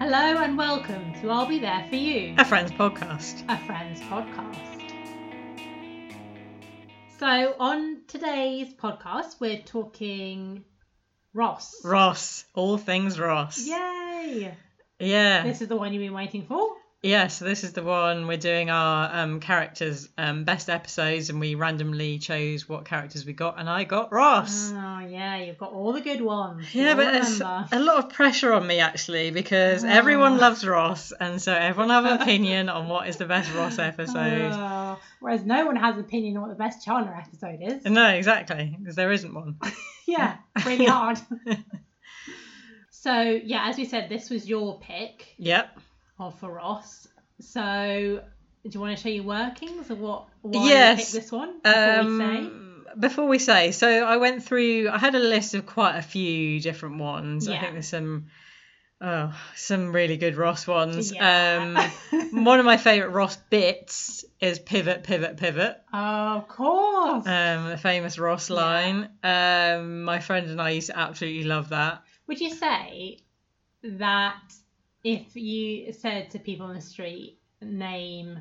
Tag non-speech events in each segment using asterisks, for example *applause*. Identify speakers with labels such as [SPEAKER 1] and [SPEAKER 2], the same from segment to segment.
[SPEAKER 1] Hello and welcome to I'll Be There For You,
[SPEAKER 2] a friend's podcast.
[SPEAKER 1] a Friends podcast. So, on today's podcast, we're talking Ross.
[SPEAKER 2] Ross, all things Ross.
[SPEAKER 1] Yay!
[SPEAKER 2] Yeah.
[SPEAKER 1] This is the one you've been waiting for.
[SPEAKER 2] yeah. So this is the one we're doing our um, characters um, best episodes, and we randomly chose what characters we got, and I got Ross.
[SPEAKER 1] Oh, yeah, you've got all the good ones.
[SPEAKER 2] yeah,
[SPEAKER 1] You'll
[SPEAKER 2] but it's
[SPEAKER 1] remember.
[SPEAKER 2] a lot of pressure on me actually because
[SPEAKER 1] Ah.
[SPEAKER 2] everyone loves Ross, and so everyone have an opinion on what is the best Ross episode.
[SPEAKER 1] Oh, whereas no one has an opinion on what the best Chandler episode is.
[SPEAKER 2] no, exactly, because there isn't one.
[SPEAKER 1] *laughs*
[SPEAKER 2] *laughs*
[SPEAKER 1] yeah, really hard. so, yeah, as we said, this was your pick.
[SPEAKER 2] Yep.
[SPEAKER 1] or for Ross. So, do you want to show your workings or what? Why
[SPEAKER 2] Yes.
[SPEAKER 1] you picked this one? Before we say?
[SPEAKER 2] Um, Before we say, so I went through. I had a list of quite a few different ones. I
[SPEAKER 1] Yeah.
[SPEAKER 2] think there's some, oh, some really good Ross ones.
[SPEAKER 1] Yeah.
[SPEAKER 2] Um, one of my favourite Ross bits is pivot, pivot, pivot.
[SPEAKER 1] Oh, *laughs* of course.
[SPEAKER 2] Um, the famous Ross
[SPEAKER 1] Yeah.
[SPEAKER 2] line. Um, my friend and I used to absolutely love that.
[SPEAKER 1] Would you say that if you said to people on the street, name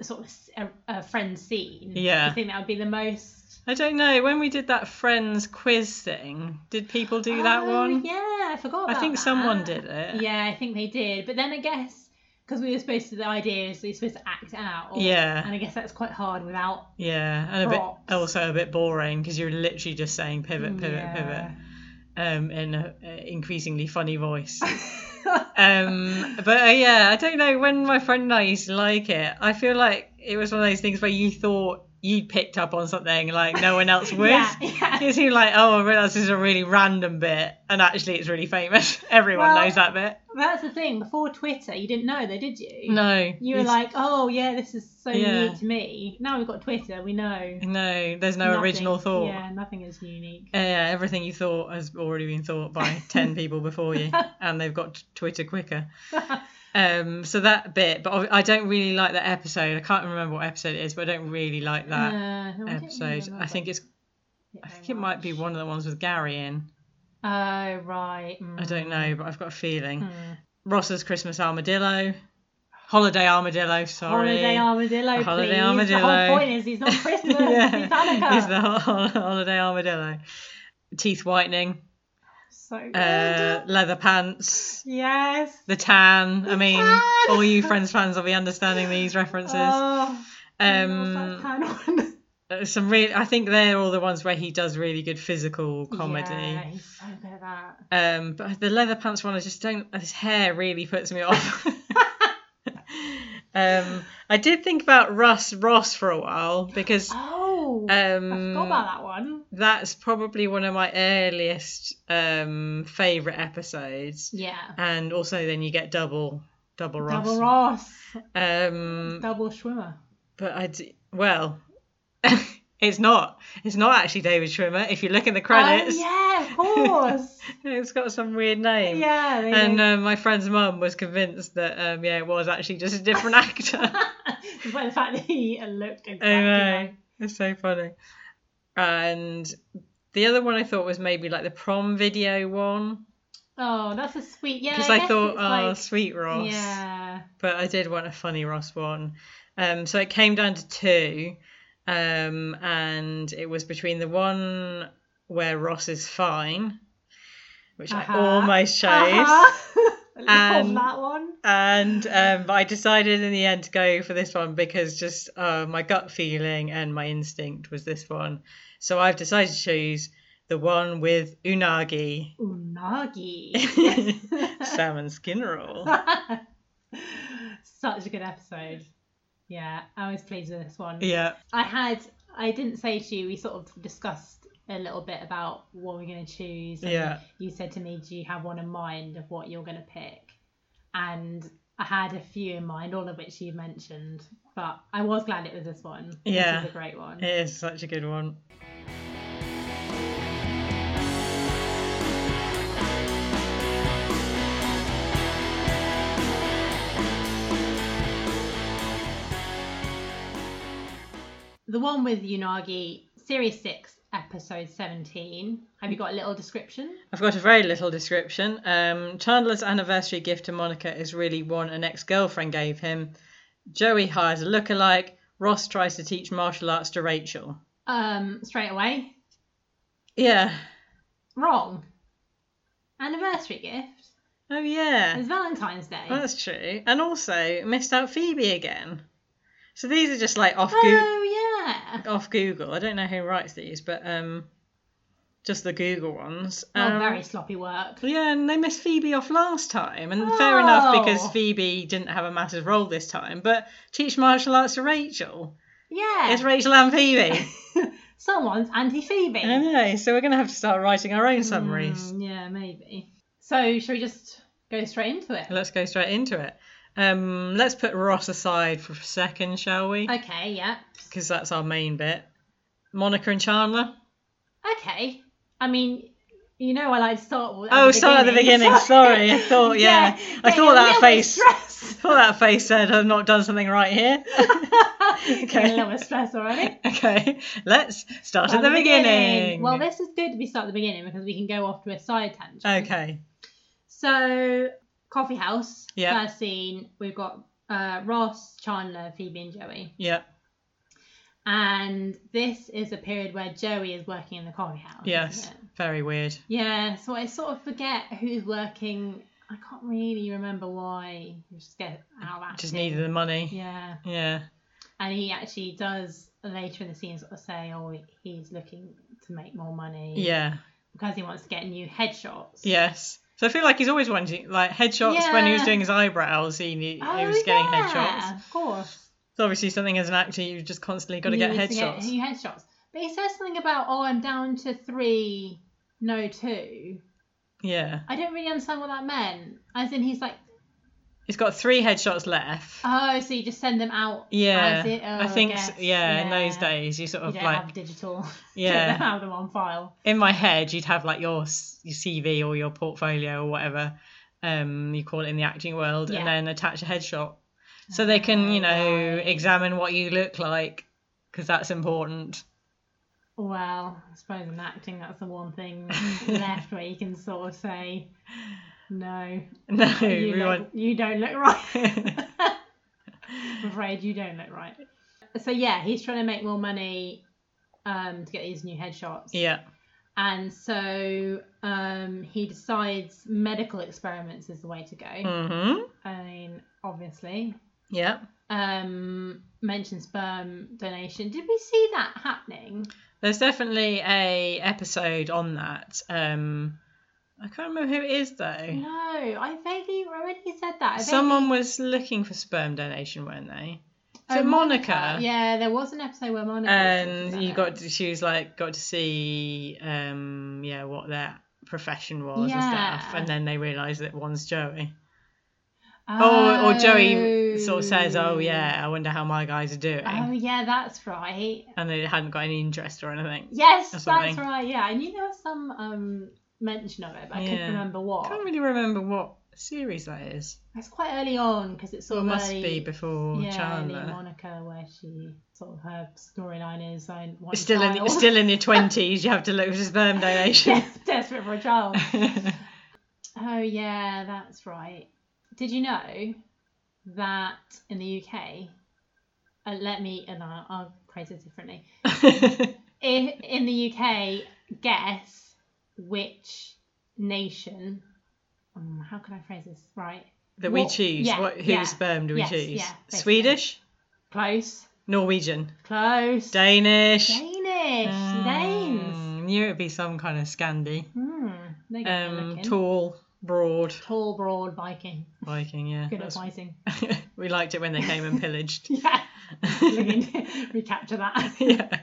[SPEAKER 1] sort of s- a, a friend scene, do
[SPEAKER 2] Yeah.
[SPEAKER 1] you think that would be the most?
[SPEAKER 2] I don't know when we did that friends quiz thing. Did people do that
[SPEAKER 1] Oh,
[SPEAKER 2] one?
[SPEAKER 1] Yeah, I forgot.
[SPEAKER 2] I
[SPEAKER 1] about
[SPEAKER 2] think someone
[SPEAKER 1] that.
[SPEAKER 2] did it.
[SPEAKER 1] Yeah, I think they did. But then I guess because we were supposed to, the idea is we are supposed to act out.
[SPEAKER 2] Yeah.
[SPEAKER 1] And I guess that's quite hard without
[SPEAKER 2] Yeah, and
[SPEAKER 1] Props.
[SPEAKER 2] a bit also a bit boring because you're literally just saying pivot, pivot,
[SPEAKER 1] Yeah.
[SPEAKER 2] pivot, um, in an increasingly funny voice. *laughs*
[SPEAKER 1] *laughs*
[SPEAKER 2] um, but uh, yeah, I don't know. When my friend and I used to like it, I feel like it was one of those things where you thought you picked up on something like no
[SPEAKER 1] *laughs*
[SPEAKER 2] one else would.
[SPEAKER 1] Yeah, yeah.
[SPEAKER 2] *laughs* It seemed like oh, I realise this is a really random bit, and actually it's really famous. *laughs* Everyone
[SPEAKER 1] Well,
[SPEAKER 2] knows that bit.
[SPEAKER 1] That's the thing. Before Twitter, you didn't know though, did you?
[SPEAKER 2] No,
[SPEAKER 1] You were like, oh yeah, this is so
[SPEAKER 2] Yeah.
[SPEAKER 1] unique to me. Now we've got Twitter, we know.
[SPEAKER 2] no, there's no
[SPEAKER 1] nothing-
[SPEAKER 2] original thought.
[SPEAKER 1] Yeah, nothing is unique.
[SPEAKER 2] Uh, yeah, everything you thought has already been
[SPEAKER 1] *laughs*
[SPEAKER 2] thought by 10 people before you, and they've got t- Twitter quicker. Um, so that bit, but ob- I don't really like that episode. I can't remember what episode it is, but I don't really like
[SPEAKER 1] *laughs*
[SPEAKER 2] that
[SPEAKER 1] Uh, I don't
[SPEAKER 2] episode.
[SPEAKER 1] remember
[SPEAKER 2] I think it's,
[SPEAKER 1] that
[SPEAKER 2] I
[SPEAKER 1] very
[SPEAKER 2] think it might be
[SPEAKER 1] much.
[SPEAKER 2] one of the ones with Gary in.
[SPEAKER 1] Oh right.
[SPEAKER 2] I don't know, but I've got a feeling.
[SPEAKER 1] Mm. Hmm.
[SPEAKER 2] Ross's Christmas Armadillo, Holiday Armadillo, sorry.
[SPEAKER 1] Holiday
[SPEAKER 2] *laughs*
[SPEAKER 1] armadillo.
[SPEAKER 2] A holiday
[SPEAKER 1] please. The
[SPEAKER 2] armadillo.
[SPEAKER 1] whole point is
[SPEAKER 2] *laughs*
[SPEAKER 1] he's not Christmas.
[SPEAKER 2] yeah,
[SPEAKER 1] He's Hanukkah.
[SPEAKER 2] it's the hol- Holiday Armadillo. Teeth whitening,
[SPEAKER 1] So good.
[SPEAKER 2] uh, leather pants.
[SPEAKER 1] yes.
[SPEAKER 2] The tan. I mean,
[SPEAKER 1] tan.
[SPEAKER 2] all you Friends fans will be understanding
[SPEAKER 1] *laughs*
[SPEAKER 2] these references.
[SPEAKER 1] Oh,
[SPEAKER 2] um,
[SPEAKER 1] *laughs*
[SPEAKER 2] uh, some really, I think they're all the ones where he does really good physical comedy.
[SPEAKER 1] Yeah, he's so good at that.
[SPEAKER 2] Um, but the leather pants one, I just don't. His hair really puts me
[SPEAKER 1] *laughs*
[SPEAKER 2] off. um, I did think about Russ Ross for a while because
[SPEAKER 1] Oh, I
[SPEAKER 2] um,
[SPEAKER 1] forgot about that one.
[SPEAKER 2] that's probably one of my earliest um favorite episodes.
[SPEAKER 1] Yeah.
[SPEAKER 2] And also, then you get double double Ross.
[SPEAKER 1] Double Ross,
[SPEAKER 2] Um,
[SPEAKER 1] double Schwimmer.
[SPEAKER 2] But I d- well, *laughs* it's not. It's not actually David Schwimmer. If you look in the credits,
[SPEAKER 1] Oh, yeah, of
[SPEAKER 2] *laughs*
[SPEAKER 1] course.
[SPEAKER 2] it's got some weird name.
[SPEAKER 1] yeah. They
[SPEAKER 2] And uh, my friend's mum was convinced that um, yeah, it was actually just
[SPEAKER 1] *laughs*
[SPEAKER 2] a different actor. *laughs*
[SPEAKER 1] Despite the fact that he looked exactly
[SPEAKER 2] uh, I know.
[SPEAKER 1] like.
[SPEAKER 2] it's so funny. And the other one I thought was maybe like the prom video one
[SPEAKER 1] Oh, that's a sweet. Yeah.
[SPEAKER 2] because
[SPEAKER 1] I,
[SPEAKER 2] I,
[SPEAKER 1] guess
[SPEAKER 2] thought,
[SPEAKER 1] it's
[SPEAKER 2] oh, sweet Ross.
[SPEAKER 1] like, yeah.
[SPEAKER 2] but I did want a funny Ross one. Um, so it came down to two, um, and it was between the one where Ross is fine, which
[SPEAKER 1] Uh-huh.
[SPEAKER 2] I almost chose,
[SPEAKER 1] Uh-huh. *laughs* I love
[SPEAKER 2] And-
[SPEAKER 1] that one.
[SPEAKER 2] and um, but I decided in the end to go for this one because just uh, my gut feeling and my instinct was this one. So I've decided to choose the one with
[SPEAKER 1] *laughs*
[SPEAKER 2] unagi, *laughs*
[SPEAKER 1] Unagi. *laughs*
[SPEAKER 2] salmon skin roll.
[SPEAKER 1] Such a good episode. Yeah, I was pleased with this one.
[SPEAKER 2] Yeah,
[SPEAKER 1] I had I didn't say to you, we sort of discussed a little bit about what we're gonna choose. and
[SPEAKER 2] Yeah.
[SPEAKER 1] You said to me, Do you have one in mind of what you're gonna pick? And I had a few in mind, all of which you mentioned. But I was glad it was this one.
[SPEAKER 2] Yeah.
[SPEAKER 1] This is a great one.
[SPEAKER 2] it is such a good one.
[SPEAKER 1] The one with Unagi, series six, episode 17. Have you got a little description?
[SPEAKER 2] I've got a very little description. Um, Chandler's anniversary gift to Monica is really one an ex girlfriend gave him. Joey hires a lookalike. Ross tries to teach martial arts to Rachel.
[SPEAKER 1] Um, straight away.
[SPEAKER 2] Yeah.
[SPEAKER 1] Wrong. Anniversary gift.
[SPEAKER 2] Oh, yeah.
[SPEAKER 1] It's Valentine's Day.
[SPEAKER 2] Well, that's true. And also, missed out Phoebe again. So these are just like off, Goo-
[SPEAKER 1] oh yeah.
[SPEAKER 2] off Google. I don't know who writes these, but um, just the Google ones.
[SPEAKER 1] Well,
[SPEAKER 2] Um,
[SPEAKER 1] Oh, very sloppy work.
[SPEAKER 2] Yeah, and they missed Phoebe off last time, and fair enough because
[SPEAKER 1] Oh.
[SPEAKER 2] Phoebe didn't have a massive role this time. But teach martial arts to Rachel.
[SPEAKER 1] Yeah.
[SPEAKER 2] It's Rachel
[SPEAKER 1] *laughs*
[SPEAKER 2] and Phoebe.
[SPEAKER 1] Someone's Auntie Phoebe.
[SPEAKER 2] I know, so we're gonna have to start writing our own summaries.
[SPEAKER 1] Mm, yeah, maybe. So, shall we just go straight into it?
[SPEAKER 2] Let's go straight into it. Um, let's put Ross aside for a second, shall we?
[SPEAKER 1] Okay, yeah.
[SPEAKER 2] Because that's our main bit. Monica and Chandler.
[SPEAKER 1] Okay. I mean, you know, I like to start. with-
[SPEAKER 2] Oh, start at the beginning. Sorry,
[SPEAKER 1] *laughs*
[SPEAKER 2] I thought yeah, I thought that face. I *laughs*
[SPEAKER 1] face.
[SPEAKER 2] thought that face said I've not done something right here. *laughs*
[SPEAKER 1] Getting a little bit stressed already.
[SPEAKER 2] okay, let's start at
[SPEAKER 1] From
[SPEAKER 2] the beginning.
[SPEAKER 1] Well, this is good. We start at the beginning because we can go off to a side tangent.
[SPEAKER 2] Okay.
[SPEAKER 1] So, coffee house.
[SPEAKER 2] Yeah.
[SPEAKER 1] First scene. We've got uh, Ross, Chandler, Phoebe, and Joey.
[SPEAKER 2] Yeah.
[SPEAKER 1] And this is a period where Joey is working in the coffee house. isn't
[SPEAKER 2] Yes.
[SPEAKER 1] it?
[SPEAKER 2] Very weird.
[SPEAKER 1] Yeah. So I sort of forget who's working. I can't really remember why. You just get out of
[SPEAKER 2] Just
[SPEAKER 1] acting.
[SPEAKER 2] needed the money.
[SPEAKER 1] Yeah.
[SPEAKER 2] Yeah.
[SPEAKER 1] And he actually does later in the scene sort of say, "Oh, he's looking to make more money."
[SPEAKER 2] Yeah.
[SPEAKER 1] Because he wants to get new headshots.
[SPEAKER 2] Yes. So I feel like he's always wanting like headshots when he was
[SPEAKER 1] Yeah.
[SPEAKER 2] doing his eyebrows. He knew,
[SPEAKER 1] Oh,
[SPEAKER 2] he was getting
[SPEAKER 1] yeah,
[SPEAKER 2] headshots.
[SPEAKER 1] Of course.
[SPEAKER 2] It's obviously something as an actor you've just constantly got to get
[SPEAKER 1] You need
[SPEAKER 2] headshots.
[SPEAKER 1] new headshots. But he says something about, oh, I'm down to three, no two.
[SPEAKER 2] Yeah.
[SPEAKER 1] I don't really understand what that meant. As in, he's like,
[SPEAKER 2] He's got three headshots left.
[SPEAKER 1] oh, so you just send them out.
[SPEAKER 2] yeah.
[SPEAKER 1] as it- oh,
[SPEAKER 2] I think s-
[SPEAKER 1] guess,
[SPEAKER 2] yeah, in those
[SPEAKER 1] yeah.
[SPEAKER 2] days you sort
[SPEAKER 1] You
[SPEAKER 2] of
[SPEAKER 1] don't
[SPEAKER 2] like
[SPEAKER 1] have digital. *laughs*
[SPEAKER 2] yeah.
[SPEAKER 1] Don't have them on file.
[SPEAKER 2] in my head you'd have like your s- your CV or your portfolio or whatever um you call it in the acting world
[SPEAKER 1] Yeah. Oh,
[SPEAKER 2] and then attach a headshot so they can you know
[SPEAKER 1] Right.
[SPEAKER 2] examine what you look like because that's important
[SPEAKER 1] Well, I suppose in acting, that's the one
[SPEAKER 2] *laughs*
[SPEAKER 1] thing left where you can sort of say,
[SPEAKER 2] *laughs*
[SPEAKER 1] no,
[SPEAKER 2] no
[SPEAKER 1] you,
[SPEAKER 2] we
[SPEAKER 1] look- *laughs*
[SPEAKER 2] want
[SPEAKER 1] you don't look right. I'm afraid you don't look right. So yeah, he's trying to make more money um, to get these new headshots.
[SPEAKER 2] *laughs* yeah
[SPEAKER 1] And so um, he decides medical experiments is the way to go.
[SPEAKER 2] mm-hmm
[SPEAKER 1] I mean, obviously.
[SPEAKER 2] yeah
[SPEAKER 1] Um, mentioned sperm donation. Did we see that happening?
[SPEAKER 2] there's definitely a episode on that um i can't remember who it is though
[SPEAKER 1] No, I vaguely already said that. I vaguely-
[SPEAKER 2] someone was looking for sperm donation weren't they
[SPEAKER 1] Oh,
[SPEAKER 2] so monica
[SPEAKER 1] Yeah, there was an episode where Monica. was talking
[SPEAKER 2] and
[SPEAKER 1] about
[SPEAKER 2] you
[SPEAKER 1] it.
[SPEAKER 2] got to, she was like got to see um yeah what their profession was and stuff
[SPEAKER 1] Yeah.
[SPEAKER 2] and then they realized that one's joey oh or joey sort of says oh yeah i wonder how my guys are doing
[SPEAKER 1] Oh yeah, that's right.
[SPEAKER 2] and they hadn't got any interest or anything
[SPEAKER 1] Yes,
[SPEAKER 2] Or
[SPEAKER 1] that's
[SPEAKER 2] something.
[SPEAKER 1] right. Yeah, I knew there was some um, mention of it, but I
[SPEAKER 2] Yeah.
[SPEAKER 1] couldn't remember
[SPEAKER 2] i
[SPEAKER 1] what.
[SPEAKER 2] can't really remember what series that is
[SPEAKER 1] It's quite early on because it's
[SPEAKER 2] or
[SPEAKER 1] sort
[SPEAKER 2] it
[SPEAKER 1] of
[SPEAKER 2] must
[SPEAKER 1] early-
[SPEAKER 2] be before
[SPEAKER 1] yeah, early
[SPEAKER 2] chandler
[SPEAKER 1] Monica, where she sort of her storyline is I want
[SPEAKER 2] it's still
[SPEAKER 1] a
[SPEAKER 2] in
[SPEAKER 1] child. *laughs*
[SPEAKER 2] still in your 20s you have to look for sperm donation *laughs*
[SPEAKER 1] Des- desperate for a child. Oh yeah, that's right. Did you know that in the UK, uh, let me and I'll, I'll phrase it differently. If, in the UK, guess which nation. um, how can I phrase this right?
[SPEAKER 2] that we
[SPEAKER 1] What-
[SPEAKER 2] choose
[SPEAKER 1] yeah,
[SPEAKER 2] what whose
[SPEAKER 1] yeah.
[SPEAKER 2] sperm do we
[SPEAKER 1] Yes,
[SPEAKER 2] choose
[SPEAKER 1] yeah, basically.
[SPEAKER 2] swedish
[SPEAKER 1] Close.
[SPEAKER 2] norwegian
[SPEAKER 1] Close.
[SPEAKER 2] danish
[SPEAKER 1] Danish. Danes.
[SPEAKER 2] Mm, Knew it'd be some kind of Scandi.
[SPEAKER 1] Hmm. they get good
[SPEAKER 2] Um,
[SPEAKER 1] looking.
[SPEAKER 2] tall, broad
[SPEAKER 1] Tall, broad Viking.
[SPEAKER 2] Viking. Yeah,
[SPEAKER 1] Good at
[SPEAKER 2] That's-
[SPEAKER 1] fighting.
[SPEAKER 2] *laughs* we liked it when they came
[SPEAKER 1] *laughs*
[SPEAKER 2] and pillaged.
[SPEAKER 1] Yeah. We can Recapture that. *laughs*
[SPEAKER 2] *laughs* yeah,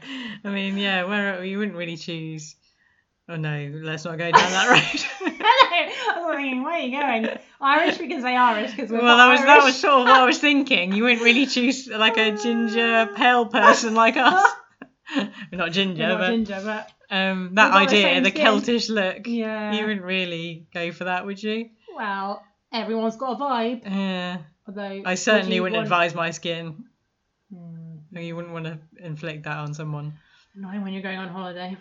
[SPEAKER 2] I mean, yeah, where you wouldn't really choose. Oh no, let's not go down that road. *laughs*
[SPEAKER 1] Hello. I was thinking, where are you going? Irish. We can say Irish because we're
[SPEAKER 2] well, that
[SPEAKER 1] not
[SPEAKER 2] was that
[SPEAKER 1] Irish.
[SPEAKER 2] was sort of what I was thinking. You wouldn't really choose like a ginger, pale person like
[SPEAKER 1] *laughs*
[SPEAKER 2] us. We're not ginger,
[SPEAKER 1] We're not
[SPEAKER 2] but
[SPEAKER 1] ginger, but
[SPEAKER 2] um,
[SPEAKER 1] we've
[SPEAKER 2] that
[SPEAKER 1] got the
[SPEAKER 2] idea,
[SPEAKER 1] same
[SPEAKER 2] the,
[SPEAKER 1] skin.
[SPEAKER 2] Celtish look.
[SPEAKER 1] yeah.
[SPEAKER 2] You wouldn't really go for that, would you?
[SPEAKER 1] Well, everyone's got a vibe.
[SPEAKER 2] Yeah.
[SPEAKER 1] Although
[SPEAKER 2] I
[SPEAKER 1] would
[SPEAKER 2] certainly
[SPEAKER 1] you
[SPEAKER 2] wouldn't
[SPEAKER 1] want-
[SPEAKER 2] advise my skin.
[SPEAKER 1] Hmm.
[SPEAKER 2] No, You wouldn't want to inflict that on someone.
[SPEAKER 1] Annoying when you're going on holiday.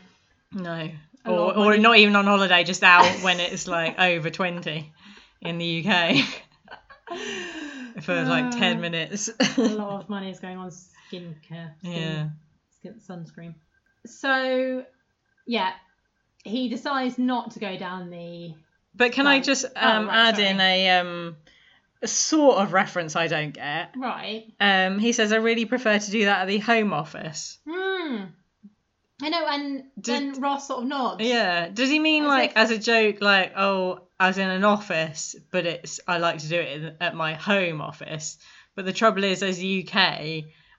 [SPEAKER 2] No.
[SPEAKER 1] A lot
[SPEAKER 2] Or,
[SPEAKER 1] of
[SPEAKER 2] or
[SPEAKER 1] money.
[SPEAKER 2] not even on holiday, just out when it's like over 20 in the *laughs* UK *laughs* for like 10
[SPEAKER 1] Uh,
[SPEAKER 2] minutes.
[SPEAKER 1] *laughs* a lot of money is going on skincare. Skin,
[SPEAKER 2] *laughs* yeah.
[SPEAKER 1] Skin, sunscreen. So, yeah, he decides not to go down the.
[SPEAKER 2] But can I
[SPEAKER 1] Right.
[SPEAKER 2] just um,
[SPEAKER 1] oh, right,
[SPEAKER 2] add
[SPEAKER 1] sorry.
[SPEAKER 2] in a um, a sort of reference I don't get?
[SPEAKER 1] Right.
[SPEAKER 2] Um, he says, I really prefer to do that at the Home Office.
[SPEAKER 1] Hmm. I know, and
[SPEAKER 2] Did-
[SPEAKER 1] then Ross sort of nods.
[SPEAKER 2] Yeah. Does he mean
[SPEAKER 1] As
[SPEAKER 2] like
[SPEAKER 1] if-
[SPEAKER 2] as a joke, like, oh, as in an office, but it's I like to do it in, at my home office? But the trouble is, as the UK,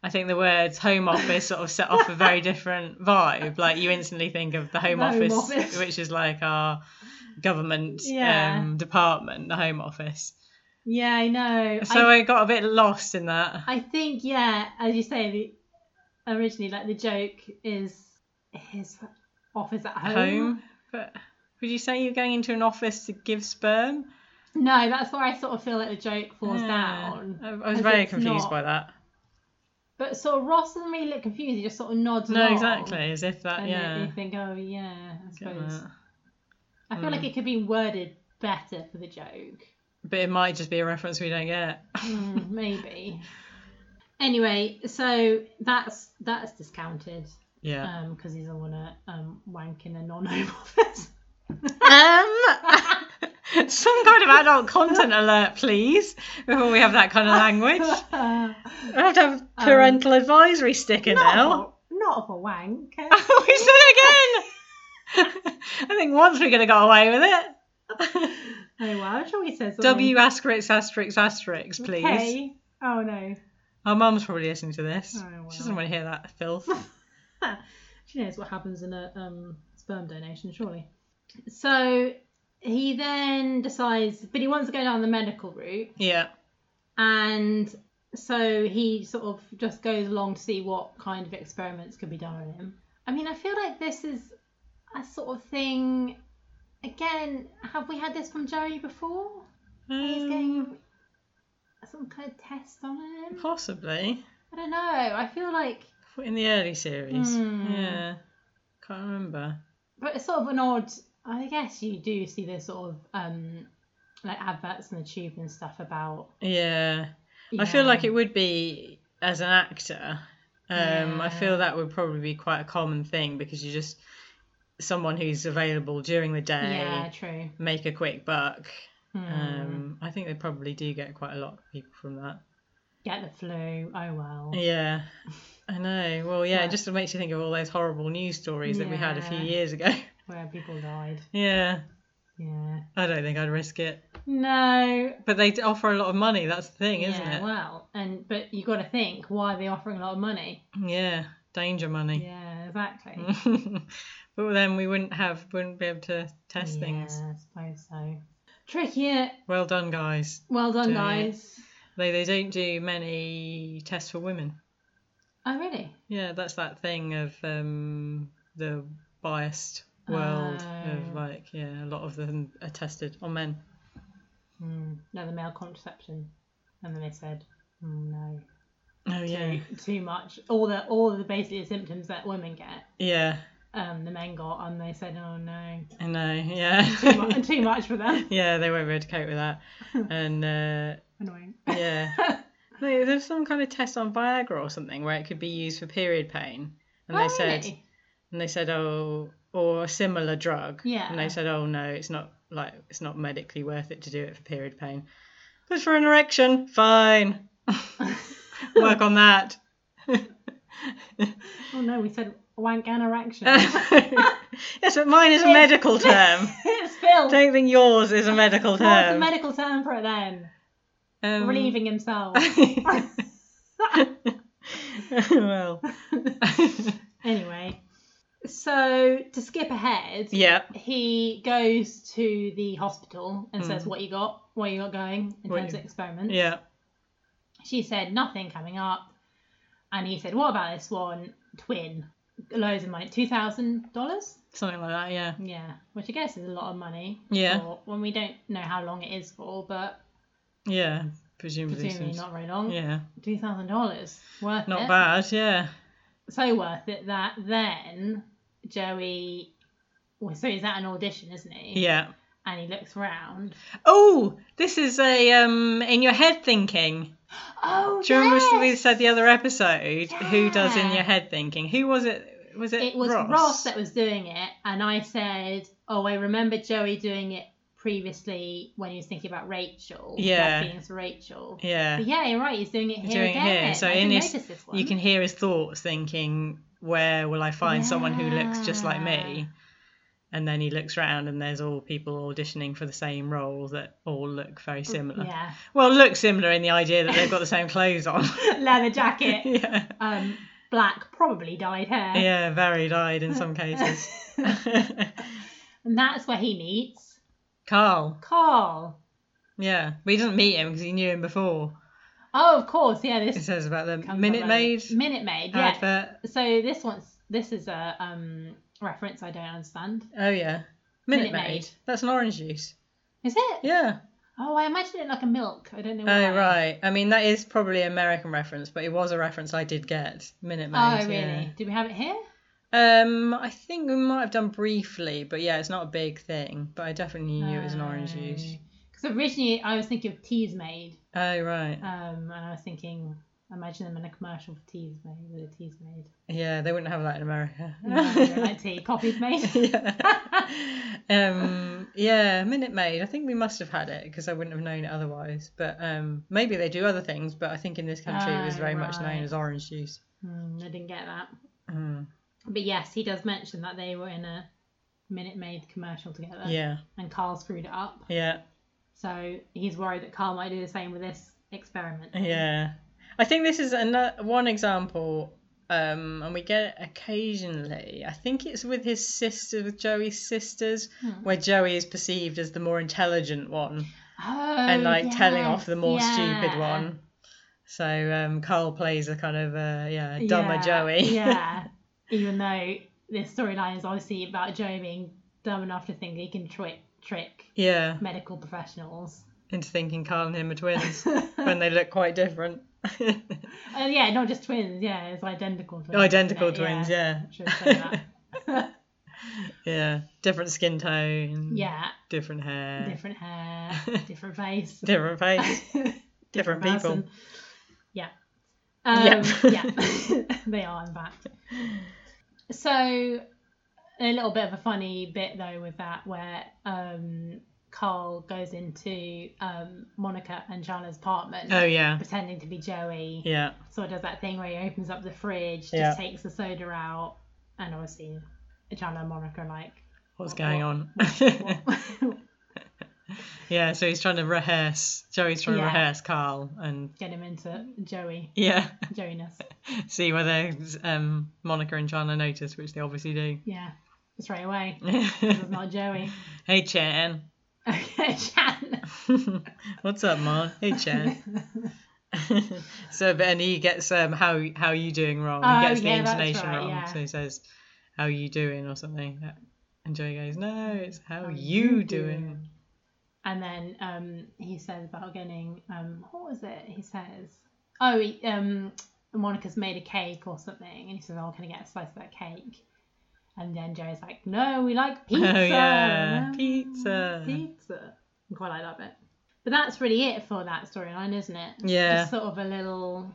[SPEAKER 2] I think the
[SPEAKER 1] *laughs*
[SPEAKER 2] words home office sort of set off a very different vibe. Like you instantly think of the home,
[SPEAKER 1] The Home
[SPEAKER 2] office,
[SPEAKER 1] Office.
[SPEAKER 2] which is like our government
[SPEAKER 1] Yeah.
[SPEAKER 2] um, department, the home office.
[SPEAKER 1] Yeah, I know.
[SPEAKER 2] So
[SPEAKER 1] I,
[SPEAKER 2] I got a bit lost in that.
[SPEAKER 1] I think, yeah, as you say, the, originally, like the joke is his office at home.
[SPEAKER 2] home. But would you say you're going into an office to give sperm?
[SPEAKER 1] No, that's where I sort of feel like the joke falls
[SPEAKER 2] Yeah.
[SPEAKER 1] down.
[SPEAKER 2] I, I was
[SPEAKER 1] As
[SPEAKER 2] very
[SPEAKER 1] it's
[SPEAKER 2] confused
[SPEAKER 1] not.
[SPEAKER 2] by that.
[SPEAKER 1] But sort of Ross doesn't really look confused. He just sort of nods.
[SPEAKER 2] No,
[SPEAKER 1] along.
[SPEAKER 2] exactly. As if that,
[SPEAKER 1] And
[SPEAKER 2] yeah.
[SPEAKER 1] you think, oh yeah, I
[SPEAKER 2] Get
[SPEAKER 1] suppose.
[SPEAKER 2] that.
[SPEAKER 1] I feel like
[SPEAKER 2] Mm.
[SPEAKER 1] it could be worded better for the joke.
[SPEAKER 2] But it might just be a reference we don't get. *laughs* Mm.
[SPEAKER 1] Hmm, *laughs* maybe. Anyway, so that's that's discounted
[SPEAKER 2] Yeah.
[SPEAKER 1] Um 'cause because he doesn't want to um, wank in a non-home *laughs* office.
[SPEAKER 2] Um, *laughs* some kind of adult content alert, please, before we have that kind of
[SPEAKER 1] *laughs*
[SPEAKER 2] language. I have to
[SPEAKER 1] Um,
[SPEAKER 2] have parental advisory sticker now. *laughs*
[SPEAKER 1] not, a, not of a wank.
[SPEAKER 2] we said it again. *laughs* I think once we're gonna get away with it.
[SPEAKER 1] *laughs* Oh wow, shall we say something?
[SPEAKER 2] W asterisk asterisk asterisk, please.
[SPEAKER 1] Okay. Oh no,
[SPEAKER 2] Our mum's probably listening to this.
[SPEAKER 1] Oh, well.
[SPEAKER 2] She doesn't want to hear that filth.
[SPEAKER 1] *laughs* she knows what happens in a um, sperm donation, surely. So he then decides, but he wants to go down the medical route,
[SPEAKER 2] yeah.
[SPEAKER 1] and so he sort of just goes along to see what kind of experiments could be done on him. I mean, I feel like this is a sort of thing. Again, have we had this from Joey before? He's
[SPEAKER 2] Um,
[SPEAKER 1] getting some kind of test on him.
[SPEAKER 2] possibly.
[SPEAKER 1] I don't know. I feel like,
[SPEAKER 2] In the early series.
[SPEAKER 1] Hmm.
[SPEAKER 2] Yeah. Can't remember.
[SPEAKER 1] but it's sort of an odd. I guess you do see this sort of um, like adverts on the tube and stuff about.
[SPEAKER 2] Yeah. I feel
[SPEAKER 1] Yeah.
[SPEAKER 2] like it would be as an actor. Um, I feel
[SPEAKER 1] Yeah.
[SPEAKER 2] that would probably be quite a common thing because you just someone who's available during the day
[SPEAKER 1] Yeah, true.
[SPEAKER 2] make a quick buck.
[SPEAKER 1] Hmm.
[SPEAKER 2] Um, I think they probably do get quite a lot of people from that.
[SPEAKER 1] Get the flu. Oh well.
[SPEAKER 2] Yeah, I know. Well, yeah,
[SPEAKER 1] Yeah.
[SPEAKER 2] it just makes you think of all those horrible news stories that we had a few
[SPEAKER 1] Yeah.
[SPEAKER 2] years ago. *laughs*
[SPEAKER 1] Where people died.
[SPEAKER 2] yeah,
[SPEAKER 1] Yeah.
[SPEAKER 2] I don't think I'd risk it.
[SPEAKER 1] No.
[SPEAKER 2] But they d- offer a lot of money. That's the thing, isn't
[SPEAKER 1] yeah,
[SPEAKER 2] it?
[SPEAKER 1] Well, and but you got to think why are they offering a lot of money?
[SPEAKER 2] Yeah, danger money.
[SPEAKER 1] Yeah,
[SPEAKER 2] *laughs*
[SPEAKER 1] exactly.
[SPEAKER 2] but then we wouldn't have, wouldn't be able to test things.
[SPEAKER 1] Yeah, I suppose so. Tricky.
[SPEAKER 2] Well done, guys.
[SPEAKER 1] Well done,
[SPEAKER 2] Doing it.
[SPEAKER 1] guys.
[SPEAKER 2] They they don't do many tests for women.
[SPEAKER 1] Oh really?
[SPEAKER 2] Yeah, that's that thing of um, the biased world
[SPEAKER 1] Oh.
[SPEAKER 2] of like yeah, a lot of them are tested on men.
[SPEAKER 1] Mm. No, the male contraception, and then they said "Mm, no,
[SPEAKER 2] Oh yeah,
[SPEAKER 1] too, too much. All the all the basically the symptoms that women get,
[SPEAKER 2] yeah.
[SPEAKER 1] um, the men got, and they said, oh no,
[SPEAKER 2] I know, yeah. *laughs*
[SPEAKER 1] too *laughs* much, too much for them.
[SPEAKER 2] yeah, they won't be able to cope with that. And uh,
[SPEAKER 1] Annoying.
[SPEAKER 2] yeah,
[SPEAKER 1] *laughs*
[SPEAKER 2] They- there's some kind of test on Viagra or something where it could be used for period pain. And they
[SPEAKER 1] Oh, *laughs*
[SPEAKER 2] said,
[SPEAKER 1] really?
[SPEAKER 2] and they said, oh, or a similar drug. And
[SPEAKER 1] Yeah.
[SPEAKER 2] they said, oh no, it's not like it's not medically worth it to do it for period pain. But for an erection, fine. *laughs* Work on that.
[SPEAKER 1] *laughs*
[SPEAKER 2] *laughs*
[SPEAKER 1] oh no, we said wank and erection.
[SPEAKER 2] *laughs* yes, but mine is
[SPEAKER 1] *laughs*
[SPEAKER 2] a medical term.
[SPEAKER 1] it's Phil.
[SPEAKER 2] Don't think yours is a medical term.
[SPEAKER 1] What's the medical term for it then?
[SPEAKER 2] Um,
[SPEAKER 1] Relieving himself.
[SPEAKER 2] *laughs*
[SPEAKER 1] *laughs*
[SPEAKER 2] well, *laughs*
[SPEAKER 1] anyway, so to skip ahead,
[SPEAKER 2] yeah.
[SPEAKER 1] he goes to the hospital and says,
[SPEAKER 2] Mm.
[SPEAKER 1] "What you got? What you got going in
[SPEAKER 2] What
[SPEAKER 1] terms
[SPEAKER 2] you-
[SPEAKER 1] of experiments?"
[SPEAKER 2] Yeah.
[SPEAKER 1] She said nothing coming up, and he said, "What about this one twin? Loads of money, two thousand dollars?
[SPEAKER 2] Something like that, yeah.
[SPEAKER 1] Yeah, which I guess is a lot of money.
[SPEAKER 2] Yeah.
[SPEAKER 1] for- when we don't know how long it is for, but
[SPEAKER 2] Yeah. Presumably.
[SPEAKER 1] presumably
[SPEAKER 2] since-
[SPEAKER 1] not very long.
[SPEAKER 2] Yeah.
[SPEAKER 1] Two thousand dollars, worth
[SPEAKER 2] Not
[SPEAKER 1] it.
[SPEAKER 2] bad, yeah.
[SPEAKER 1] so worth it that then Joey well, so he's at an audition, isn't he?
[SPEAKER 2] Yeah.
[SPEAKER 1] And he looks round.
[SPEAKER 2] Oh, this is a um in your head thinking.
[SPEAKER 1] Oh,
[SPEAKER 2] Do you remember what we
[SPEAKER 1] yes!
[SPEAKER 2] said the other episode? Who does in
[SPEAKER 1] Yeah.
[SPEAKER 2] your head thinking? Who was it? Was it?
[SPEAKER 1] It was Ross.
[SPEAKER 2] Ross?
[SPEAKER 1] that was doing it, and I said, "Oh, I remember Joey doing it previously when he was thinking about Rachel. like,
[SPEAKER 2] Yeah.
[SPEAKER 1] feelings for Rachel.
[SPEAKER 2] Yeah.
[SPEAKER 1] But yeah, you're right. He's doing it
[SPEAKER 2] He's
[SPEAKER 1] here
[SPEAKER 2] doing it
[SPEAKER 1] again.
[SPEAKER 2] here. So
[SPEAKER 1] I
[SPEAKER 2] in
[SPEAKER 1] didn't
[SPEAKER 2] his-
[SPEAKER 1] notice this one.
[SPEAKER 2] You can hear his thoughts thinking, "Where will I find someone who looks just like me?"
[SPEAKER 1] Yeah.
[SPEAKER 2] And then he looks round, and there's all people auditioning for the same role that all look very similar.
[SPEAKER 1] Yeah,
[SPEAKER 2] Well, look similar in the idea that they've got the same clothes
[SPEAKER 1] *laughs*
[SPEAKER 2] on.
[SPEAKER 1] leather jacket,
[SPEAKER 2] *laughs* yeah.
[SPEAKER 1] um, black, probably dyed hair.
[SPEAKER 2] Yeah, very dyed in
[SPEAKER 1] *laughs*
[SPEAKER 2] some cases. *laughs*
[SPEAKER 1] and that's where he meets
[SPEAKER 2] Carl.
[SPEAKER 1] Carl.
[SPEAKER 2] Yeah, but he doesn't meet him because he knew him before.
[SPEAKER 1] Oh, of course, yeah. This
[SPEAKER 2] It says about the
[SPEAKER 1] comes
[SPEAKER 2] Minute
[SPEAKER 1] up later.
[SPEAKER 2] Maid
[SPEAKER 1] Minute Maid, yeah.
[SPEAKER 2] advert.
[SPEAKER 1] So this one's this is a um reference I don't understand.
[SPEAKER 2] Oh yeah,
[SPEAKER 1] Minute
[SPEAKER 2] Minute, Maid.
[SPEAKER 1] Maid.
[SPEAKER 2] That's an orange juice.
[SPEAKER 1] Is it?
[SPEAKER 2] Yeah.
[SPEAKER 1] Oh, I imagine it like a milk. I don't know. Why.
[SPEAKER 2] Oh right. I mean that is probably an American reference, but it was a reference I did get. Minute Maid.
[SPEAKER 1] Oh, really?
[SPEAKER 2] yeah.
[SPEAKER 1] Do we have it here?
[SPEAKER 2] Um, I think we might have done briefly, but yeah, it's not a big thing. But I definitely knew it was an orange juice.
[SPEAKER 1] Because originally I was thinking of Teas Made,
[SPEAKER 2] Oh right.
[SPEAKER 1] um, and I was thinking, imagine them in a commercial for Teas Made with a Teas
[SPEAKER 2] *laughs*
[SPEAKER 1] Made.
[SPEAKER 2] Yeah, they wouldn't have that in America.
[SPEAKER 1] You know, they're like tea, coffee's made.
[SPEAKER 2] *laughs* yeah. um yeah minute maid i think we must have had it because i wouldn't have known it otherwise but um maybe they do other things but i think in this country it was
[SPEAKER 1] Oh,
[SPEAKER 2] very much
[SPEAKER 1] right.
[SPEAKER 2] known as orange juice
[SPEAKER 1] *laughs* Hmm, I didn't get that.
[SPEAKER 2] Mm,
[SPEAKER 1] But yes, he does mention that they were in a Minute Maid commercial together,
[SPEAKER 2] yeah
[SPEAKER 1] and Carl screwed it up.
[SPEAKER 2] yeah
[SPEAKER 1] So he's worried that Carl might do the same with this experiment.
[SPEAKER 2] yeah i think this is another one example um and we get it occasionally i think it's with his sister with joey's sisters
[SPEAKER 1] Hmm.
[SPEAKER 2] where joey is perceived as the more intelligent one
[SPEAKER 1] Oh,
[SPEAKER 2] and like telling off the
[SPEAKER 1] yes,
[SPEAKER 2] more
[SPEAKER 1] yeah.
[SPEAKER 2] stupid one. So um, Carl plays a kind of uh, yeah dumber
[SPEAKER 1] Yeah,
[SPEAKER 2] Joey.
[SPEAKER 1] yeah. Even though this storyline is obviously about Joey being dumb enough to think he can trick trick
[SPEAKER 2] *laughs* yeah,
[SPEAKER 1] medical
[SPEAKER 2] *laughs*
[SPEAKER 1] professionals.
[SPEAKER 2] into thinking Carl and him are twins *laughs*
[SPEAKER 1] and uh,
[SPEAKER 2] when they look quite different. *laughs*
[SPEAKER 1] yeah, not just twins. Yeah, it's identical twins.
[SPEAKER 2] Identical
[SPEAKER 1] isn't it?
[SPEAKER 2] twins, yeah.
[SPEAKER 1] Should have
[SPEAKER 2] *laughs*
[SPEAKER 1] said that.
[SPEAKER 2] Yeah, different skin tone.
[SPEAKER 1] yeah,
[SPEAKER 2] different hair.
[SPEAKER 1] different hair, different face,
[SPEAKER 2] *laughs*
[SPEAKER 1] *laughs*
[SPEAKER 2] Different face, different, people.
[SPEAKER 1] person. Yeah. Um,
[SPEAKER 2] Yeah. *laughs*
[SPEAKER 1] yeah. *laughs* they are, in fact. So, a little bit of a funny bit, though, with that, where um, Carl goes into um, Monica and Charla's apartment.
[SPEAKER 2] Oh yeah,
[SPEAKER 1] Pretending to be Joey,
[SPEAKER 2] yeah,
[SPEAKER 1] sort of does that thing where he opens up the fridge, just
[SPEAKER 2] Yeah.
[SPEAKER 1] takes the soda out, and obviously Charla and Monica are
[SPEAKER 2] *laughs*
[SPEAKER 1] like,
[SPEAKER 2] what's
[SPEAKER 1] What-
[SPEAKER 2] going on?
[SPEAKER 1] "What?"
[SPEAKER 2] *laughs*
[SPEAKER 1] *laughs*
[SPEAKER 2] yeah, so he's trying to rehearse. Joey's trying
[SPEAKER 1] Yeah.
[SPEAKER 2] to rehearse Carl and *laughs*
[SPEAKER 1] get him into Joey,
[SPEAKER 2] yeah,
[SPEAKER 1] Joeyness.
[SPEAKER 2] see whether um, Monica and Chandler notice, which they obviously do.
[SPEAKER 1] Yeah, straight away. It's
[SPEAKER 2] *laughs* hey
[SPEAKER 1] not Joey.
[SPEAKER 2] Chan. *laughs*
[SPEAKER 1] Okay, *laughs* Chan.
[SPEAKER 2] What's up, man? Hey Chan. *laughs* so but and he gets um how how you doing wrong. He
[SPEAKER 1] Oh,
[SPEAKER 2] gets the
[SPEAKER 1] yeah, that's
[SPEAKER 2] intonation
[SPEAKER 1] right,
[SPEAKER 2] wrong.
[SPEAKER 1] yeah.
[SPEAKER 2] So he says, How you doing or something. And Joey goes, No, it's how, you, doing.
[SPEAKER 1] And then um, he says about getting um, what was it? He says, oh, he, um, Monica's made a cake or something, and he says, oh, can I get a slice of that cake? And then Joey's like, no, we like pizza.
[SPEAKER 2] *laughs* Oh yeah.
[SPEAKER 1] Mm,
[SPEAKER 2] Pizza.
[SPEAKER 1] Pizza. I quite like that bit. But that's really it for that storyline, isn't it?
[SPEAKER 2] Yeah.
[SPEAKER 1] Just sort of a little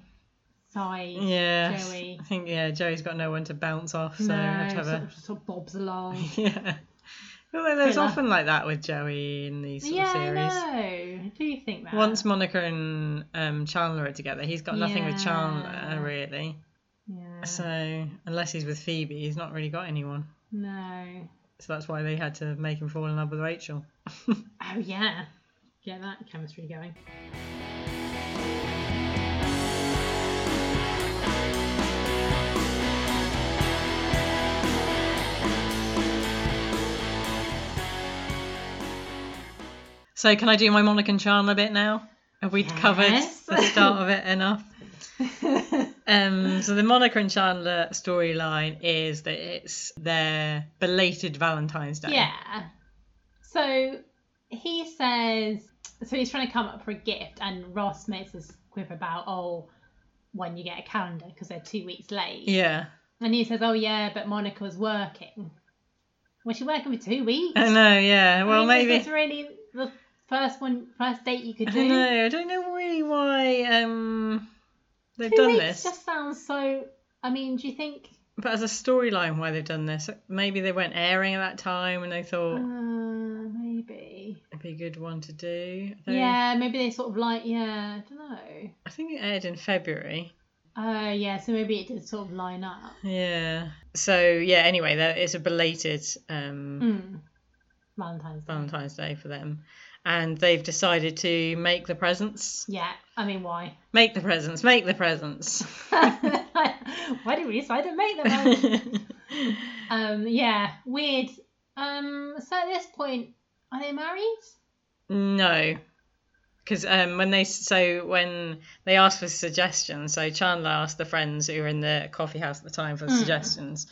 [SPEAKER 1] side.
[SPEAKER 2] Yeah.
[SPEAKER 1] Joey.
[SPEAKER 2] I think yeah, Joey's got no one to bounce off, so
[SPEAKER 1] no,
[SPEAKER 2] I have to have
[SPEAKER 1] sort,
[SPEAKER 2] a
[SPEAKER 1] of, sort of bobs
[SPEAKER 2] *laughs*
[SPEAKER 1] along.
[SPEAKER 2] Yeah. Although there's
[SPEAKER 1] Filler.
[SPEAKER 2] often like that with Joey in these sort
[SPEAKER 1] yeah,
[SPEAKER 2] of series.
[SPEAKER 1] I know. Do you think that?
[SPEAKER 2] Once Monica and um, Chandler are together, he's got nothing with
[SPEAKER 1] Yeah.
[SPEAKER 2] Chandler really.
[SPEAKER 1] Yeah.
[SPEAKER 2] So unless he's with Phoebe, he's not really got anyone.
[SPEAKER 1] No.
[SPEAKER 2] So that's why they had to make him fall in love with Rachel. *laughs*
[SPEAKER 1] Oh yeah. Get that chemistry
[SPEAKER 2] *laughs*
[SPEAKER 1] going.
[SPEAKER 2] So can I do my Monica and Chandler bit now? Have we covered
[SPEAKER 1] Yes.
[SPEAKER 2] the start of it enough? Um, so the Monica and Chandler storyline is that it's their belated Valentine's Day.
[SPEAKER 1] yeah. So he says so he's trying to come up for a gift and Ross makes this quip about oh when you get a calendar because they're two weeks late.
[SPEAKER 2] Yeah.
[SPEAKER 1] And he says, Oh yeah, but Monica was working. Well, she working for two weeks.
[SPEAKER 2] I know, yeah. Well, maybe.
[SPEAKER 1] It's really the first one, first date you could
[SPEAKER 2] I
[SPEAKER 1] do.
[SPEAKER 2] don't know. I don't know really why um, they've
[SPEAKER 1] two
[SPEAKER 2] done
[SPEAKER 1] weeks
[SPEAKER 2] this.
[SPEAKER 1] just sounds so. I mean, do you think?
[SPEAKER 2] But as a storyline, why they've done this? Maybe they weren't airing at that time, and they
[SPEAKER 1] Uh,
[SPEAKER 2] thought
[SPEAKER 1] maybe.
[SPEAKER 2] it'd be a good one to do. I think-
[SPEAKER 1] Yeah, maybe they sort of like. Yeah, I don't know.
[SPEAKER 2] I think it aired in February.
[SPEAKER 1] Uh, yeah, so maybe it did sort of line up.
[SPEAKER 2] Yeah. So yeah. Anyway, that it's a belated
[SPEAKER 1] Mm.
[SPEAKER 2] um,
[SPEAKER 1] Valentine's Day.
[SPEAKER 2] Valentine's Day for them, and they've decided to make the presents.
[SPEAKER 1] Yeah, I mean, why? *laughs*
[SPEAKER 2] Make the presents. Make the presents.
[SPEAKER 1] why did we decide to make them?
[SPEAKER 2] *laughs*
[SPEAKER 1] Well, Um, yeah, weird. Um, so at this point, are they married?
[SPEAKER 2] no, because um, when they so when they asked for suggestions, so Chandler asked the friends who were in the coffee house at the time for
[SPEAKER 1] Mm.
[SPEAKER 2] suggestions,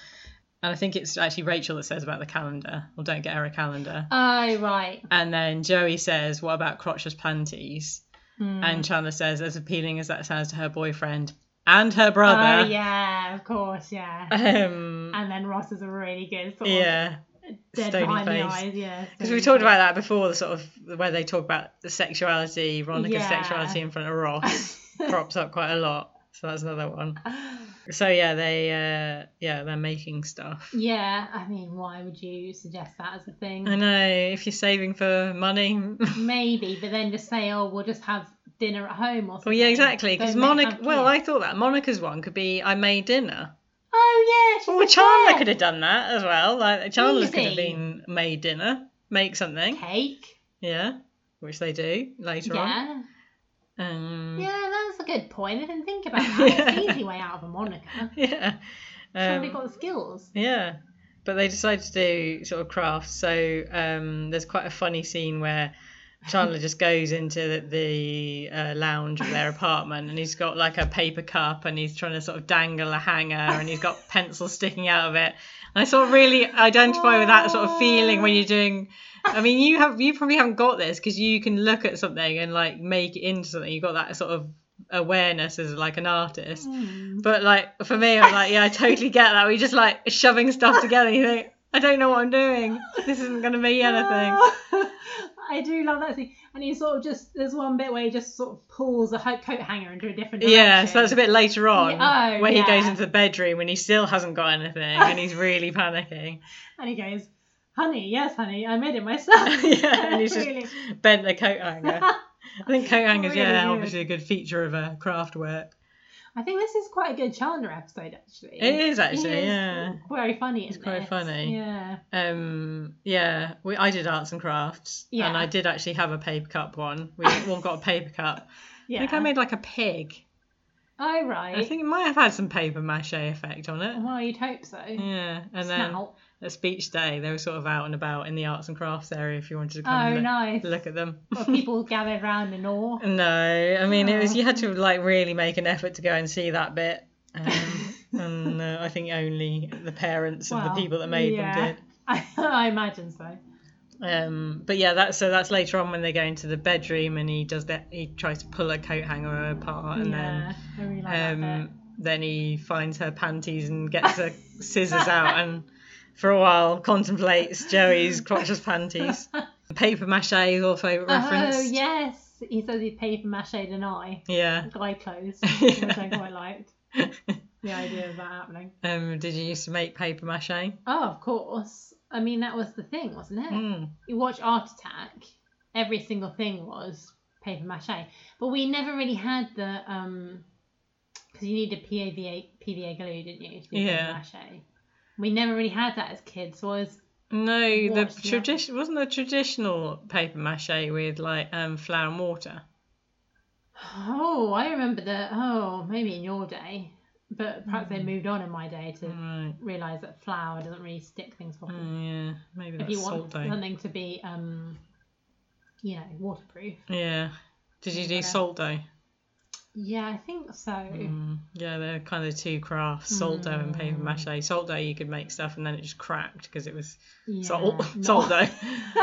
[SPEAKER 2] and I think it's actually Rachel that says about the calendar. Well, don't get her a calendar.
[SPEAKER 1] Oh right.
[SPEAKER 2] And then Joey says, "What about crotchless panties?"
[SPEAKER 1] Mm.
[SPEAKER 2] And Chandler says, "As appealing as that sounds to her boyfriend and her brother."
[SPEAKER 1] oh yeah, of course,
[SPEAKER 2] *laughs*
[SPEAKER 1] yeah.
[SPEAKER 2] Um,
[SPEAKER 1] And then Ross is a really good sort of
[SPEAKER 2] yeah.
[SPEAKER 1] dead
[SPEAKER 2] stony
[SPEAKER 1] behind the
[SPEAKER 2] face.
[SPEAKER 1] eyes, yeah.
[SPEAKER 2] Because we talked about that before, the sort of where they talk about the sexuality, Veronica's
[SPEAKER 1] Yeah.
[SPEAKER 2] sexuality in front of Ross
[SPEAKER 1] *laughs* that.
[SPEAKER 2] crops up quite a lot. So that's another one. So yeah, they uh, yeah they're making stuff.
[SPEAKER 1] *gasps* yeah, I mean, why would you suggest that as a thing?
[SPEAKER 2] I know if you're saving for money. *laughs*
[SPEAKER 1] Maybe, but then just say, oh, we'll just have dinner at home or something.
[SPEAKER 2] well, Oh, yeah, exactly. Because
[SPEAKER 1] Don't make-
[SPEAKER 2] Monica.
[SPEAKER 1] have
[SPEAKER 2] Well,
[SPEAKER 1] kids.
[SPEAKER 2] I thought that Monica's one could be I made dinner.
[SPEAKER 1] Oh yeah, she's
[SPEAKER 2] Well,
[SPEAKER 1] a
[SPEAKER 2] Chandler
[SPEAKER 1] chef.
[SPEAKER 2] could have done that as well. Like Chandler could have
[SPEAKER 1] Easy.
[SPEAKER 2] been made dinner, make something.
[SPEAKER 1] cake.
[SPEAKER 2] Yeah, which they do later
[SPEAKER 1] Yeah,
[SPEAKER 2] on. Um,
[SPEAKER 1] yeah, that's a good point. I didn't think about that. It's an easy way out of a Monica.
[SPEAKER 2] *laughs* yeah.
[SPEAKER 1] She's already
[SPEAKER 2] Um,
[SPEAKER 1] got the skills.
[SPEAKER 2] Yeah. But they decided to do sort of crafts. So um, there's quite a funny scene where Chandler just goes into the, the uh, lounge of their apartment and he's got like a paper cup and he's trying to sort of dangle a hanger and he's got pencils sticking out of it. And I sort of really identify with that sort of feeling when you're doing. I mean, you have you probably haven't got this because you can look at something and like make it into something. You've got that sort of awareness as like an artist.
[SPEAKER 1] Hmm.
[SPEAKER 2] But like for me, I'm like, yeah, I totally get that. We just like shoving stuff together. You think, I don't know what I'm doing. This isn't gonna be anything.
[SPEAKER 1] *laughs* I do love that scene. And he sort of just there's one bit where he just sort of pulls a ho- coat hanger into a different direction.
[SPEAKER 2] Yeah, so that's a bit later on
[SPEAKER 1] Yeah, oh,
[SPEAKER 2] where he goes
[SPEAKER 1] yeah.
[SPEAKER 2] into the bedroom and he still hasn't got anything and he's really panicking.
[SPEAKER 1] And he goes, "Honey, yes, honey, I made it myself."
[SPEAKER 2] *laughs*
[SPEAKER 1] *laughs*
[SPEAKER 2] yeah, and he's just
[SPEAKER 1] Really.
[SPEAKER 2] bent the coat hanger. I think
[SPEAKER 1] *laughs*
[SPEAKER 2] coat hangers,
[SPEAKER 1] Oh, Really
[SPEAKER 2] yeah,
[SPEAKER 1] good.
[SPEAKER 2] obviously a good feature of a craft work.
[SPEAKER 1] *laughs* I think this is quite a good Chandler episode, actually.
[SPEAKER 2] It is
[SPEAKER 1] He
[SPEAKER 2] actually,
[SPEAKER 1] is
[SPEAKER 2] yeah.
[SPEAKER 1] very funny.
[SPEAKER 2] He's
[SPEAKER 1] in
[SPEAKER 2] quite
[SPEAKER 1] this.
[SPEAKER 2] funny.
[SPEAKER 1] Yeah.
[SPEAKER 2] Um, yeah, we, I did arts and crafts,
[SPEAKER 1] Yeah.
[SPEAKER 2] and I did actually have a paper cup one.
[SPEAKER 1] *laughs*
[SPEAKER 2] We all got a paper cup.
[SPEAKER 1] Yeah.
[SPEAKER 2] I think I made like a pig.
[SPEAKER 1] Oh right.
[SPEAKER 2] I think it might have had some paper mache effect on it.
[SPEAKER 1] Well, you'd hope so.
[SPEAKER 2] Yeah, Mm, and then
[SPEAKER 1] Snout.
[SPEAKER 2] at speech day, they were sort of out and about in the arts and crafts area if you wanted to come
[SPEAKER 1] Oh,
[SPEAKER 2] and look,
[SPEAKER 1] nice.
[SPEAKER 2] look at them. *laughs*
[SPEAKER 1] Well, people gathered round in awe. *laughs*
[SPEAKER 2] No, I mean it was
[SPEAKER 1] Oh.
[SPEAKER 2] you had to like really make an effort to go and see that bit, um,
[SPEAKER 1] *laughs*
[SPEAKER 2] and uh, I think only the parents of
[SPEAKER 1] Well,
[SPEAKER 2] the people that made
[SPEAKER 1] yeah.
[SPEAKER 2] them did.
[SPEAKER 1] I, I imagine so.
[SPEAKER 2] Um, but yeah, that's so that's later on when they go into the bedroom and he does that. He tries to pull a coat hanger apart and then
[SPEAKER 1] yeah. I really like that bit.
[SPEAKER 2] Um, then he finds her panties and gets the scissors out and for a while contemplates Joey's crotchless panties. Paper mache is also
[SPEAKER 1] Oh
[SPEAKER 2] referenced.
[SPEAKER 1] yes, he says he paid for mache an eye,
[SPEAKER 2] yeah. *laughs*
[SPEAKER 1] eye closed,
[SPEAKER 2] Yeah.
[SPEAKER 1] which I quite liked. The idea of that happening.
[SPEAKER 2] Um, did you used to make paper mache?
[SPEAKER 1] Oh, of course. I mean, that was the thing, wasn't it?
[SPEAKER 2] Mm.
[SPEAKER 1] You watch Art Attack, every single thing was paper mache, but we never really had the um, because you needed PVA PVA glue, didn't you? To do
[SPEAKER 2] Yeah.
[SPEAKER 1] paper mache. We never really had that as kids. So I was
[SPEAKER 2] No, the
[SPEAKER 1] What's the-
[SPEAKER 2] tradition wasn't the traditional paper mache with like um, flour and water.
[SPEAKER 1] Oh, I remember the oh, maybe in your day, but perhaps
[SPEAKER 2] Mm.
[SPEAKER 1] they moved on in my day to
[SPEAKER 2] Right.
[SPEAKER 1] realise that flour doesn't really stick things properly.
[SPEAKER 2] Mm, yeah, maybe
[SPEAKER 1] if
[SPEAKER 2] that's
[SPEAKER 1] you
[SPEAKER 2] salt
[SPEAKER 1] want
[SPEAKER 2] dough.
[SPEAKER 1] something to be, um, you know, waterproof.
[SPEAKER 2] Yeah. Did you do
[SPEAKER 1] Whatever.
[SPEAKER 2] salt dough?
[SPEAKER 1] Yeah, I think so.
[SPEAKER 2] Mm, yeah, they're kind of two crafts, salt dough and paper
[SPEAKER 1] Mm.
[SPEAKER 2] mache. Salt dough, you could make stuff and then it just cracked because it was
[SPEAKER 1] Yeah,
[SPEAKER 2] salt, *laughs*
[SPEAKER 1] not- *laughs*
[SPEAKER 2] salt dough.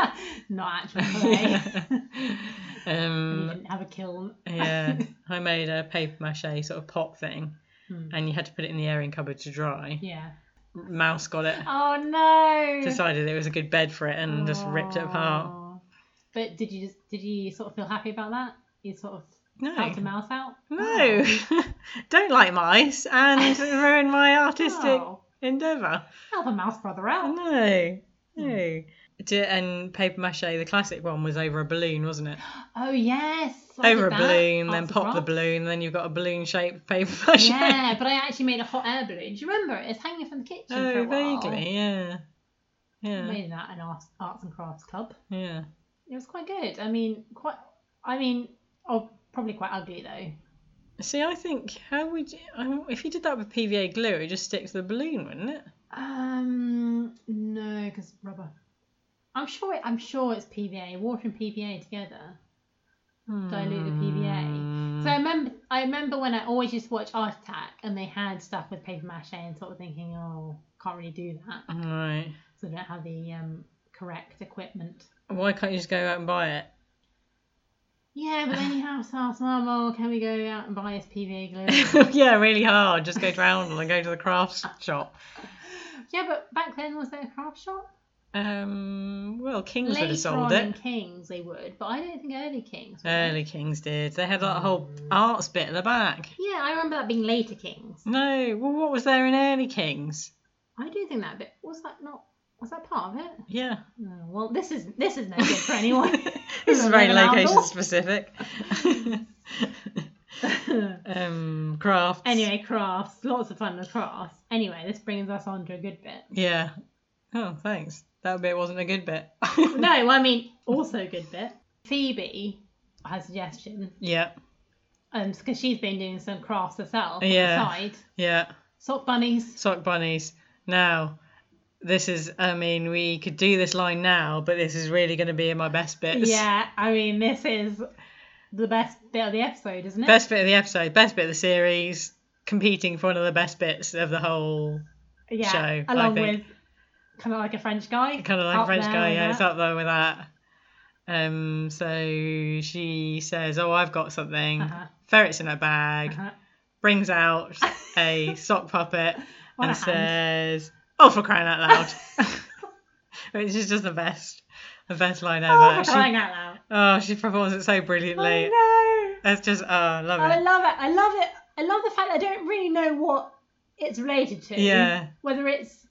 [SPEAKER 2] *laughs*
[SPEAKER 1] not actual clay. And you
[SPEAKER 2] um,
[SPEAKER 1] *laughs* didn't have a kiln.
[SPEAKER 2] yeah, I made a paper mache sort of pot thing
[SPEAKER 1] Hmm.
[SPEAKER 2] and you had to put it in the airing cupboard to dry.
[SPEAKER 1] Yeah.
[SPEAKER 2] mouse got it,
[SPEAKER 1] Oh no.
[SPEAKER 2] decided it was a good bed for it, and just ripped it apart.
[SPEAKER 1] Oh. But did you just did you sort of feel happy about that? You sort of
[SPEAKER 2] No,
[SPEAKER 1] out to mouse out? Oh.
[SPEAKER 2] no, *laughs* don't like mice
[SPEAKER 1] *laughs*
[SPEAKER 2] and ruin my artistic
[SPEAKER 1] Oh.
[SPEAKER 2] endeavour.
[SPEAKER 1] Help a mouse brother out.
[SPEAKER 2] No, no.
[SPEAKER 1] Hmm.
[SPEAKER 2] D- And paper mache, the classic one, was over a balloon, wasn't it?
[SPEAKER 1] Oh yes. I
[SPEAKER 2] over a
[SPEAKER 1] did that.
[SPEAKER 2] balloon, then
[SPEAKER 1] Arts and
[SPEAKER 2] pop the
[SPEAKER 1] crafts.
[SPEAKER 2] balloon, then you've got a balloon-shaped paper mache. *laughs*
[SPEAKER 1] Yeah, but I actually made a hot air balloon. Do you remember? It's hanging from the kitchen. for a
[SPEAKER 2] Oh,
[SPEAKER 1] while.
[SPEAKER 2] vaguely, yeah,
[SPEAKER 1] I
[SPEAKER 2] yeah,
[SPEAKER 1] made that an arts, arts and crafts club.
[SPEAKER 2] yeah.
[SPEAKER 1] It was quite good. I mean, quite. I mean, oh, probably quite ugly though.
[SPEAKER 2] See, I think how would you, I mean, if you did that with PVA glue, it would just stick to the balloon, wouldn't it?
[SPEAKER 1] Um, no, because rubber. I'm sure. It, I'm sure it's PVA. Water and PVA together. Dilute the PVA.
[SPEAKER 2] Hmm,
[SPEAKER 1] So
[SPEAKER 2] Mm.
[SPEAKER 1] I remember. I remember when I always used to watch Art Attack, and they had stuff with paper mache, and sort of thinking, oh, can't really do that.
[SPEAKER 2] Right.
[SPEAKER 1] So I don't have the um correct equipment.
[SPEAKER 2] Why can't you just go out and buy it?
[SPEAKER 1] Yeah, but then you have to ask mum, oh, can we go out and buy this PVA
[SPEAKER 2] *laughs*
[SPEAKER 1] glue?
[SPEAKER 2] yeah, really hard. Just go round and go to the crafts shop.
[SPEAKER 1] yeah, but back then was there a craft shop?
[SPEAKER 2] Um, well, Kings would
[SPEAKER 1] Later
[SPEAKER 2] have sold
[SPEAKER 1] on
[SPEAKER 2] it.
[SPEAKER 1] in Kings they would, but I don't think early Kings. would.
[SPEAKER 2] Early Kings did. They had that whole
[SPEAKER 1] Mm.
[SPEAKER 2] arts bit at the back.
[SPEAKER 1] Yeah, I remember that being later Kings.
[SPEAKER 2] No, well, what was there in Early Kings?
[SPEAKER 1] I do think that bit was that not was that part of it? *laughs*
[SPEAKER 2] Yeah.
[SPEAKER 1] No, well, this is this is no good for anyone.
[SPEAKER 2] *laughs*
[SPEAKER 1] *laughs*
[SPEAKER 2] this is
[SPEAKER 1] Another
[SPEAKER 2] very location
[SPEAKER 1] novel.
[SPEAKER 2] specific. *laughs* um, crafts.
[SPEAKER 1] anyway, crafts, lots of fun with crafts. Anyway, this brings us on to a good bit.
[SPEAKER 2] Yeah. Oh, thanks. That bit wasn't a good bit. *laughs*
[SPEAKER 1] No, I mean also a good bit. Phoebe, her suggestion,
[SPEAKER 2] yeah.
[SPEAKER 1] um, because she's been doing some crafts herself on
[SPEAKER 2] Yeah.
[SPEAKER 1] the side.
[SPEAKER 2] Yeah.
[SPEAKER 1] Sock bunnies.
[SPEAKER 2] Sock bunnies. Now, this is. I mean, we could do this line now, but this is really going to be in my best bits.
[SPEAKER 1] Yeah, I mean this is the best bit of the episode, isn't it?
[SPEAKER 2] Best bit of the episode. Best bit of the series. Competing for one of the best bits of the whole
[SPEAKER 1] yeah,
[SPEAKER 2] show, I
[SPEAKER 1] along
[SPEAKER 2] think.
[SPEAKER 1] with kind of like a French guy.
[SPEAKER 2] kind of like
[SPEAKER 1] Up
[SPEAKER 2] French
[SPEAKER 1] there
[SPEAKER 2] guy.
[SPEAKER 1] and
[SPEAKER 2] Yeah,
[SPEAKER 1] that.
[SPEAKER 2] it's up there with that. Um, so she says, "Oh, I've got something."
[SPEAKER 1] Uh-huh.
[SPEAKER 2] Ferrets in her bag.
[SPEAKER 1] Uh-huh. *laughs*
[SPEAKER 2] Brings out a sock puppet
[SPEAKER 1] What a
[SPEAKER 2] and
[SPEAKER 1] hand.
[SPEAKER 2] says, "Oh, for crying
[SPEAKER 1] *laughs*
[SPEAKER 2] out loud!" *laughs* Which is just the best, the best line ever.
[SPEAKER 1] Oh, for
[SPEAKER 2] she,
[SPEAKER 1] crying out
[SPEAKER 2] *laughs*
[SPEAKER 1] loud.
[SPEAKER 2] oh, she performs it so brilliantly.
[SPEAKER 1] Oh, no.
[SPEAKER 2] That's just oh, I love
[SPEAKER 1] I
[SPEAKER 2] it.
[SPEAKER 1] love it. I love it. I love the fact that I don't really know what it's related to.
[SPEAKER 2] Yeah.
[SPEAKER 1] Whether it's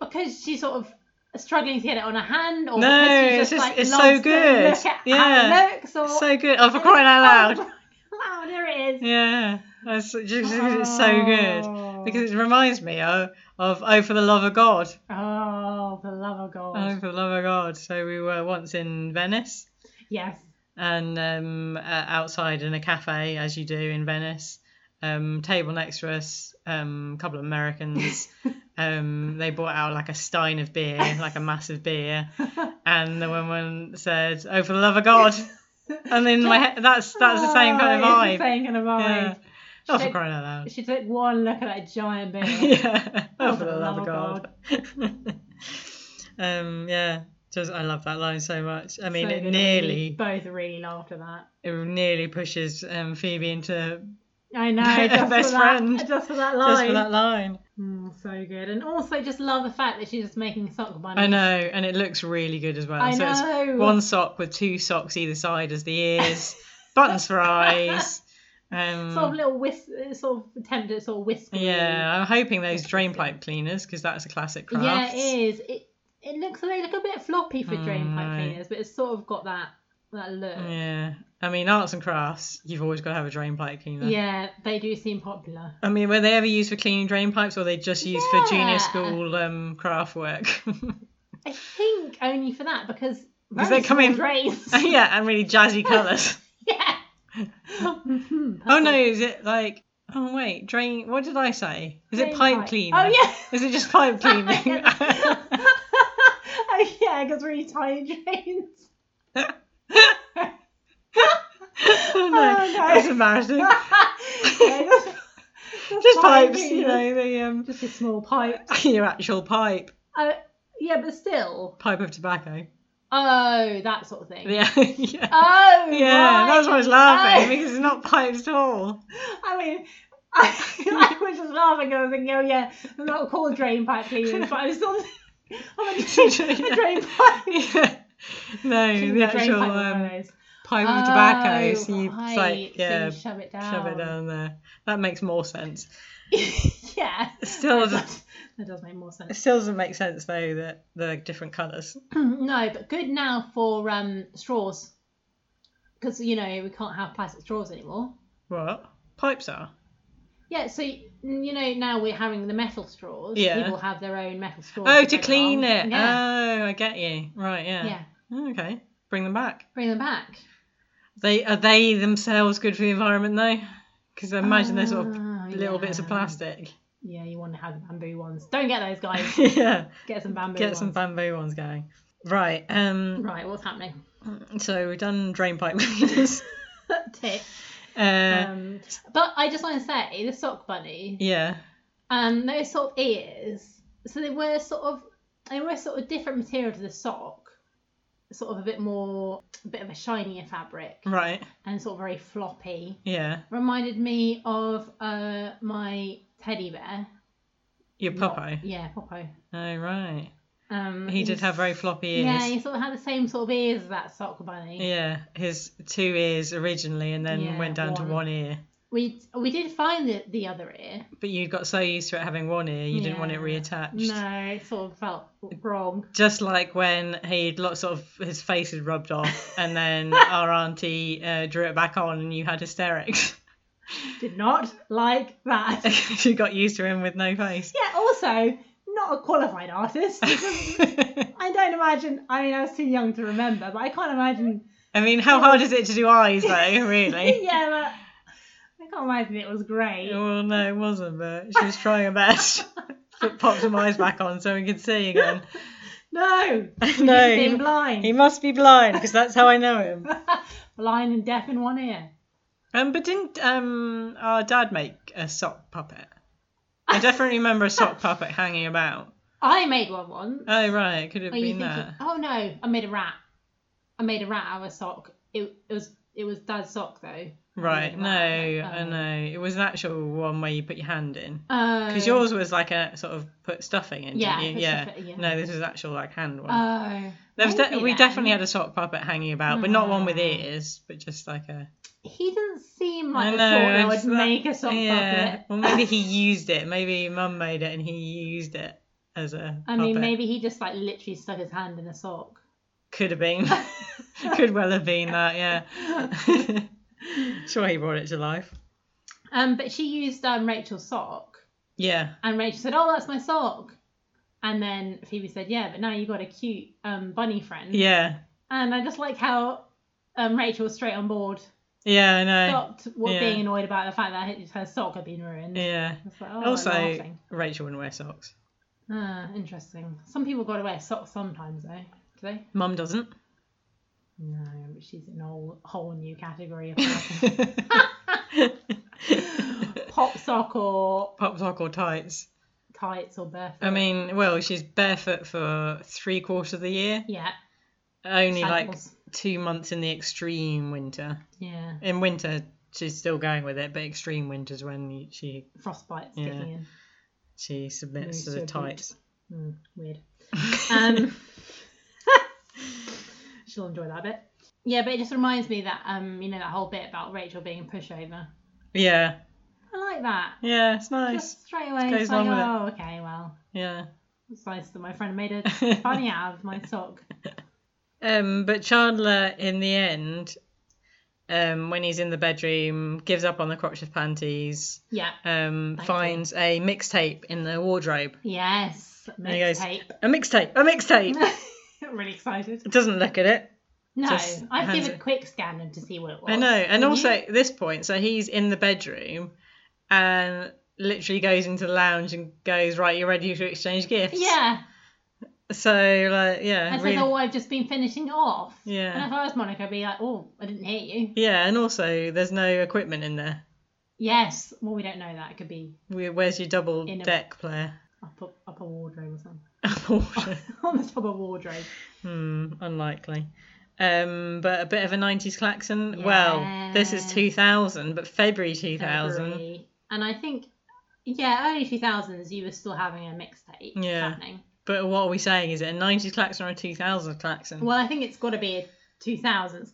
[SPEAKER 1] because she's sort of struggling to get it on her hand, or
[SPEAKER 2] No,
[SPEAKER 1] because she just,
[SPEAKER 2] it's just-
[SPEAKER 1] like,
[SPEAKER 2] it's so
[SPEAKER 1] loves to
[SPEAKER 2] good.
[SPEAKER 1] Look at
[SPEAKER 2] Yeah.
[SPEAKER 1] How it looks, or *laughs*
[SPEAKER 2] So good. Oh, for crying out
[SPEAKER 1] Oh, *laughs*
[SPEAKER 2] loud.
[SPEAKER 1] wow, there it is.
[SPEAKER 2] Yeah, that's just because it's so
[SPEAKER 1] Oh.
[SPEAKER 2] good. Because it reminds me of, of Oh, for the love of God.
[SPEAKER 1] oh, for the love of God.
[SPEAKER 2] Oh, for the love of God. So we were once in Venice
[SPEAKER 1] yes.
[SPEAKER 2] and um, uh, outside in a cafe, as you do in Venice. Um, table next to us, um, couple of *laughs* Americans. um, they brought out like a stein of beer, like a massive beer, and the woman said, "Oh, for the love of God!" And in my head, that's *laughs* that's the same kind
[SPEAKER 1] *laughs*
[SPEAKER 2] of
[SPEAKER 1] Oh, it's
[SPEAKER 2] vibe.
[SPEAKER 1] the same kind of vibe.
[SPEAKER 2] Yeah. Oh, for
[SPEAKER 1] Shake-
[SPEAKER 2] crying out loud!
[SPEAKER 1] She took one look at that giant bear.
[SPEAKER 2] *laughs* yeah. Oh, for the love of God. *laughs* um, yeah. Just I love that line so much. I mean,
[SPEAKER 1] So
[SPEAKER 2] it
[SPEAKER 1] good.
[SPEAKER 2] nearly
[SPEAKER 1] both really laughed at that.
[SPEAKER 2] it nearly pushes um, Phoebe into
[SPEAKER 1] I
[SPEAKER 2] *laughs*
[SPEAKER 1] know, just
[SPEAKER 2] Best
[SPEAKER 1] for that,
[SPEAKER 2] friend.
[SPEAKER 1] just for that
[SPEAKER 2] just
[SPEAKER 1] line.
[SPEAKER 2] for that line.
[SPEAKER 1] Mm, so good, and also just love the fact that she's just making sock bunnies.
[SPEAKER 2] I know, and it looks really good as well.
[SPEAKER 1] I
[SPEAKER 2] so
[SPEAKER 1] know. *laughs*
[SPEAKER 2] it's one sock with two socks either side as the ears, buttons for eyes. Um,
[SPEAKER 1] Sort of little whisk, sort of attempt at sort of whispering.
[SPEAKER 2] yeah, I'm hoping those drain pipe cleaners because that's a classic craft.
[SPEAKER 1] yeah, it is. It it looks they look a bit floppy for drain pipe
[SPEAKER 2] Mm, right.
[SPEAKER 1] cleaners, but it's sort of got that that look.
[SPEAKER 2] Yeah. I mean, arts and crafts, you've always got to have a drain pipe cleaner.
[SPEAKER 1] Yeah, they do seem popular.
[SPEAKER 2] I mean, were they ever used for cleaning drain pipes, or they just used for
[SPEAKER 1] Yeah.
[SPEAKER 2] junior school um, craft work? *laughs*
[SPEAKER 1] I think only for that because
[SPEAKER 2] Because
[SPEAKER 1] very
[SPEAKER 2] they come in-
[SPEAKER 1] small drains.
[SPEAKER 2] *laughs* yeah, and really jazzy colours.
[SPEAKER 1] yeah.
[SPEAKER 2] *laughs* oh no, is it like? Oh wait, drain. What did I say? Is it pipe,
[SPEAKER 1] *laughs*
[SPEAKER 2] cleaner?
[SPEAKER 1] Oh yeah.
[SPEAKER 2] Is it just pipe *laughs* cleaning?
[SPEAKER 1] *laughs*
[SPEAKER 2] *laughs*
[SPEAKER 1] oh yeah, because really tiny drains.
[SPEAKER 2] oh, no,
[SPEAKER 1] Oh, no.
[SPEAKER 2] that's embarrassing.
[SPEAKER 1] Yeah, just,
[SPEAKER 2] *laughs* just
[SPEAKER 1] tiny
[SPEAKER 2] pipes,
[SPEAKER 1] drains.
[SPEAKER 2] you know, the um, *laughs*
[SPEAKER 1] Just a small pipe.
[SPEAKER 2] your actual pipe,
[SPEAKER 1] Uh, yeah, but still.
[SPEAKER 2] pipe of tobacco.
[SPEAKER 1] Oh, that sort of thing.
[SPEAKER 2] Yeah, *laughs* yeah.
[SPEAKER 1] Oh,
[SPEAKER 2] Yeah,
[SPEAKER 1] right.
[SPEAKER 2] that's why I was laughing
[SPEAKER 1] Oh. *laughs*
[SPEAKER 2] because it's not pipes at all.
[SPEAKER 1] I mean, I, *laughs* I was just laughing because I was thinking, oh yeah, they're not called drain pipe cleaners, but I was on, *laughs* on a
[SPEAKER 2] *laughs* Yeah.
[SPEAKER 1] drain, drain pipe.
[SPEAKER 2] *laughs* no, the
[SPEAKER 1] Drain pipe
[SPEAKER 2] actual
[SPEAKER 1] was one of
[SPEAKER 2] um,
[SPEAKER 1] those.
[SPEAKER 2] pipe of tobacco.
[SPEAKER 1] Oh,
[SPEAKER 2] So you
[SPEAKER 1] right,
[SPEAKER 2] it's like
[SPEAKER 1] so
[SPEAKER 2] yeah,
[SPEAKER 1] you shove it down.
[SPEAKER 2] shove it down there. That makes more sense.
[SPEAKER 1] *laughs* yeah. *laughs* that,
[SPEAKER 2] Still, it
[SPEAKER 1] does, that does make more sense. *clears throat*
[SPEAKER 2] still doesn't make sense though that they're different colours.
[SPEAKER 1] no, but good now for um, straws. Because, you know, we can't have plastic straws anymore.
[SPEAKER 2] What pipes are?
[SPEAKER 1] Yeah, so, y- you know, now we're having the metal straws.
[SPEAKER 2] Yeah.
[SPEAKER 1] People have their own metal straws.
[SPEAKER 2] Oh,
[SPEAKER 1] that
[SPEAKER 2] to
[SPEAKER 1] go
[SPEAKER 2] clean
[SPEAKER 1] along.
[SPEAKER 2] it.
[SPEAKER 1] Yeah.
[SPEAKER 2] Oh, I get you. Right, yeah.
[SPEAKER 1] yeah.
[SPEAKER 2] Oh, Okay, bring them back.
[SPEAKER 1] Bring them back.
[SPEAKER 2] They are they themselves good for the environment though? Because I imagine they're sort of
[SPEAKER 1] Ah,
[SPEAKER 2] little bits of
[SPEAKER 1] yeah. *laughs*
[SPEAKER 2] plastic. *laughs*
[SPEAKER 1] Yeah, you want to have the bamboo ones. Don't get those, guys.
[SPEAKER 2] yeah,
[SPEAKER 1] Get some bamboo
[SPEAKER 2] get
[SPEAKER 1] ones.
[SPEAKER 2] some bamboo ones going. Right. Um.
[SPEAKER 1] Right, what's happening? *laughs*
[SPEAKER 2] So we've done drain pipe cleaners.
[SPEAKER 1] Tip. *laughs*
[SPEAKER 2] uh,
[SPEAKER 1] Um, but I just want to say the sock bunny.
[SPEAKER 2] yeah.
[SPEAKER 1] um those sort of ears so they were sort of they were sort of different material to the sock sort of a bit more a bit of a shinier fabric
[SPEAKER 2] Right.
[SPEAKER 1] and sort of very floppy
[SPEAKER 2] Yeah.
[SPEAKER 1] reminded me of uh my teddy bear
[SPEAKER 2] Your
[SPEAKER 1] Not-
[SPEAKER 2] Popeye.
[SPEAKER 1] yeah Popo
[SPEAKER 2] Oh right.
[SPEAKER 1] um
[SPEAKER 2] He did have very floppy ears.
[SPEAKER 1] yeah he sort of had the same sort of ears as that sock bunny
[SPEAKER 2] Yeah, his two ears originally, and then
[SPEAKER 1] Yeah,
[SPEAKER 2] went down to
[SPEAKER 1] one.
[SPEAKER 2] one ear.
[SPEAKER 1] we we did find the, the other ear
[SPEAKER 2] But you got so used to it having one ear, you didn't want it
[SPEAKER 1] Yeah.
[SPEAKER 2] reattached.
[SPEAKER 1] no it sort of felt wrong
[SPEAKER 2] Just like when he'd lot sort of his face had
[SPEAKER 1] *laughs*
[SPEAKER 2] rubbed off, and then our auntie uh, drew it back on, and you had hysterics. *laughs*
[SPEAKER 1] did not like that *laughs*
[SPEAKER 2] you got used to him with no face. *laughs*
[SPEAKER 1] yeah also not a qualified artist
[SPEAKER 2] I
[SPEAKER 1] I don't imagine. I mean, I was too young to remember, but I can't imagine.
[SPEAKER 2] mean, how hard is it to do eyes though?
[SPEAKER 1] *laughs*
[SPEAKER 2] Really?
[SPEAKER 1] yeah, but I can't imagine it was great.
[SPEAKER 2] Well, no, it wasn't, but she was trying her best. *laughs* Put popped some eyes back on so we could see again. *laughs*
[SPEAKER 1] No,
[SPEAKER 2] no,
[SPEAKER 1] being
[SPEAKER 2] he,
[SPEAKER 1] blind,
[SPEAKER 2] he must be blind because that's how I know him.
[SPEAKER 1] *laughs* blind and deaf in one ear.
[SPEAKER 2] Um, but didn't um our dad make a sock puppet? I definitely remember
[SPEAKER 1] *laughs*
[SPEAKER 2] a sock puppet hanging about.
[SPEAKER 1] I made one once.
[SPEAKER 2] Oh right, it could have
[SPEAKER 1] Are you
[SPEAKER 2] been
[SPEAKER 1] thinking?
[SPEAKER 2] that.
[SPEAKER 1] Oh no, I made a rat. I made a rat out of a sock. It, it was it was dad's sock though.
[SPEAKER 2] Right,
[SPEAKER 1] thinking
[SPEAKER 2] no,
[SPEAKER 1] about it,
[SPEAKER 2] I
[SPEAKER 1] um,
[SPEAKER 2] know. It was an actual one where you put your hand in. Because
[SPEAKER 1] Because
[SPEAKER 2] yours was like a sort of put stuffing in,
[SPEAKER 1] Um, Oh. Yeah,
[SPEAKER 2] didn't
[SPEAKER 1] put
[SPEAKER 2] you? Yeah.
[SPEAKER 1] stuff in- yeah.
[SPEAKER 2] No, this was actual like hand one.
[SPEAKER 1] Oh.
[SPEAKER 2] there was de-
[SPEAKER 1] maybe
[SPEAKER 2] we
[SPEAKER 1] then.
[SPEAKER 2] definitely had a sock puppet hanging about, but not one with
[SPEAKER 1] Ah.
[SPEAKER 2] ears, but just like a.
[SPEAKER 1] He didn't seem like
[SPEAKER 2] I
[SPEAKER 1] the
[SPEAKER 2] know,
[SPEAKER 1] sort
[SPEAKER 2] I
[SPEAKER 1] that would
[SPEAKER 2] just thought-
[SPEAKER 1] make a sock
[SPEAKER 2] yeah.
[SPEAKER 1] puppet.
[SPEAKER 2] Well,
[SPEAKER 1] *laughs*
[SPEAKER 2] maybe he used it. Maybe mum made it and he used it as a.
[SPEAKER 1] I mean,
[SPEAKER 2] puppet.
[SPEAKER 1] maybe he just like literally stuck his hand in a sock.
[SPEAKER 2] Could have *laughs* been. Could well have been that, yeah. *laughs* sure, he brought it to life.
[SPEAKER 1] Um, but she used um, Rachel's sock,
[SPEAKER 2] Yeah.
[SPEAKER 1] and Rachel said, "Oh, that's my sock." And then Phoebe said, "Yeah, but now you got a cute um, bunny friend."
[SPEAKER 2] Yeah.
[SPEAKER 1] And I just like how um, Rachel was straight on board,
[SPEAKER 2] Yeah, I know.
[SPEAKER 1] stopped wa-
[SPEAKER 2] yeah.
[SPEAKER 1] being annoyed about the fact that her- her sock had been ruined.
[SPEAKER 2] Yeah.
[SPEAKER 1] I was like, oh,
[SPEAKER 2] also,
[SPEAKER 1] laughing.
[SPEAKER 2] Rachel wouldn't wear socks.
[SPEAKER 1] ah, interesting. Some people got to wear socks sometimes, though. Do they?
[SPEAKER 2] Mum doesn't. *laughs*
[SPEAKER 1] No, but she's in a whole, whole new category of
[SPEAKER 2] *laughs*
[SPEAKER 1] person. pop sock or
[SPEAKER 2] Pop sock or tights.
[SPEAKER 1] tights or barefoot.
[SPEAKER 2] I mean, well, she's barefoot for three quarters of the year.
[SPEAKER 1] yeah,
[SPEAKER 2] Only like
[SPEAKER 1] sandals.
[SPEAKER 2] two months in the extreme winter.
[SPEAKER 1] yeah,
[SPEAKER 2] In winter, she's still going with it, but extreme winters when she
[SPEAKER 1] frostbite's
[SPEAKER 2] Yeah.
[SPEAKER 1] kicking in.
[SPEAKER 2] she submits
[SPEAKER 1] Moves
[SPEAKER 2] to
[SPEAKER 1] to
[SPEAKER 2] the
[SPEAKER 1] a boot.
[SPEAKER 2] tights.
[SPEAKER 1] Mm, weird.
[SPEAKER 2] *laughs*
[SPEAKER 1] Um, *laughs* she'll enjoy that bit. Yeah, but it just reminds me that um, you know that whole bit about Rachel being a pushover.
[SPEAKER 2] Yeah.
[SPEAKER 1] I like that.
[SPEAKER 2] Yeah, it's nice.
[SPEAKER 1] Just straight away,
[SPEAKER 2] goes
[SPEAKER 1] it's like,
[SPEAKER 2] along
[SPEAKER 1] oh, okay, well,
[SPEAKER 2] Yeah.
[SPEAKER 1] it's nice that my friend made a
[SPEAKER 2] *laughs*
[SPEAKER 1] bunny out of my sock.
[SPEAKER 2] Um, but Chandler, in the end, um, when he's in the bedroom, gives up on the crotch of panties,
[SPEAKER 1] Yeah.
[SPEAKER 2] um,
[SPEAKER 1] Thank
[SPEAKER 2] finds a mixtape in the wardrobe.
[SPEAKER 1] Yes.
[SPEAKER 2] he goes,
[SPEAKER 1] Mixtape.
[SPEAKER 2] A mixtape! A mixtape!
[SPEAKER 1] *laughs* really excited.
[SPEAKER 2] Doesn't look at it.
[SPEAKER 1] No,
[SPEAKER 2] Just
[SPEAKER 1] I've
[SPEAKER 2] hands
[SPEAKER 1] given a
[SPEAKER 2] it.
[SPEAKER 1] quick scan of to see what it was.
[SPEAKER 2] I know. And
[SPEAKER 1] Did
[SPEAKER 2] also,
[SPEAKER 1] you?
[SPEAKER 2] at this point, so he's in the bedroom and literally goes into the lounge and goes, Right, you're ready to exchange gifts.
[SPEAKER 1] Yeah.
[SPEAKER 2] So, like, yeah.
[SPEAKER 1] I said,
[SPEAKER 2] really-
[SPEAKER 1] oh, I've just been finishing it off.
[SPEAKER 2] Yeah.
[SPEAKER 1] And if I was Monica, I'd be like, oh, I didn't hear you.
[SPEAKER 2] Yeah, and also, there's no equipment in there.
[SPEAKER 1] Yes. Well, we don't know that. It could be
[SPEAKER 2] Where- Where's your double
[SPEAKER 1] In a-
[SPEAKER 2] deck player? *laughs*
[SPEAKER 1] up a, up a wardrobe or something. *laughs*
[SPEAKER 2] Unfortunately.
[SPEAKER 1] On the top of a wardrobe.
[SPEAKER 2] Hmm, unlikely. Um, but a bit of a 90s klaxon. Well, this is
[SPEAKER 1] Yeah.
[SPEAKER 2] 2000, but February 2000.
[SPEAKER 1] February. And I think, yeah, early 2000s, you were still having a mixtape
[SPEAKER 2] Yeah.
[SPEAKER 1] happening.
[SPEAKER 2] But what are we saying? Is it a 90s klaxon or a 2000s klaxon?
[SPEAKER 1] Well, I think it's got to be a 2000s.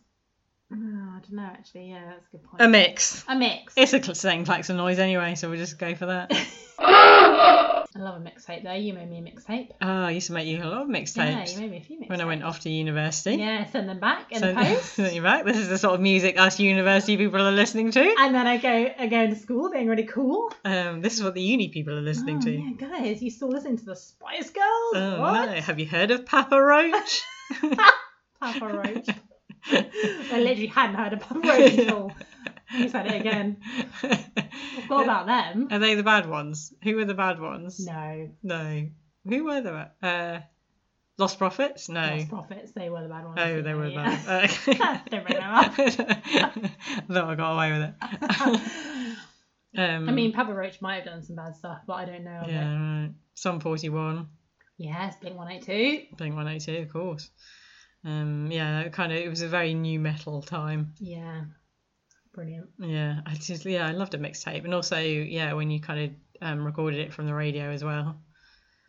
[SPEAKER 1] Oh, I don't know, actually. Yeah, that's a good point.
[SPEAKER 2] a mix.
[SPEAKER 1] A mix.
[SPEAKER 2] It's a cl- same klaxon noise anyway, so we'll just go for that.
[SPEAKER 1] *laughs* I love a mixtape, though. You made me a mixtape.
[SPEAKER 2] oh, I used to make you a lot of
[SPEAKER 1] Yeah,
[SPEAKER 2] mixtapes
[SPEAKER 1] you made me a few mixtapes.
[SPEAKER 2] when I went off to university.
[SPEAKER 1] Yeah, send them back in
[SPEAKER 2] So *laughs*
[SPEAKER 1] the post.
[SPEAKER 2] you're back. This is the sort of music us university people are listening to.
[SPEAKER 1] and then I go I go to school being really cool.
[SPEAKER 2] Um, this is what the uni people are listening
[SPEAKER 1] Oh,
[SPEAKER 2] to.
[SPEAKER 1] yeah, guys, you still listen to the Spice Girls?
[SPEAKER 2] Oh,
[SPEAKER 1] what?
[SPEAKER 2] no. Have you heard of Papa Roach? *laughs*
[SPEAKER 1] Papa Roach. I literally hadn't heard of Papa Roach at all. You said it again. What about them?
[SPEAKER 2] Are they the bad ones? Who were the bad ones?
[SPEAKER 1] No.
[SPEAKER 2] No. Who were the ba- uh, Lost Prophets? No.
[SPEAKER 1] Lost Prophets, they were the bad ones.
[SPEAKER 2] Oh, they were
[SPEAKER 1] yeah.
[SPEAKER 2] the bad. Uh,
[SPEAKER 1] *laughs* Don't bring them up.
[SPEAKER 2] *laughs* no, I got away with it.
[SPEAKER 1] *laughs*
[SPEAKER 2] *laughs* Um,
[SPEAKER 1] I mean, Papa Roach might have done some bad stuff, but I don't know. of it.
[SPEAKER 2] yeah, right. Some 41,
[SPEAKER 1] Yes, Blink 182.
[SPEAKER 2] Blink 182, of course. Um, yeah, that kind of. It was a very new metal time.
[SPEAKER 1] Yeah. Brilliant.
[SPEAKER 2] Yeah, I just yeah, I loved a mixtape, and also yeah, when you kind of um, recorded it from the radio as well.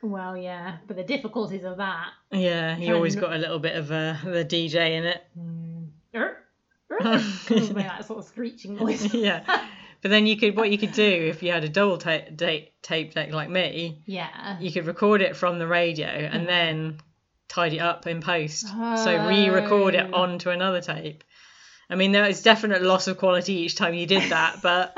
[SPEAKER 1] Well, yeah, but the difficulties of that.
[SPEAKER 2] Yeah,
[SPEAKER 1] Kind
[SPEAKER 2] you
[SPEAKER 1] of
[SPEAKER 2] always
[SPEAKER 1] n-
[SPEAKER 2] got a little bit of uh, the DJ in it.
[SPEAKER 1] Mm. Er, er,
[SPEAKER 2] *laughs*
[SPEAKER 1] probably that sort of screeching *laughs* noise.
[SPEAKER 2] yeah, *laughs* but then you could what you could do if you had a double ta- date tape deck like me,
[SPEAKER 1] Yeah.
[SPEAKER 2] you could record it from the radio and
[SPEAKER 1] Mhm.
[SPEAKER 2] then tidy up in post. So re-record it
[SPEAKER 1] Oh.
[SPEAKER 2] onto another tape. I mean, there was definite loss of quality each time you did
[SPEAKER 1] *laughs*
[SPEAKER 2] that, but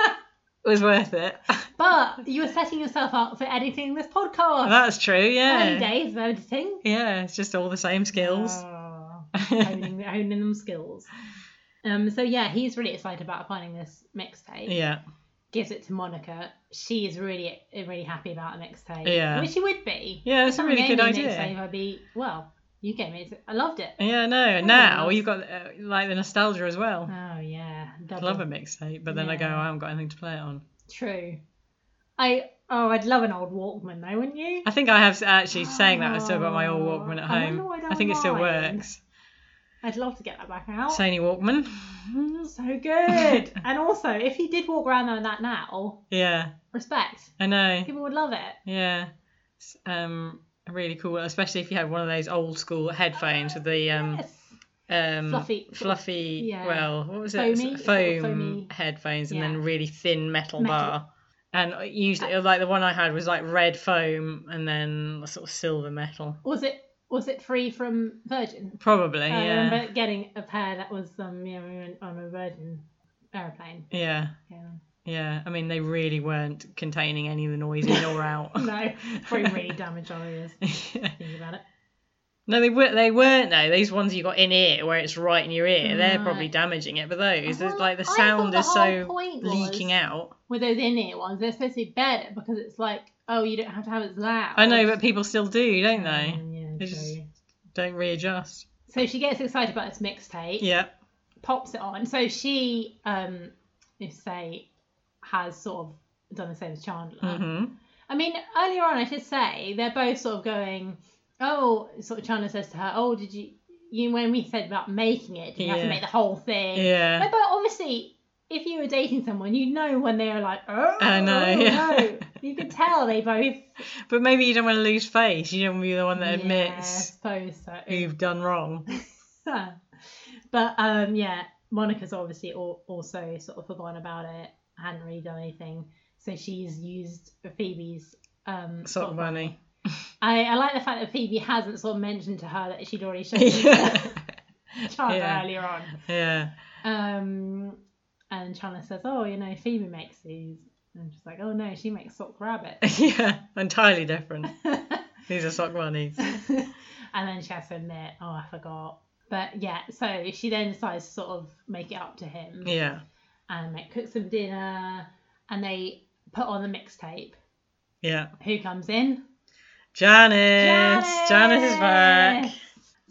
[SPEAKER 2] it was worth it. *laughs*
[SPEAKER 1] But you were setting yourself up for editing this podcast.
[SPEAKER 2] That's true.
[SPEAKER 1] Early
[SPEAKER 2] Oh, Yeah.
[SPEAKER 1] days of editing.
[SPEAKER 2] Yeah, it's just all the same skills. *laughs*
[SPEAKER 1] Oh, honing, *laughs* honing them skills. Um, so yeah, he's really excited about finding this mixtape.
[SPEAKER 2] yeah.
[SPEAKER 1] Gives it to Monica. She is really, really happy about the mixtape.
[SPEAKER 2] Yeah.
[SPEAKER 1] Which she would be.
[SPEAKER 2] Yeah, it's a
[SPEAKER 1] Someone
[SPEAKER 2] really
[SPEAKER 1] gave
[SPEAKER 2] good
[SPEAKER 1] me a
[SPEAKER 2] idea.
[SPEAKER 1] Mixtape, I'd be well. You gave me. it. I loved it.
[SPEAKER 2] Yeah, no. And now
[SPEAKER 1] nice.
[SPEAKER 2] you've got uh, like the nostalgia as well.
[SPEAKER 1] Oh yeah.
[SPEAKER 2] I
[SPEAKER 1] Double.
[SPEAKER 2] love a mixtape, but then I go,
[SPEAKER 1] Yeah.
[SPEAKER 2] I haven't got anything to play it on.
[SPEAKER 1] True. I oh, I'd love an old Walkman though, wouldn't you?
[SPEAKER 2] I think I have actually saying that. I still got my old
[SPEAKER 1] Oh,
[SPEAKER 2] Walkman at
[SPEAKER 1] I wonder
[SPEAKER 2] home.
[SPEAKER 1] why
[SPEAKER 2] I, think it still
[SPEAKER 1] they're
[SPEAKER 2] works.
[SPEAKER 1] I'd love to get that back out. Mm,
[SPEAKER 2] Sony Walkman.
[SPEAKER 1] So
[SPEAKER 2] *laughs*
[SPEAKER 1] good. and also, if he did walk around on that now,
[SPEAKER 2] Yeah,
[SPEAKER 1] respect.
[SPEAKER 2] I know.
[SPEAKER 1] People would love it.
[SPEAKER 2] Yeah, it's, um, really cool, especially if you had one of those old school headphones with the um,
[SPEAKER 1] yes.
[SPEAKER 2] um
[SPEAKER 1] Fluffy-
[SPEAKER 2] fluffy.
[SPEAKER 1] yeah.
[SPEAKER 2] Well, what was it?
[SPEAKER 1] Foamy,
[SPEAKER 2] S-
[SPEAKER 1] sort of
[SPEAKER 2] Foam
[SPEAKER 1] foamy.
[SPEAKER 2] headphones, and
[SPEAKER 1] Yeah.
[SPEAKER 2] then really thin metal,
[SPEAKER 1] Metal.
[SPEAKER 2] bar. And it usually, like the one I had was like red foam, and then sort of silver metal.
[SPEAKER 1] Was it was it free from Virgin?
[SPEAKER 2] Probably,
[SPEAKER 1] I
[SPEAKER 2] Uh, yeah,
[SPEAKER 1] remember getting a pair that was um yeah we went on a Virgin airplane.
[SPEAKER 2] yeah.
[SPEAKER 1] Yeah.
[SPEAKER 2] Yeah, I mean they really weren't containing any of the noise in or out.
[SPEAKER 1] *laughs* No, probably
[SPEAKER 2] *laughs*
[SPEAKER 1] really damaged our ears. Think about it.
[SPEAKER 2] No, they were they weren't though. These ones you got in ear where it's right in your ear, they're probably
[SPEAKER 1] Right.
[SPEAKER 2] damaging it. But those,
[SPEAKER 1] Oh,
[SPEAKER 2] it's like the
[SPEAKER 1] I thought
[SPEAKER 2] sound
[SPEAKER 1] the
[SPEAKER 2] is
[SPEAKER 1] whole
[SPEAKER 2] so
[SPEAKER 1] point
[SPEAKER 2] leaking
[SPEAKER 1] was-
[SPEAKER 2] out.
[SPEAKER 1] With those in ear ones, they're supposed to be better because it's like, oh, you don't have to have it as loud.
[SPEAKER 2] I know, but people still do, don't they?
[SPEAKER 1] Um, yeah,
[SPEAKER 2] They just-
[SPEAKER 1] true.
[SPEAKER 2] Don't readjust.
[SPEAKER 1] So she gets excited about this mixtape.
[SPEAKER 2] Yeah,
[SPEAKER 1] pops it on. So she, um, if say, has sort of done the same as Chandler.
[SPEAKER 2] hmm
[SPEAKER 1] I mean, earlier on, I should say they're both sort of going, oh, sort of Chandler says to her, oh, did you, you when we said about making it, did you have to
[SPEAKER 2] Yeah.
[SPEAKER 1] make the whole thing? No,
[SPEAKER 2] yeah.
[SPEAKER 1] but obviously, if you were dating someone, you'd know when they're like, oh,
[SPEAKER 2] I know,
[SPEAKER 1] oh,
[SPEAKER 2] yeah.
[SPEAKER 1] no. You could tell they
[SPEAKER 2] *laughs*
[SPEAKER 1] both.
[SPEAKER 2] But maybe you don't want to lose face. You don't want to be the one that
[SPEAKER 1] Yeah,
[SPEAKER 2] admits
[SPEAKER 1] I suppose
[SPEAKER 2] *laughs*
[SPEAKER 1] so.
[SPEAKER 2] you've
[SPEAKER 1] *laughs*
[SPEAKER 2] done wrong.
[SPEAKER 1] but um, yeah, Monica's obviously al- also sort of forgotten about it, hadn't really done anything, so she's used Phoebe's um,
[SPEAKER 2] Sock bunny.
[SPEAKER 1] I, I like the fact that Phoebe hasn't sort of mentioned to her that she'd
[SPEAKER 2] *laughs*
[SPEAKER 1] already shown
[SPEAKER 2] yeah,
[SPEAKER 1] *laughs* Chandler
[SPEAKER 2] Yeah.
[SPEAKER 1] earlier on.
[SPEAKER 2] yeah, *laughs*
[SPEAKER 1] Um, and Chandler says, "Oh, you know, Phoebe makes these," and she's like, "Oh no, she makes sock rabbit." *laughs*
[SPEAKER 2] yeah. Entirely different.
[SPEAKER 1] and
[SPEAKER 2] These are sock
[SPEAKER 1] *laughs*
[SPEAKER 2] bunnies.
[SPEAKER 1] then she has to admit, "Oh, I forgot." But yeah, so she then decides to sort of make it up to him.
[SPEAKER 2] Yeah,
[SPEAKER 1] and like cook some dinner and they put on the mixtape.
[SPEAKER 2] yeah.
[SPEAKER 1] Who comes in?
[SPEAKER 2] Janice. Janice, is back.
[SPEAKER 1] Janice!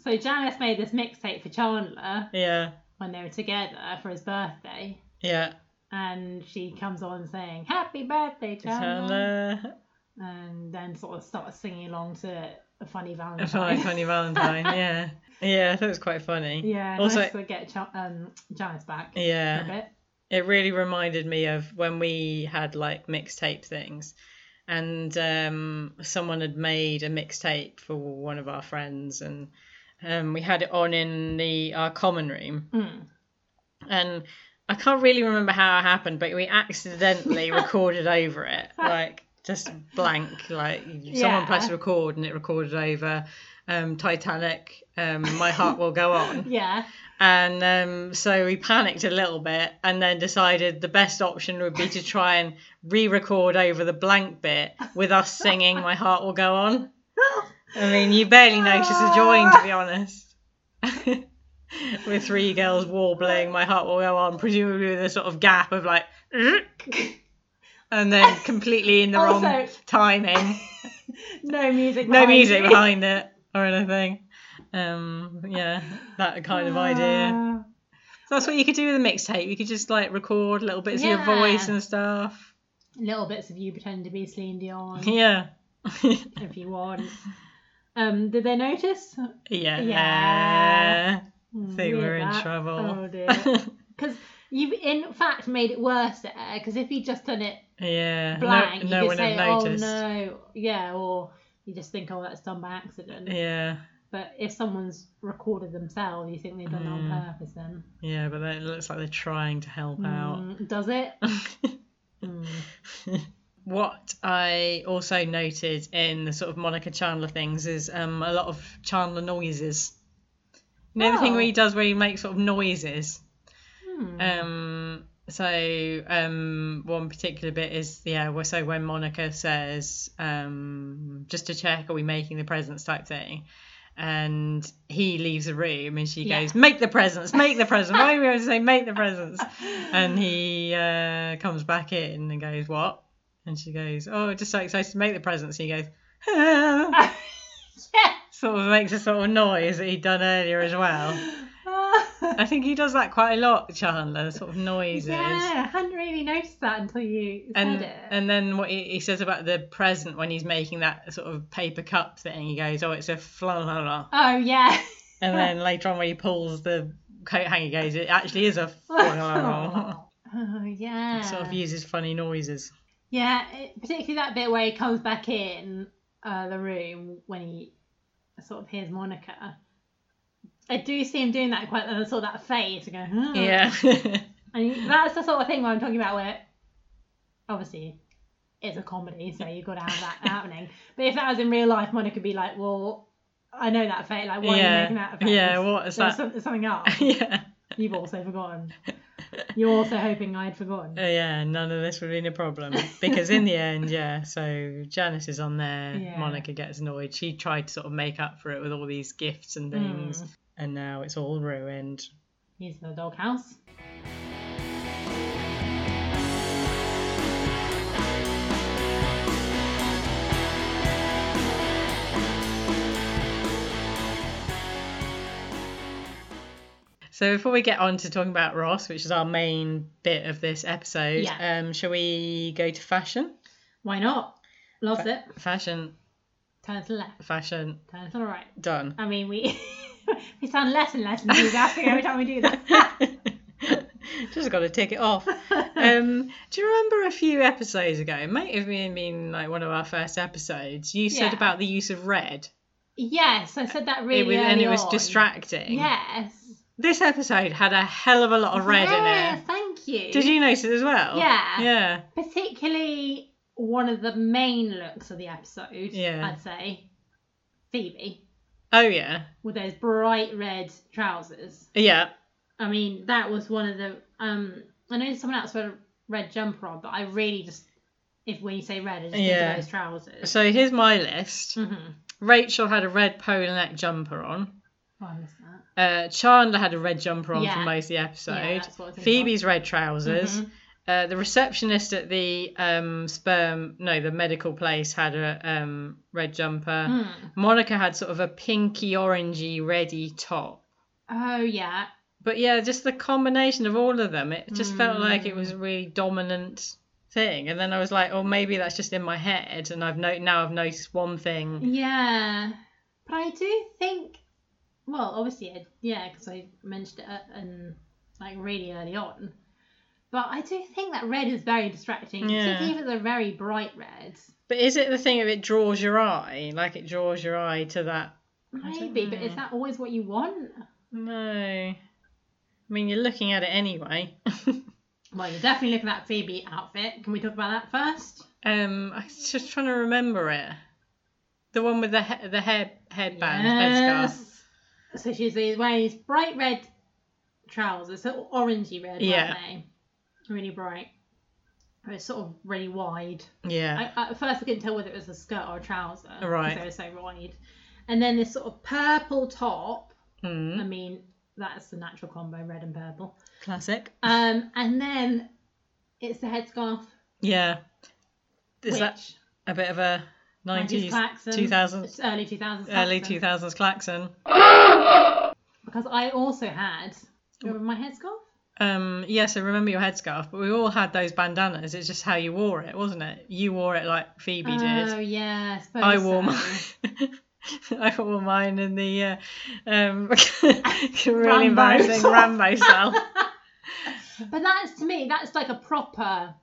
[SPEAKER 1] So Janice made this mixtape for Chandler
[SPEAKER 2] Yeah,
[SPEAKER 1] when they were together for his birthday.
[SPEAKER 2] yeah.
[SPEAKER 1] And she comes on saying, Happy birthday, Chandler.
[SPEAKER 2] Chandler.
[SPEAKER 1] And then sort of starts singing along to a funny
[SPEAKER 2] A funny,
[SPEAKER 1] Valentine.
[SPEAKER 2] funny *laughs* Valentine. Yeah, yeah. I thought it was quite funny.
[SPEAKER 1] yeah,
[SPEAKER 2] Also-
[SPEAKER 1] nice to get Ch- um, Janice back. for a
[SPEAKER 2] Yeah,
[SPEAKER 1] bit.
[SPEAKER 2] It really reminded me of when we had like mixtape things, and um, someone had made a mixtape for one of our friends, and um, we had it on in the our common room,
[SPEAKER 1] Mm.
[SPEAKER 2] and I can't really remember how it happened, but we accidentally recorded over it, like just blank, like someone
[SPEAKER 1] Yeah.
[SPEAKER 2] pressed record and it recorded over um, Titanic. Um, My heart will go on.
[SPEAKER 1] Yeah. *laughs*
[SPEAKER 2] And um, so we panicked a little bit and then decided the best option would be to try and re record over the blank bit with us singing My Heart Will Go On. I mean, you barely notice a join, to be honest. *laughs* with three girls warbling My Heart Will Go On, presumably with a sort of gap of like, *laughs* and then completely in the wrong
[SPEAKER 1] Also-
[SPEAKER 2] timing.
[SPEAKER 1] No music.
[SPEAKER 2] No
[SPEAKER 1] behind *laughs*
[SPEAKER 2] music
[SPEAKER 1] you.
[SPEAKER 2] behind it or anything. Um, yeah, that kind of idea.
[SPEAKER 1] Ah.
[SPEAKER 2] So that's what you could do with a mixtape. You could just like record little bits of your
[SPEAKER 1] Yeah.
[SPEAKER 2] voice and stuff.
[SPEAKER 1] Little bits of you pretending to be Celine Dion
[SPEAKER 2] Yeah. *laughs*
[SPEAKER 1] if you want. Um, did they notice?
[SPEAKER 2] yeah.
[SPEAKER 1] Yeah. Mm,
[SPEAKER 2] I think we're in
[SPEAKER 1] Oh
[SPEAKER 2] trouble. *laughs*
[SPEAKER 1] dear. Because you've in fact made it worse there. Because if you'd just done it
[SPEAKER 2] yeah.
[SPEAKER 1] blank,
[SPEAKER 2] no
[SPEAKER 1] you
[SPEAKER 2] no
[SPEAKER 1] could
[SPEAKER 2] one
[SPEAKER 1] say,
[SPEAKER 2] had noticed.
[SPEAKER 1] "Oh no, yeah," or you just think, "Oh, that's done by accident."
[SPEAKER 2] Yeah.
[SPEAKER 1] But if someone's recorded themselves, you think they've done it on
[SPEAKER 2] Mm.
[SPEAKER 1] purpose. Then
[SPEAKER 2] Yeah, but then it looks like they're trying to help
[SPEAKER 1] Mm, does it?
[SPEAKER 2] uh, out.
[SPEAKER 1] Mm.
[SPEAKER 2] *laughs* what I also noted in the sort of Monica Chandler things is um, a lot of Chandler noises. You know the thing
[SPEAKER 1] Oh.
[SPEAKER 2] where he does where he makes sort of noises.
[SPEAKER 1] *laughs* Hmm.
[SPEAKER 2] Um, so um, one particular bit is yeah. well, So when Monica says um, just to check, are we making the presents type thing, and he leaves the room and she
[SPEAKER 1] Yeah.
[SPEAKER 2] goes make the presents, make the presents. Why do we always say
[SPEAKER 1] *laughs*
[SPEAKER 2] make the presents? And he uh, comes back in and goes what? And she goes oh just so excited to make the presents. And he goes. "Ah,"
[SPEAKER 1] yeah.
[SPEAKER 2] *laughs* Sort of makes a sort of noise that he'd done earlier as well. *laughs* I think he does that quite a lot, Chandler. Sort of noises.
[SPEAKER 1] yeah, I hadn't really noticed that until you said
[SPEAKER 2] and
[SPEAKER 1] it.
[SPEAKER 2] and then what he, he says about the present when he's making that sort of paper cup thing, he goes, "Oh, it's a fla la la,"
[SPEAKER 1] oh yeah.
[SPEAKER 2] *laughs*
[SPEAKER 1] *laughs*
[SPEAKER 2] and then later on when he pulls the coat hanger, he goes, "It actually is
[SPEAKER 1] *laughs*
[SPEAKER 2] a fla la la."
[SPEAKER 1] oh yeah.
[SPEAKER 2] Sort of uses
[SPEAKER 1] *laughs*
[SPEAKER 2] funny noises.
[SPEAKER 1] Yeah, it- particularly that bit where he comes back in uh, the room when he sort of hears Monica. I do see him doing that quite. And I saw that face and go. "Hmm."
[SPEAKER 2] Yeah, *laughs*
[SPEAKER 1] And he- that's the sort of thing where I'm talking about where, obviously, it's a comedy, so you've got to have
[SPEAKER 2] *laughs*
[SPEAKER 1] that happening. But if that was in real life, Monica would be like, "Well, I know that face. Like, why are you
[SPEAKER 2] Yeah.
[SPEAKER 1] making that face?
[SPEAKER 2] Yeah, what is
[SPEAKER 1] There's
[SPEAKER 2] that?"
[SPEAKER 1] some- there's something
[SPEAKER 2] *laughs*
[SPEAKER 1] up.
[SPEAKER 2] yeah,
[SPEAKER 1] You've also forgotten. You're also hoping I'd forgotten.
[SPEAKER 2] Uh, yeah. None of this would have been a problem
[SPEAKER 1] *laughs*
[SPEAKER 2] because in the end, yeah. So Janice is on there.
[SPEAKER 1] Yeah.
[SPEAKER 2] Monica gets annoyed. She tried to sort of make up for it with all these gifts
[SPEAKER 1] Mm.
[SPEAKER 2] and things, and now it's all ruined.
[SPEAKER 1] He's in the doghouse.
[SPEAKER 2] So before we get on to talking about Ross, which is our main bit of this episode,
[SPEAKER 1] Yeah.
[SPEAKER 2] um, shall we go to fashion?
[SPEAKER 1] Why not? Loves it.
[SPEAKER 2] Fashion,
[SPEAKER 1] Turn to the left.
[SPEAKER 2] fashion,
[SPEAKER 1] Turn to the right. *laughs*
[SPEAKER 2] done.
[SPEAKER 1] I mean, we we sound less and less enthusiastic every time we do that.
[SPEAKER 2] Just got to tick it off. *laughs* Um, do you remember a few episodes ago? It might have been, been like one of our first episodes. You said
[SPEAKER 1] Yeah.
[SPEAKER 2] about the use of red.
[SPEAKER 1] *laughs* Yes, I said that really
[SPEAKER 2] It was,
[SPEAKER 1] early
[SPEAKER 2] and it was
[SPEAKER 1] on.
[SPEAKER 2] distracting.
[SPEAKER 1] Yes.
[SPEAKER 2] This episode had a hell of a lot of red
[SPEAKER 1] yeah,
[SPEAKER 2] in it.
[SPEAKER 1] Thank you.
[SPEAKER 2] Did you notice it as well?
[SPEAKER 1] Yeah.
[SPEAKER 2] Yeah.
[SPEAKER 1] Particularly one of the main looks of the episode.
[SPEAKER 2] Yeah.
[SPEAKER 1] I'd say Phoebe
[SPEAKER 2] Oh yeah.
[SPEAKER 1] with those bright red trousers.
[SPEAKER 2] Yeah.
[SPEAKER 1] I mean, that was one of the. Um, I know someone else had a red jumper on, but I really just, if when you say red, I just think
[SPEAKER 2] Yeah.
[SPEAKER 1] of those trousers.
[SPEAKER 2] So here's my list.
[SPEAKER 1] Mm-hmm.
[SPEAKER 2] Rachel had a red polo neck jumper on.
[SPEAKER 1] Oh, I missed that.
[SPEAKER 2] Uh, Chandler had a red jumper on for
[SPEAKER 1] Yeah.
[SPEAKER 2] most of the
[SPEAKER 1] Yeah,
[SPEAKER 2] episode.
[SPEAKER 1] that's what I was thinking
[SPEAKER 2] Phoebe's red trousers.
[SPEAKER 1] Mhm.
[SPEAKER 2] Uh, the receptionist at the um, sperm, no, the medical place had a um, red jumper.
[SPEAKER 1] Mm.
[SPEAKER 2] Monica had sort of a pinky orangey reddy top.
[SPEAKER 1] Oh yeah,
[SPEAKER 2] But yeah, just the combination of all of them, it just felt like it
[SPEAKER 1] Mm.
[SPEAKER 2] was a really dominant thing. And then I was like, oh, maybe that's just in my head. And I've no- now I've noticed one thing.
[SPEAKER 1] yeah. But I do think, well, obviously, I, yeah, because I mentioned it uh, and like really early on. But I do think that red is very distracting,
[SPEAKER 2] Yeah.
[SPEAKER 1] particularly if it's a very bright red.
[SPEAKER 2] But is it the thing of it draws your eye? Like it draws your eye to that? don't
[SPEAKER 1] Maybe, but is
[SPEAKER 2] know.
[SPEAKER 1] that always what you want?
[SPEAKER 2] No. I mean, you're looking at it anyway. *laughs*
[SPEAKER 1] Well, you're definitely looking at that Phoebe outfit. Can we talk about that first?
[SPEAKER 2] um, I was just trying to remember it. The one with the he- the hair headband, headscarf.
[SPEAKER 1] Yes. So she's these- wearing these bright red trousers, sort of orangey red,
[SPEAKER 2] Yeah.
[SPEAKER 1] yeah. aren't they? Really bright. And It's sort of really wide.
[SPEAKER 2] Yeah.
[SPEAKER 1] I, at first, I couldn't tell whether it was a skirt or a trouser. 'cause
[SPEAKER 2] Right.
[SPEAKER 1] They were so wide. And then this sort of purple top. I
[SPEAKER 2] Mm.
[SPEAKER 1] mean, that's the natural combo, red and purple.
[SPEAKER 2] Classic.
[SPEAKER 1] Um, and then it's the headscarf,
[SPEAKER 2] Yeah. Is
[SPEAKER 1] which
[SPEAKER 2] that a bit of a 90s,
[SPEAKER 1] Klaxon,
[SPEAKER 2] 2000s,
[SPEAKER 1] it's early 2000s,
[SPEAKER 2] early
[SPEAKER 1] Klaxon.
[SPEAKER 2] 2000s klaxon?
[SPEAKER 1] Because I also had. Remember my headscarf?
[SPEAKER 2] Um, yeah, so remember your headscarf, but we all had those bandanas. It's just how you wore it, wasn't it? You wore it like Phoebe did.
[SPEAKER 1] Oh yeah, I, suppose
[SPEAKER 2] I wore
[SPEAKER 1] so.
[SPEAKER 2] mine. *laughs* I wore mine in the uh, um, *laughs* really
[SPEAKER 1] Rambo
[SPEAKER 2] embarrassing
[SPEAKER 1] style. *laughs*
[SPEAKER 2] Rambo style.
[SPEAKER 1] But that's to me, that's like a proper.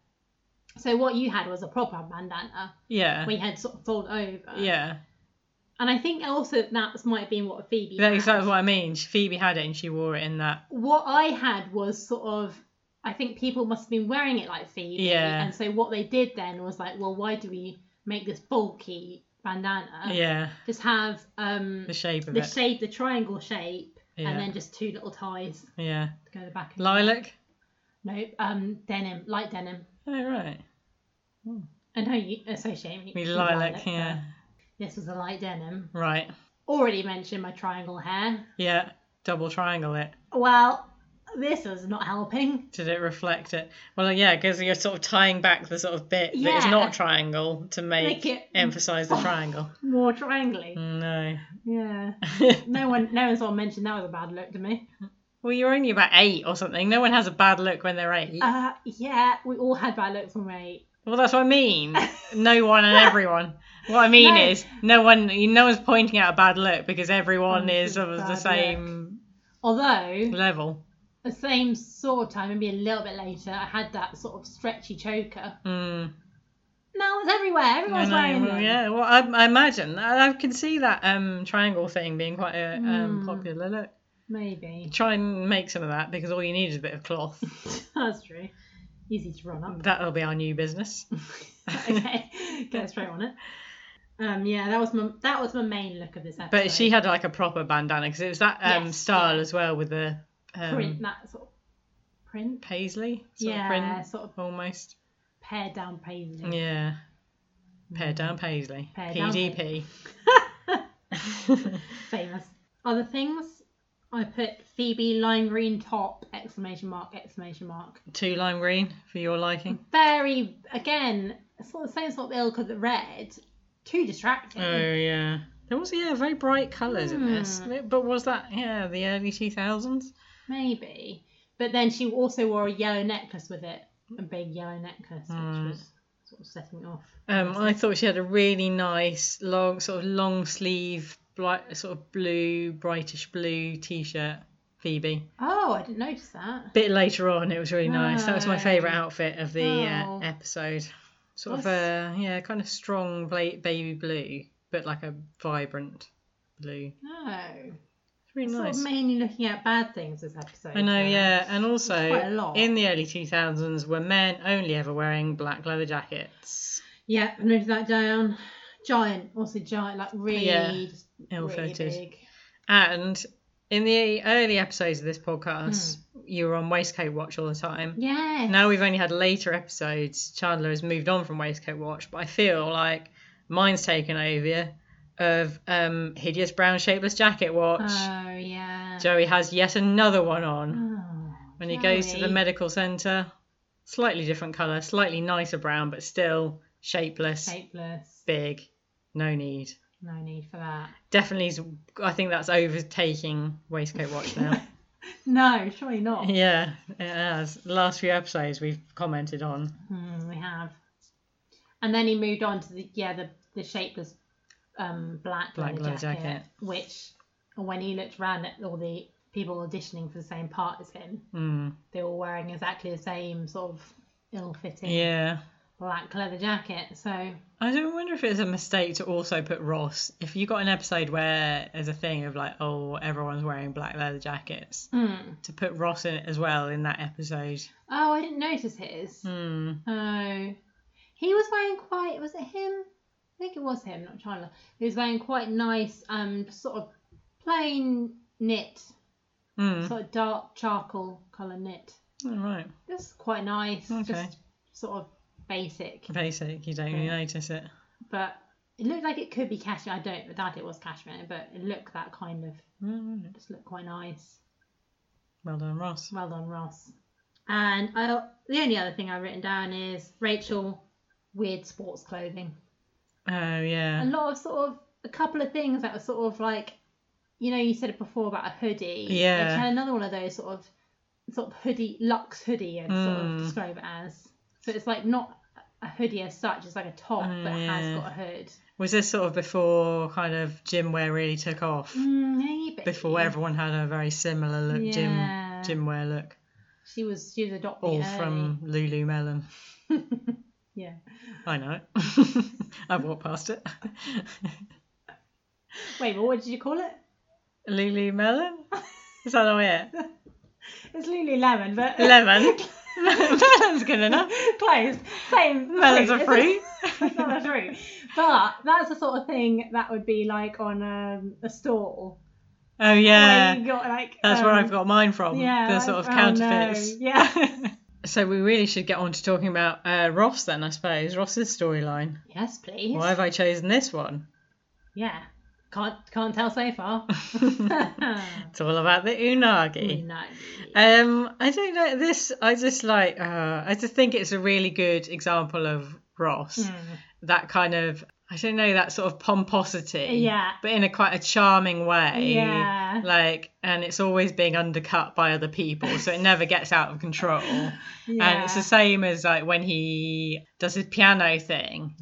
[SPEAKER 1] So what you had was a proper bandana.
[SPEAKER 2] Yeah,
[SPEAKER 1] We had sort of fold over.
[SPEAKER 2] yeah.
[SPEAKER 1] And I think also that's might have been what Phoebe.
[SPEAKER 2] That's
[SPEAKER 1] had.
[SPEAKER 2] exactly what I mean. Phoebe had it and she wore it in that.
[SPEAKER 1] What I had was sort of. I think people must have been wearing it like Phoebe.
[SPEAKER 2] Yeah.
[SPEAKER 1] And so what they did then was like, well, why do we make this bulky bandana?
[SPEAKER 2] Yeah,
[SPEAKER 1] Just have um
[SPEAKER 2] the shape of
[SPEAKER 1] Uh-huh. the
[SPEAKER 2] it.
[SPEAKER 1] shape, the triangle shape,
[SPEAKER 2] yeah,
[SPEAKER 1] and then just two little ties
[SPEAKER 2] yeah.
[SPEAKER 1] to go to the back. of it.
[SPEAKER 2] Lilac.
[SPEAKER 1] No, um, denim, light denim.
[SPEAKER 2] Oh right,
[SPEAKER 1] I know you associate me
[SPEAKER 2] we
[SPEAKER 1] with
[SPEAKER 2] lilac. yeah,
[SPEAKER 1] but This was a light denim.
[SPEAKER 2] right.
[SPEAKER 1] Already mentioned my triangle hair.
[SPEAKER 2] Yeah, double triangle it.
[SPEAKER 1] Well, this was not helping.
[SPEAKER 2] Did it reflect it? Well, uh, yeah, because you're sort of tying back the sort of bit that is
[SPEAKER 1] Yeah.
[SPEAKER 2] not triangle to make,
[SPEAKER 1] Make it-
[SPEAKER 2] emphasize the
[SPEAKER 1] *laughs*
[SPEAKER 2] triangle.
[SPEAKER 1] More triangly.
[SPEAKER 2] No. *laughs*
[SPEAKER 1] Yeah. No one, no one sort of mentioned that was a bad look to me.
[SPEAKER 2] well, you're only about eight or something. No one has a bad look when they're eight.
[SPEAKER 1] Uh, yeah, we all had bad looks when we were eight.
[SPEAKER 2] well, that's what
[SPEAKER 1] *laughs*
[SPEAKER 2] I mean. no one and everyone. What I mean
[SPEAKER 1] No.
[SPEAKER 2] is, no one, no one's pointing out a bad look because everyone
[SPEAKER 1] Everyone's
[SPEAKER 2] is
[SPEAKER 1] a
[SPEAKER 2] of
[SPEAKER 1] Oh, bad
[SPEAKER 2] the
[SPEAKER 1] look.
[SPEAKER 2] same
[SPEAKER 1] Although
[SPEAKER 2] level.
[SPEAKER 1] the same sort of time, maybe a little bit later, I had that sort of stretchy choker.
[SPEAKER 2] Mm.
[SPEAKER 1] Now it's everywhere. Everyone's
[SPEAKER 2] I know,
[SPEAKER 1] wearing
[SPEAKER 2] well,
[SPEAKER 1] them.
[SPEAKER 2] yeah, well, I, I imagine I, I can see that um, triangle thing being quite a um,
[SPEAKER 1] Mm.
[SPEAKER 2] popular look.
[SPEAKER 1] Maybe *laughs*
[SPEAKER 2] Try and make some of that because all you need is a bit of cloth.
[SPEAKER 1] that's true. Easy to run up.
[SPEAKER 2] That'll be our new business.
[SPEAKER 1] *laughs*
[SPEAKER 2] Mm.
[SPEAKER 1] okay, go straight on it. Um, yeah, that was my that was my main look of this episode.
[SPEAKER 2] But she had like a proper bandana because it was that um,
[SPEAKER 1] Yes,
[SPEAKER 2] style
[SPEAKER 1] yeah.
[SPEAKER 2] as well with the um,
[SPEAKER 1] print that sort of print,
[SPEAKER 2] paisley sort
[SPEAKER 1] yeah,
[SPEAKER 2] of print
[SPEAKER 1] sort of
[SPEAKER 2] almost.
[SPEAKER 1] pared down paisley.
[SPEAKER 2] Yeah. Pared down paisley.
[SPEAKER 1] Pared down
[SPEAKER 2] PDP.
[SPEAKER 1] *laughs* Famous other things. I put Phoebe lime green top exclamation mark exclamation mark.
[SPEAKER 2] *laughs* Two lime green for
[SPEAKER 1] *laughs*
[SPEAKER 2] your liking.
[SPEAKER 1] Very again sort of same sort of ilk of the red. Too distracting.
[SPEAKER 2] Oh yeah. There was yeah very bright colours in this,
[SPEAKER 1] Hmm.
[SPEAKER 2] but was that yeah the early two thousands?
[SPEAKER 1] Maybe. But then she also wore a yellow necklace with it, a big yellow necklace,
[SPEAKER 2] Mm.
[SPEAKER 1] which was sort of setting it off.
[SPEAKER 2] Um, I thought she had a really nice long sort of long sleeve bright sort of blue brightish blue t shirt. Phoebe.
[SPEAKER 1] Oh, I didn't notice that.
[SPEAKER 2] bit later on it was really nice that was my
[SPEAKER 1] Right.
[SPEAKER 2] favorite outfit of the
[SPEAKER 1] Oh.
[SPEAKER 2] uh, episode sort
[SPEAKER 1] Nice.
[SPEAKER 2] of uh, yeah kind of strong bla- baby blue but like a vibrant blue
[SPEAKER 1] No.
[SPEAKER 2] it's really
[SPEAKER 1] Sort
[SPEAKER 2] nice
[SPEAKER 1] of mainly looking at bad things this episode.
[SPEAKER 2] i know
[SPEAKER 1] so-
[SPEAKER 2] yeah and
[SPEAKER 1] quite a
[SPEAKER 2] also
[SPEAKER 1] lot.
[SPEAKER 2] in the early 2000s were men only ever wearing black leather jackets
[SPEAKER 1] Yeah, I noticed that down. Giant, also giant, like really,
[SPEAKER 2] Yeah,
[SPEAKER 1] just really
[SPEAKER 2] ill-fitted.
[SPEAKER 1] big.
[SPEAKER 2] and in the early episodes of this podcast
[SPEAKER 1] Hmm.
[SPEAKER 2] you were on waistcoat watch all the time
[SPEAKER 1] Yeah.
[SPEAKER 2] now we've only had later episodes. Chandler has moved on from Waistcoat Watch, but I feel like mine's taken over of um, hideous brown shapeless jacket watch.
[SPEAKER 1] Oh yeah.
[SPEAKER 2] Joey has yet another one on
[SPEAKER 1] Oh,
[SPEAKER 2] when he goes to the
[SPEAKER 1] Joey.
[SPEAKER 2] medical center. Slightly different color, slightly nicer brown, but still shapeless,
[SPEAKER 1] Shapeless.
[SPEAKER 2] big, no need.
[SPEAKER 1] No need for that.
[SPEAKER 2] Definitely, is- I think that's overtaking
[SPEAKER 1] *laughs*
[SPEAKER 2] Waistcoat Watch now.
[SPEAKER 1] No, surely not.
[SPEAKER 2] yeah, it has. Last few episodes we've commented on.
[SPEAKER 1] Hmm, we have. And then he moved on to the yeah the the shapeless um black
[SPEAKER 2] Black
[SPEAKER 1] leather
[SPEAKER 2] leather
[SPEAKER 1] jacket,
[SPEAKER 2] jacket.
[SPEAKER 1] which when he looked around at all the people auditioning for the same part as him.
[SPEAKER 2] Mm.
[SPEAKER 1] They were wearing exactly the same sort of ill-fitting
[SPEAKER 2] Yeah.
[SPEAKER 1] black leather jacket. So
[SPEAKER 2] I don't wonder if it's a mistake to also put Ross. If you got an episode where there's a thing of like, oh, everyone's wearing black leather jackets,
[SPEAKER 1] hmm.
[SPEAKER 2] to put Ross in it as well in that episode.
[SPEAKER 1] oh, I didn't notice his.
[SPEAKER 2] Hmm.
[SPEAKER 1] Oh, he was wearing quite. Was it him? I think it was him, not Chandler. He was wearing quite nice, um, sort of plain knit,
[SPEAKER 2] Hmm.
[SPEAKER 1] sort of dark charcoal colour knit.
[SPEAKER 2] All right.
[SPEAKER 1] Just quite nice.
[SPEAKER 2] Okay.
[SPEAKER 1] Just sort of basic,
[SPEAKER 2] Basic. You don't really
[SPEAKER 1] Yeah.
[SPEAKER 2] notice it.
[SPEAKER 1] but it looked like it could be cashmere. I don't doubt it was cashmere, but it looked that kind of.
[SPEAKER 2] All right.
[SPEAKER 1] Just looked quite nice.
[SPEAKER 2] Well done, Ross.
[SPEAKER 1] Well done, Ross. And I, the only other thing I've written down is Rachel, weird sports clothing.
[SPEAKER 2] Oh
[SPEAKER 1] a
[SPEAKER 2] yeah.
[SPEAKER 1] lot of sort of a couple of things that were sort of like you know you said it before about a hoodie
[SPEAKER 2] Yeah.
[SPEAKER 1] she had another one of those sort of sort of hoodie luxe hoodie and sort of
[SPEAKER 2] Mm.
[SPEAKER 1] describe it as so it's like not a hoodie as such it's like a top
[SPEAKER 2] Mm,
[SPEAKER 1] but it has
[SPEAKER 2] yeah.
[SPEAKER 1] got a hood
[SPEAKER 2] Was this sort of before kind of gym wear really took off?
[SPEAKER 1] Mm, maybe
[SPEAKER 2] Before everyone had a very similar look, gym
[SPEAKER 1] Yeah.
[SPEAKER 2] gym wear look,
[SPEAKER 1] she was she was adopted
[SPEAKER 2] all
[SPEAKER 1] early.
[SPEAKER 2] from Lululemon.
[SPEAKER 1] *laughs* yeah
[SPEAKER 2] I know. *laughs* I've walked past it.
[SPEAKER 1] wait but what did you call it
[SPEAKER 2] Lululemon. Is that all it?
[SPEAKER 1] it's Lululemon but
[SPEAKER 2] Lemon. Melon's good enough.
[SPEAKER 1] *laughs* close same
[SPEAKER 2] Melons are
[SPEAKER 1] isn't *laughs*
[SPEAKER 2] free.
[SPEAKER 1] It's not a route. But that's the sort of thing that would be like on um, a stall.
[SPEAKER 2] Oh yeah,
[SPEAKER 1] Where you got, like,
[SPEAKER 2] that's where
[SPEAKER 1] um,
[SPEAKER 2] I've got mine from.
[SPEAKER 1] yeah,
[SPEAKER 2] the sort of
[SPEAKER 1] like, oh, no.
[SPEAKER 2] counterfeits. *laughs*
[SPEAKER 1] Yeah.
[SPEAKER 2] So we really should get on to talking about uh, Ross then, I suppose. Ross's storyline.
[SPEAKER 1] yes, please.
[SPEAKER 2] Why have I chosen
[SPEAKER 1] *laughs*
[SPEAKER 2] this one?
[SPEAKER 1] Yeah. Can't can't tell so
[SPEAKER 2] *laughs*
[SPEAKER 1] far.
[SPEAKER 2] It's all about the *laughs* unagi.
[SPEAKER 1] Unagi.
[SPEAKER 2] Um, I don't know this. I just like. Uh, I just think it's a really good example of Ross.
[SPEAKER 1] Mm.
[SPEAKER 2] That kind of. I don't know that sort of pomposity.
[SPEAKER 1] Yeah.
[SPEAKER 2] But in a quite a charming way.
[SPEAKER 1] Yeah.
[SPEAKER 2] Like, and it's always being undercut by other people, so it never gets out of control.
[SPEAKER 1] yeah.
[SPEAKER 2] And
[SPEAKER 1] *sighs*
[SPEAKER 2] it's the same as like when he does his piano thing.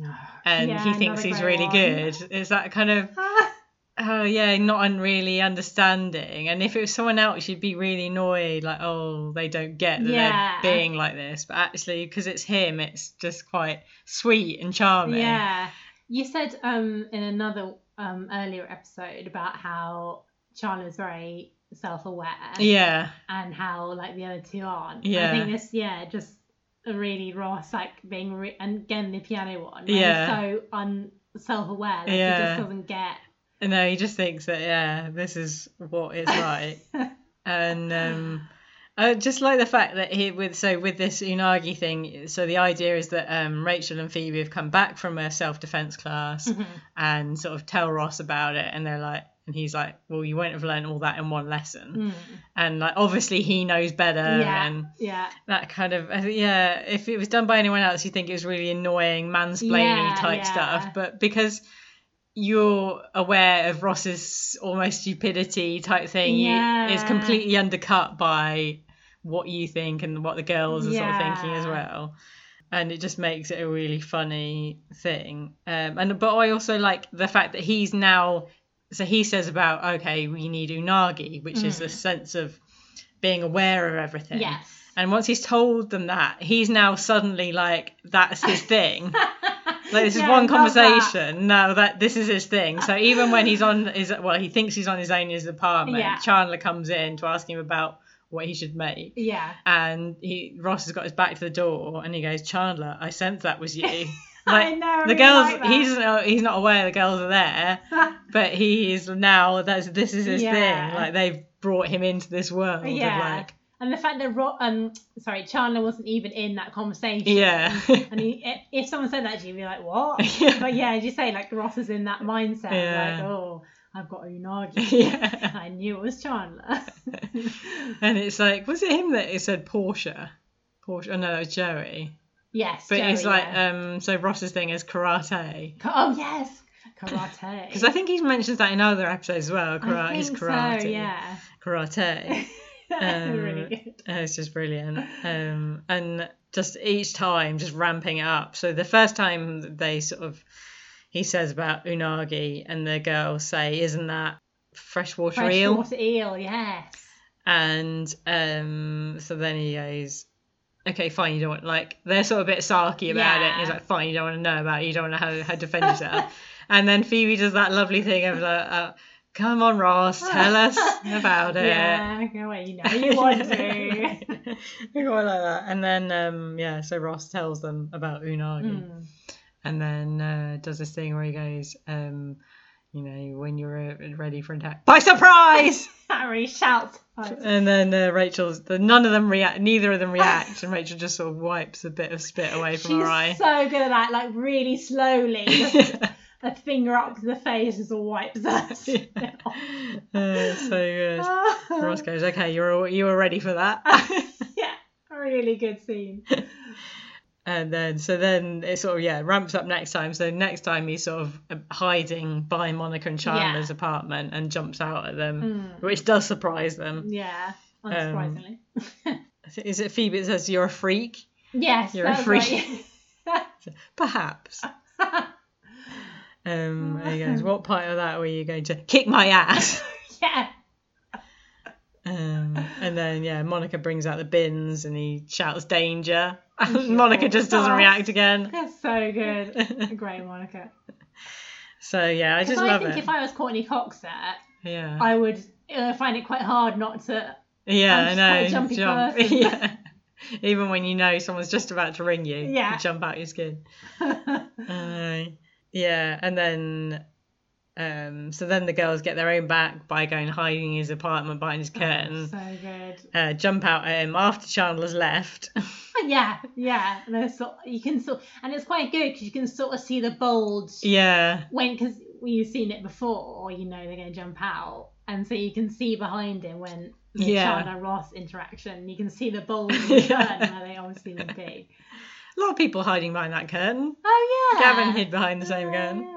[SPEAKER 2] and
[SPEAKER 1] Yeah,
[SPEAKER 2] he thinks
[SPEAKER 1] another
[SPEAKER 2] he's
[SPEAKER 1] great
[SPEAKER 2] really
[SPEAKER 1] one.
[SPEAKER 2] good. It's that kind of
[SPEAKER 1] Ah,
[SPEAKER 2] oh yeah, not un- really understanding. And if it was someone else, you'd be really annoyed, like oh they don't get that
[SPEAKER 1] Yeah.
[SPEAKER 2] they're being like this. But actually, because it's him, it's just quite sweet and charming.
[SPEAKER 1] yeah. You said um in another um earlier episode about how Charlie's very self-aware.
[SPEAKER 2] Yeah,
[SPEAKER 1] and how like the other two aren't.
[SPEAKER 2] Yeah.
[SPEAKER 1] I think this, yeah, just really Ross like being re- and again the piano one. Like,
[SPEAKER 2] Yeah.
[SPEAKER 1] he's so un self aware. Like, He
[SPEAKER 2] Yeah.
[SPEAKER 1] just doesn't
[SPEAKER 2] *laughs*
[SPEAKER 1] get.
[SPEAKER 2] and no, he just thinks that yeah, this is what it's like.
[SPEAKER 1] *laughs*
[SPEAKER 2] and um, I just like the fact that he with so with this unagi thing. So the idea is that um, Rachel and Phoebe have come back from a self defense class.
[SPEAKER 1] Mm-hmm.
[SPEAKER 2] and sort of tell Ross about it, and they're like, and he's like, well, you won't have learned all that in one lesson,
[SPEAKER 1] Mm.
[SPEAKER 2] and like obviously he knows better,
[SPEAKER 1] yeah.
[SPEAKER 2] and
[SPEAKER 1] yeah.
[SPEAKER 2] that kind of I think- yeah. If it was done by anyone else, you would think it was really annoying, mansplaining
[SPEAKER 1] Yeah,
[SPEAKER 2] type
[SPEAKER 1] yeah.
[SPEAKER 2] stuff, but because you're aware of Ross's almost stupidity type thing, you, it's
[SPEAKER 1] Yeah.
[SPEAKER 2] completely undercut by what you think and what the girls are sort of thinking as
[SPEAKER 1] Yeah.
[SPEAKER 2] well and it just makes it a really funny thing. Um, and but I also like the fact that he's now. So he says about okay, we need unagi, which is
[SPEAKER 1] Mm.
[SPEAKER 2] the sense of being aware of everything.
[SPEAKER 1] Yes.
[SPEAKER 2] And once he's told them that, he's now suddenly like that's
[SPEAKER 1] *laughs*
[SPEAKER 2] his thing. *laughs* Like this
[SPEAKER 1] Yeah,
[SPEAKER 2] is
[SPEAKER 1] I
[SPEAKER 2] one
[SPEAKER 1] love that.
[SPEAKER 2] conversation. No, that this is his thing. So even when he's on his well, he thinks he's on his own in his apartment.
[SPEAKER 1] Yeah.
[SPEAKER 2] Chandler comes in to ask him about what he should make
[SPEAKER 1] Yeah.
[SPEAKER 2] and he Ross has got his back to the door, and he goes, Chandler, I sense that
[SPEAKER 1] *laughs*
[SPEAKER 2] was you.
[SPEAKER 1] I
[SPEAKER 2] *laughs* Like
[SPEAKER 1] know. I
[SPEAKER 2] the
[SPEAKER 1] really
[SPEAKER 2] girls,
[SPEAKER 1] like that.
[SPEAKER 2] he doesn't know, he's not aware the girls are there, but he is now. That's this is his
[SPEAKER 1] Yeah.
[SPEAKER 2] thing. Like they've brought him into this world.
[SPEAKER 1] Yeah.
[SPEAKER 2] Of like,
[SPEAKER 1] *laughs* And the fact that Ro- um sorry Chandler wasn't even in that conversation.
[SPEAKER 2] yeah,
[SPEAKER 1] *laughs* And he, i- if someone said that to you, you'd be like, what?
[SPEAKER 2] *laughs* Yeah.
[SPEAKER 1] But yeah, as you say, like Ross is in that mindset,
[SPEAKER 2] Yeah.
[SPEAKER 1] like, oh, I've got unagi.
[SPEAKER 2] *laughs* yeah.
[SPEAKER 1] *laughs* I knew it was Chandler. *laughs*
[SPEAKER 2] And it's like, was it him that it said Portia? Portia? Oh no, it was Joey.
[SPEAKER 1] yes,
[SPEAKER 2] But
[SPEAKER 1] Joey,
[SPEAKER 2] it's like, uh,
[SPEAKER 1] yeah.
[SPEAKER 2] um, so Ross's thing is karate.
[SPEAKER 1] Ka- oh yes,
[SPEAKER 2] *laughs*
[SPEAKER 1] karate.
[SPEAKER 2] Because I think he mentions that in other episodes as well. Karate
[SPEAKER 1] I
[SPEAKER 2] is
[SPEAKER 1] think
[SPEAKER 2] karate.
[SPEAKER 1] So, yeah, *laughs*
[SPEAKER 2] Karate. Um,
[SPEAKER 1] really good.
[SPEAKER 2] Uh, it's just brilliant. Um, and just each time, just ramping it up. So the first time they sort of, he says about unagi, and the girls say, "Isn't that freshwater eel?"
[SPEAKER 1] Freshwater eel, yes.
[SPEAKER 2] And um, so then he goes, okay, fine, you don't want, like, they're sort of a bit sarky about it.
[SPEAKER 1] Yeah.
[SPEAKER 2] And he's like, fine, you don't want to know about it. You don't want to know how, how to defend yourself. *laughs* and then Phoebe does that lovely thing of, like, uh, come on, Ross,
[SPEAKER 1] *laughs*
[SPEAKER 2] tell us about it. *laughs*
[SPEAKER 1] Yeah, go away. You know you want to.
[SPEAKER 2] Go on like that. And then, um, yeah, so Ross tells them about Unagi
[SPEAKER 1] Mm.
[SPEAKER 2] and then uh, does this thing where he goes, um, you know, when you're uh, ready for an attack, by surprise.
[SPEAKER 1] Harry shouts. Oh,
[SPEAKER 2] and then uh, Rachel's, the, none of them react, neither of them react, and Rachel just sort of wipes a bit of spit away
[SPEAKER 1] She's
[SPEAKER 2] from her eye.
[SPEAKER 1] so good at that, like really
[SPEAKER 2] *laughs*
[SPEAKER 1] slowly, just a finger up to the face as a wipes
[SPEAKER 2] *laughs*
[SPEAKER 1] us. *laughs* Oh,
[SPEAKER 2] Uh, so uh, Ross goes, okay, you're all, you were ready for that. *laughs*
[SPEAKER 1] yeah, a really good scene.
[SPEAKER 2] And then, so then it sort of yeah ramps up next time. So next time he's sort of uh, hiding by Monica and Chandler's apartment and jumps out at them,
[SPEAKER 1] Mm.
[SPEAKER 2] which does surprise them.
[SPEAKER 1] Yeah,
[SPEAKER 2] Um,
[SPEAKER 1] unsurprisingly.
[SPEAKER 2] Is it Phoebe that says you're a freak?
[SPEAKER 1] yes,
[SPEAKER 2] you're a
[SPEAKER 1] that's
[SPEAKER 2] freak.
[SPEAKER 1] right.
[SPEAKER 2] Perhaps. Um, and he goes, what part of that were you going to kick my ass?
[SPEAKER 1] *laughs* yeah.
[SPEAKER 2] Um, and then yeah, Monica brings out the bins and he shouts danger.
[SPEAKER 1] she's
[SPEAKER 2] *laughs* Monica
[SPEAKER 1] like,
[SPEAKER 2] just doesn't
[SPEAKER 1] "Oh."
[SPEAKER 2] react again. *laughs*
[SPEAKER 1] That's so good. Great, Monica.
[SPEAKER 2] So yeah, I just
[SPEAKER 1] I
[SPEAKER 2] love
[SPEAKER 1] think
[SPEAKER 2] it.
[SPEAKER 1] if I was Courtney Cox there,
[SPEAKER 2] yeah.
[SPEAKER 1] I would uh, find it quite hard not to.
[SPEAKER 2] Yeah,
[SPEAKER 1] I'm
[SPEAKER 2] I
[SPEAKER 1] just
[SPEAKER 2] know.
[SPEAKER 1] quite a jumpy
[SPEAKER 2] jump.
[SPEAKER 1] person.
[SPEAKER 2] *laughs* yeah. Even when you know someone's just about to ring you,
[SPEAKER 1] Yeah.
[SPEAKER 2] you jump out your skin. Uh, yeah, and then um, so then the girls get their own back by going hiding in his apartment behind his curtain,
[SPEAKER 1] Oh, *laughs* so good.
[SPEAKER 2] uh, jump out at him after Chandler's left. *laughs*
[SPEAKER 1] Yeah, yeah. And there's sort you can sort, and it's quite good because you can sort of see the bulge
[SPEAKER 2] yeah,
[SPEAKER 1] when because you've seen it before, or you know they're going to jump out, and so you can see behind him when the
[SPEAKER 2] Yeah.
[SPEAKER 1] Chandler Ross interaction, you can see the
[SPEAKER 2] *laughs*
[SPEAKER 1] bulge in the
[SPEAKER 2] Yeah.
[SPEAKER 1] curtain where they obviously
[SPEAKER 2] *laughs*
[SPEAKER 1] would be.
[SPEAKER 2] a lot of people hiding behind that curtain.
[SPEAKER 1] Oh yeah,
[SPEAKER 2] Gavin hid behind the same
[SPEAKER 1] Oh,
[SPEAKER 2] curtain.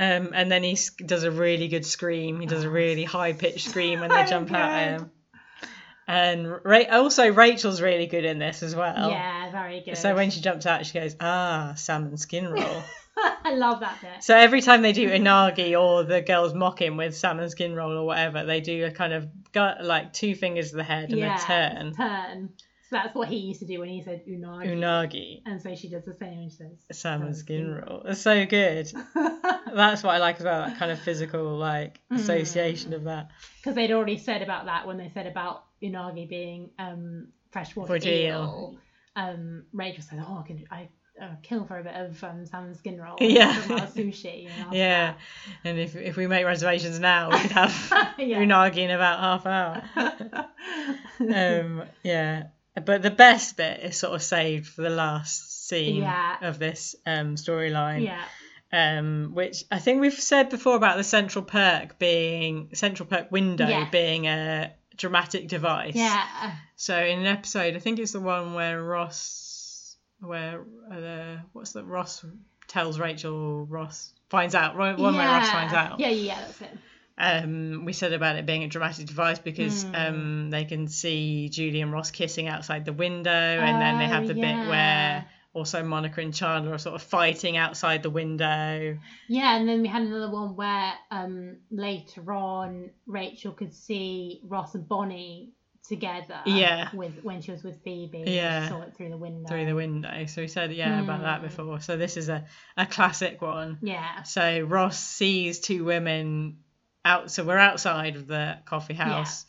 [SPEAKER 1] yeah.
[SPEAKER 2] Um, and then he sc- does a really good scream. He does a
[SPEAKER 1] Oh,
[SPEAKER 2] really high pitched scream when they
[SPEAKER 1] so
[SPEAKER 2] jump out at
[SPEAKER 1] good.
[SPEAKER 2] him. And Ra- also Rachel's really good in this as well.
[SPEAKER 1] yeah, very good. *laughs*
[SPEAKER 2] So when she jumps out, she goes, ah, salmon skin roll.
[SPEAKER 1] I love that bit.
[SPEAKER 2] so every time they do Inagi or the girls mock him with salmon skin roll or whatever, they do a kind of gut, like two fingers of the head and
[SPEAKER 1] yeah,
[SPEAKER 2] a turn.
[SPEAKER 1] turn. So that's what he used to do when he said unagi,
[SPEAKER 2] Unagi,
[SPEAKER 1] and so she does the same when she says
[SPEAKER 2] salmon skin roll. It's
[SPEAKER 1] *laughs*
[SPEAKER 2] so good. That's what I like as well, that kind of physical like
[SPEAKER 1] Mm.
[SPEAKER 2] association of that.
[SPEAKER 1] because they'd already said about that when they said about unagi being um, freshwater
[SPEAKER 2] Water eel.
[SPEAKER 1] eel. Um, Rachel said, "Oh, I can I uh, kill for a bit of um, salmon skin roll,
[SPEAKER 2] *laughs* Yeah.
[SPEAKER 1] from our sushi." And after
[SPEAKER 2] *laughs* Yeah. And if, if we make reservations now, we could have
[SPEAKER 1] that- *laughs* yeah.
[SPEAKER 2] Unagi in about half an hour. um yeah but the best bit is sort of saved for the last scene
[SPEAKER 1] Yeah.
[SPEAKER 2] of this um storyline
[SPEAKER 1] yeah,
[SPEAKER 2] um which i think we've said before about the central perk being central perk window
[SPEAKER 1] Yes.
[SPEAKER 2] being a dramatic device
[SPEAKER 1] yeah,
[SPEAKER 2] so in an episode i think it's the one where ross where uh, what's that ross tells rachel ross finds out one one where ross finds
[SPEAKER 1] Yeah.
[SPEAKER 2] out
[SPEAKER 1] Yeah, yeah, that's it.
[SPEAKER 2] um, we said about it being a dramatic device because
[SPEAKER 1] Mm.
[SPEAKER 2] um, they can see Julie and Ross kissing outside the window, and then they
[SPEAKER 1] Oh,
[SPEAKER 2] have the bit
[SPEAKER 1] yeah.
[SPEAKER 2] where also Monica and Chandler are sort of fighting outside the window.
[SPEAKER 1] Yeah, and then we had another one where um, later on Rachel could see Ross and Bonnie together.
[SPEAKER 2] Yeah.
[SPEAKER 1] With when she was with Phoebe.
[SPEAKER 2] Yeah.
[SPEAKER 1] She saw it through the window.
[SPEAKER 2] Through the window, so we said yeah about that
[SPEAKER 1] Mm.
[SPEAKER 2] before. So this is a, a classic one.
[SPEAKER 1] Yeah.
[SPEAKER 2] So Ross sees two women out. So we're outside of the coffee house.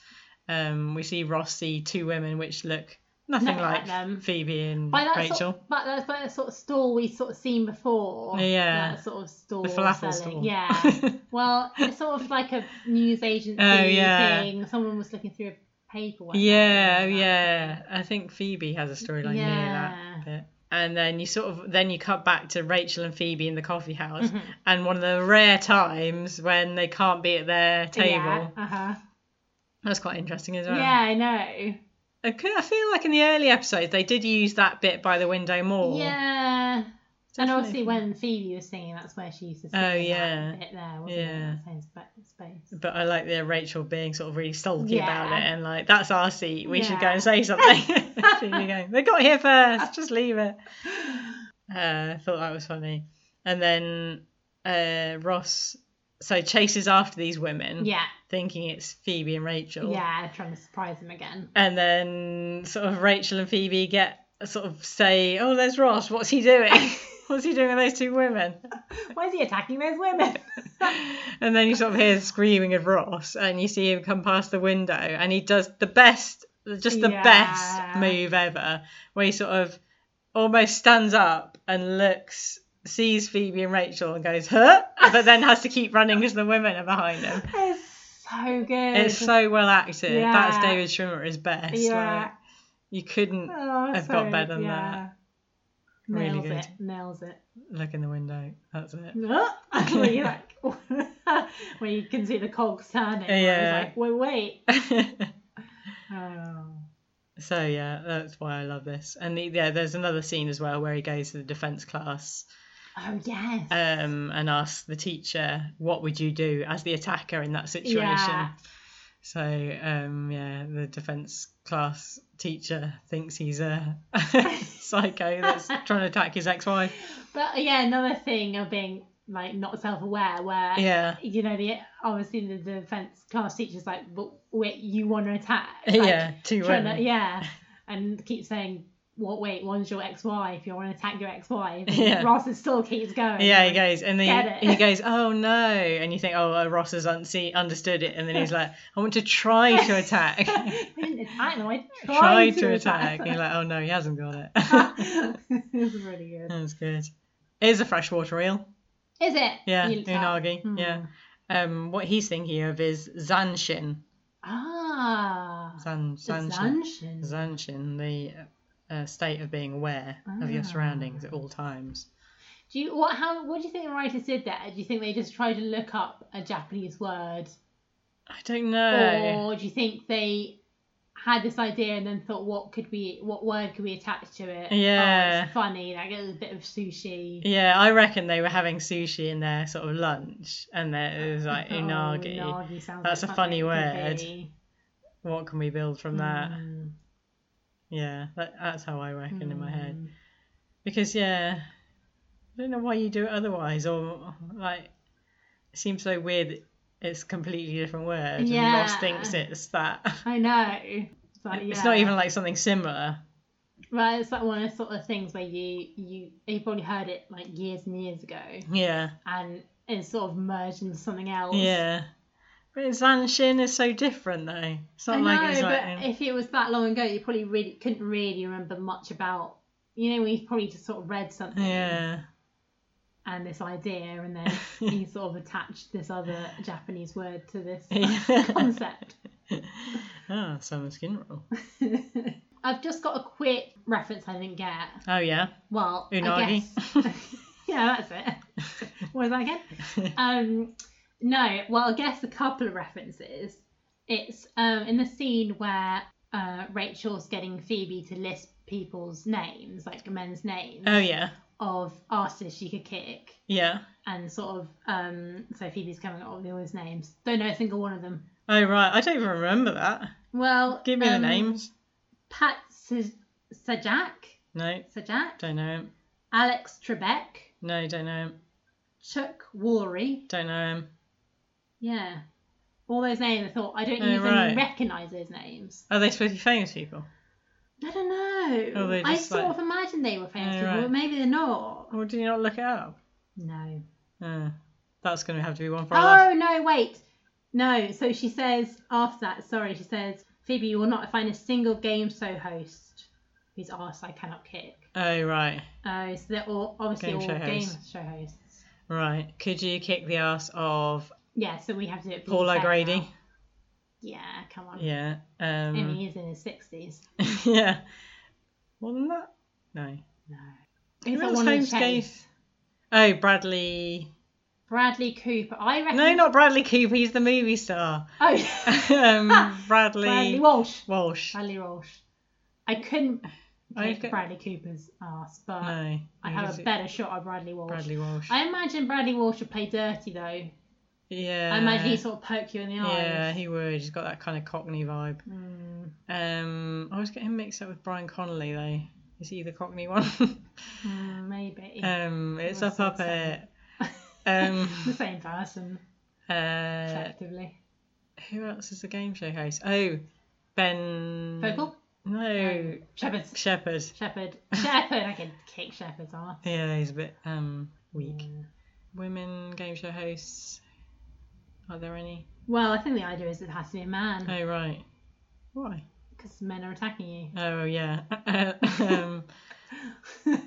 [SPEAKER 2] Um, we see Ross see two women which look nothing,
[SPEAKER 1] Nothing like
[SPEAKER 2] like,
[SPEAKER 1] them.
[SPEAKER 2] Phoebe and
[SPEAKER 1] By that
[SPEAKER 2] Rachel.
[SPEAKER 1] sort, but that's by that sort of stall we sort of seen before.
[SPEAKER 2] Yeah.
[SPEAKER 1] That sort of stall.
[SPEAKER 2] the
[SPEAKER 1] selling.
[SPEAKER 2] falafel store. *laughs*
[SPEAKER 1] Yeah. Well, it's sort of like a news agency
[SPEAKER 2] Oh, yeah.
[SPEAKER 1] thing. Someone was looking through a paper. one
[SPEAKER 2] Yeah,
[SPEAKER 1] night.
[SPEAKER 2] yeah. I think Phoebe has a storyline near that.
[SPEAKER 1] Yeah.
[SPEAKER 2] bit. And then you sort of then you cut back to Rachel and Phoebe in the coffee house,
[SPEAKER 1] Mhm.
[SPEAKER 2] and one of the rare times when they can't be at their table.
[SPEAKER 1] *laughs* Yeah, uh-huh.
[SPEAKER 2] That's quite interesting as well.
[SPEAKER 1] yeah, I know.
[SPEAKER 2] I, could, I feel like in the early episodes they did use that bit by the window more.
[SPEAKER 1] Yeah. And obviously,
[SPEAKER 2] Definitely.
[SPEAKER 1] when Phoebe was singing, that's where she used to sing.
[SPEAKER 2] Oh,
[SPEAKER 1] in that
[SPEAKER 2] yeah.
[SPEAKER 1] bit there, wasn't
[SPEAKER 2] Yeah. Mm-hmm.
[SPEAKER 1] it? That same spa- space.
[SPEAKER 2] But I like the Rachel being sort of really sulky
[SPEAKER 1] Yeah.
[SPEAKER 2] about it and like that's our seat. We should go
[SPEAKER 1] Yeah.
[SPEAKER 2] and say something.
[SPEAKER 1] *laughs*
[SPEAKER 2] *laughs* Phoebe going, they got here first. Just leave it. Uh, I thought that was funny. And then uh, Ross so chases after these women,
[SPEAKER 1] Yeah.
[SPEAKER 2] thinking it's Phoebe and Rachel.
[SPEAKER 1] Yeah, trying to surprise him again.
[SPEAKER 2] And then sort of Rachel and Phoebe get sort of say, "Oh, there's Ross. What's he doing? *laughs* What's he doing with those two women?"
[SPEAKER 1] Why is he attacking those
[SPEAKER 2] *laughs*
[SPEAKER 1] women?
[SPEAKER 2] and then you sort of hear the screaming of Ross, and you see him come past the window, and he does the best, just the
[SPEAKER 1] Yeah.
[SPEAKER 2] best move ever, where he sort of almost stands up and looks, sees Phoebe and Rachel, and goes, "Huh," but then has to keep running because the women are behind him.
[SPEAKER 1] it's so good.
[SPEAKER 2] It's so well acted. That's
[SPEAKER 1] Yeah.
[SPEAKER 2] David Schwimmer at his best.
[SPEAKER 1] Yeah.
[SPEAKER 2] Like, you couldn't
[SPEAKER 1] Oh,
[SPEAKER 2] I've
[SPEAKER 1] so-
[SPEAKER 2] got better than
[SPEAKER 1] yeah.
[SPEAKER 2] Really
[SPEAKER 1] Nails
[SPEAKER 2] good.
[SPEAKER 1] it. Nails it.
[SPEAKER 2] look in the window. That's
[SPEAKER 1] *laughs*
[SPEAKER 2] it.
[SPEAKER 1] where you like, *laughs* where you can see the cogs turning.
[SPEAKER 2] Yeah.
[SPEAKER 1] Yeah. Like, wait, wait. Oh.
[SPEAKER 2] *laughs* so yeah, that's why I love this. And the, yeah, there's another scene as well where he goes to the defense class
[SPEAKER 1] Oh yes.
[SPEAKER 2] um, and asks the teacher, "What would you do as the attacker in that situation?"
[SPEAKER 1] Yeah.
[SPEAKER 2] So um, yeah, the defense class teacher thinks he's a *laughs*
[SPEAKER 1] *laughs*
[SPEAKER 2] psycho that's trying to attack his ex-wife.
[SPEAKER 1] But yeah, another thing of being like not self-aware, where
[SPEAKER 2] Yeah,
[SPEAKER 1] you know the obviously the defense class teacher's like, but wait, you want to attack? Like,
[SPEAKER 2] *laughs* yeah, two
[SPEAKER 1] trying
[SPEAKER 2] women.
[SPEAKER 1] to, yeah,
[SPEAKER 2] *laughs*
[SPEAKER 1] and keep saying, "What? wait, one's your ex-wife. You want to attack your ex-wife?" And
[SPEAKER 2] *laughs* Yeah.
[SPEAKER 1] Ross is still keeps going.
[SPEAKER 2] Yeah, he
[SPEAKER 1] Like,
[SPEAKER 2] goes, and then
[SPEAKER 1] Get
[SPEAKER 2] he,
[SPEAKER 1] it.
[SPEAKER 2] he goes, "Oh no!" And you think, "Oh, uh, Ross has unsee- understood it." And then he's like, "I want to try
[SPEAKER 1] *laughs*
[SPEAKER 2] to attack, *laughs*
[SPEAKER 1] I didn't attack them, I tried,
[SPEAKER 2] try to attack." And you're like, "Oh no, he hasn't got it."
[SPEAKER 1] *laughs*
[SPEAKER 2] *laughs*
[SPEAKER 1] it's really good.
[SPEAKER 2] That's good. It is a freshwater eel.
[SPEAKER 1] Is it?
[SPEAKER 2] Yeah,
[SPEAKER 1] You looked up.
[SPEAKER 2] unagi.
[SPEAKER 1] Hmm.
[SPEAKER 2] Yeah. Um, what he's thinking of is zanshin.
[SPEAKER 1] Ah.
[SPEAKER 2] Zan,
[SPEAKER 1] the
[SPEAKER 2] zanshin.
[SPEAKER 1] Zanshin.
[SPEAKER 2] Zanshin, the uh, state of being aware of your
[SPEAKER 1] Ah.
[SPEAKER 2] surroundings at all times.
[SPEAKER 1] Do you what? How? What do you think the writers did there? Do you think they just tried to look up a Japanese word,
[SPEAKER 2] I don't know.
[SPEAKER 1] or do you think they had this idea and then thought, what could we, what word could we attach to it? Oh,
[SPEAKER 2] Yeah.
[SPEAKER 1] it's funny. Like it was a bit of sushi.
[SPEAKER 2] Yeah, I reckon they were having sushi in their sort of lunch, and there- it was like
[SPEAKER 1] *laughs* Oh,
[SPEAKER 2] unagi.
[SPEAKER 1] unagi sounds
[SPEAKER 2] That's
[SPEAKER 1] like
[SPEAKER 2] a funny
[SPEAKER 1] something it could
[SPEAKER 2] word
[SPEAKER 1] be.
[SPEAKER 2] What can we build from that?
[SPEAKER 1] Mm,
[SPEAKER 2] Yeah, that, that's how I reckon in my head.
[SPEAKER 1] mm.
[SPEAKER 2] Because yeah, I don't know why you do it otherwise, or like, it seems so weird. that It's a completely different word. And Ross
[SPEAKER 1] Yeah.
[SPEAKER 2] thinks it's that. *laughs*
[SPEAKER 1] I know. But
[SPEAKER 2] It's
[SPEAKER 1] yeah.
[SPEAKER 2] not even like something similar.
[SPEAKER 1] Right, it's like one of the sort of things where you you you probably heard it like years and years ago,
[SPEAKER 2] Yeah,
[SPEAKER 1] and it's sort of merged into something else.
[SPEAKER 2] yeah. But Zanshin is so different though. It's not
[SPEAKER 1] I know,
[SPEAKER 2] like it's
[SPEAKER 1] but
[SPEAKER 2] like.
[SPEAKER 1] if it was that long ago, you probably really couldn't really remember much about. You know, we probably just sort of read something
[SPEAKER 2] yeah. *laughs*
[SPEAKER 1] and this idea, and then he sort of attached this other Japanese word to this
[SPEAKER 2] *laughs* Yeah.
[SPEAKER 1] concept. *laughs*
[SPEAKER 2] oh, salmon skin roll.
[SPEAKER 1] I've just got a quick reference I didn't get.
[SPEAKER 2] Oh yeah.
[SPEAKER 1] Well,
[SPEAKER 2] Unagi.
[SPEAKER 1] I guess. *laughs* yeah, that's it. What was that again? Um, no, well, I guess a couple of references. It's um, in the scene where uh, Rachel's getting Phoebe to list people's names, like men's names,
[SPEAKER 2] *laughs* Oh yeah.
[SPEAKER 1] of artists she could kick.
[SPEAKER 2] Yeah.
[SPEAKER 1] And sort of, um, so Phoebe's coming up with all his names. Don't know a single one of them.
[SPEAKER 2] Oh right. I don't even remember that.
[SPEAKER 1] Well,
[SPEAKER 2] Give me
[SPEAKER 1] um,
[SPEAKER 2] the names.
[SPEAKER 1] Pat Sa- Sajak,
[SPEAKER 2] No,
[SPEAKER 1] Sajak,
[SPEAKER 2] don't know him.
[SPEAKER 1] Alex Trebek,
[SPEAKER 2] No, don't know him.
[SPEAKER 1] Chuck Woolery,
[SPEAKER 2] Don't know him.
[SPEAKER 1] Yeah. All those names, I thought, I don't
[SPEAKER 2] Oh,
[SPEAKER 1] even
[SPEAKER 2] right.
[SPEAKER 1] recognise those names.
[SPEAKER 2] Are they supposed to be famous people?
[SPEAKER 1] I don't know.
[SPEAKER 2] Oh, they're
[SPEAKER 1] I
[SPEAKER 2] just
[SPEAKER 1] sort
[SPEAKER 2] like-
[SPEAKER 1] of imagined they were famous
[SPEAKER 2] Oh,
[SPEAKER 1] people,
[SPEAKER 2] right.
[SPEAKER 1] but maybe they're not.
[SPEAKER 2] Or do you not look it up?
[SPEAKER 1] No.
[SPEAKER 2] Uh, that's going to have to be one for us.
[SPEAKER 1] Oh, no, wait. No, so she says, after that, sorry, she says, Phoebe, you will not find a single game show host whose arse I cannot kick.
[SPEAKER 2] Oh right,
[SPEAKER 1] Oh, so they're all, obviously
[SPEAKER 2] Game
[SPEAKER 1] all
[SPEAKER 2] show
[SPEAKER 1] game
[SPEAKER 2] hosts.
[SPEAKER 1] show hosts.
[SPEAKER 2] right. Could you kick the ass of
[SPEAKER 1] Yeah, so we have to do it. for
[SPEAKER 2] Paul
[SPEAKER 1] fair
[SPEAKER 2] O'Grady?
[SPEAKER 1] now. Yeah, come on.
[SPEAKER 2] Yeah.
[SPEAKER 1] I mean,
[SPEAKER 2] Um,
[SPEAKER 1] he's in his 60s.
[SPEAKER 2] *laughs* yeah. More than that? No.
[SPEAKER 1] No.
[SPEAKER 2] Who
[SPEAKER 1] He's
[SPEAKER 2] else
[SPEAKER 1] on one of the
[SPEAKER 2] famous gave-
[SPEAKER 1] chase.
[SPEAKER 2] Oh, Bradley.
[SPEAKER 1] Bradley Cooper. I reckon.
[SPEAKER 2] No, not Bradley Cooper. He's the movie star. *laughs*
[SPEAKER 1] Oh, *laughs*
[SPEAKER 2] um, Bradley,
[SPEAKER 1] Bradley Walsh.
[SPEAKER 2] Walsh.
[SPEAKER 1] Bradley Walsh. I couldn't
[SPEAKER 2] I
[SPEAKER 1] pick
[SPEAKER 2] get-
[SPEAKER 1] Bradley Cooper's ass, but
[SPEAKER 2] No.
[SPEAKER 1] I
[SPEAKER 2] who
[SPEAKER 1] have
[SPEAKER 2] is
[SPEAKER 1] a
[SPEAKER 2] it?
[SPEAKER 1] better shot at Bradley Walsh.
[SPEAKER 2] Bradley Walsh.
[SPEAKER 1] I imagine Bradley Walsh would play dirty though.
[SPEAKER 2] Yeah.
[SPEAKER 1] I imagine he sort of poke you in the eye.
[SPEAKER 2] Yeah, he would. He's got that kind of Cockney vibe.
[SPEAKER 1] Mm.
[SPEAKER 2] Um, I always get him mixed up with Brian Connolly though. Is he the Cockney one? *laughs*
[SPEAKER 1] Mm, maybe.
[SPEAKER 2] um, it's
[SPEAKER 1] Well,
[SPEAKER 2] up up
[SPEAKER 1] it's the
[SPEAKER 2] it. Um,
[SPEAKER 1] *laughs* the same person.
[SPEAKER 2] Uh,
[SPEAKER 1] effectively.
[SPEAKER 2] who else is the game show host? Oh, Ben.
[SPEAKER 1] Vocal?
[SPEAKER 2] No,
[SPEAKER 1] Um, Shepherd.
[SPEAKER 2] Shepherd. *laughs*
[SPEAKER 1] Shepherd. Shepherd. I can kick Shepherd's ass.
[SPEAKER 2] Yeah, he's a bit um weak.
[SPEAKER 1] Yeah.
[SPEAKER 2] Women game show hosts. Are there any?
[SPEAKER 1] Well, I think the idea is it has to be a man
[SPEAKER 2] Oh right. Why?
[SPEAKER 1] because men are attacking
[SPEAKER 2] Oh yeah. *laughs* um, uh,
[SPEAKER 1] you.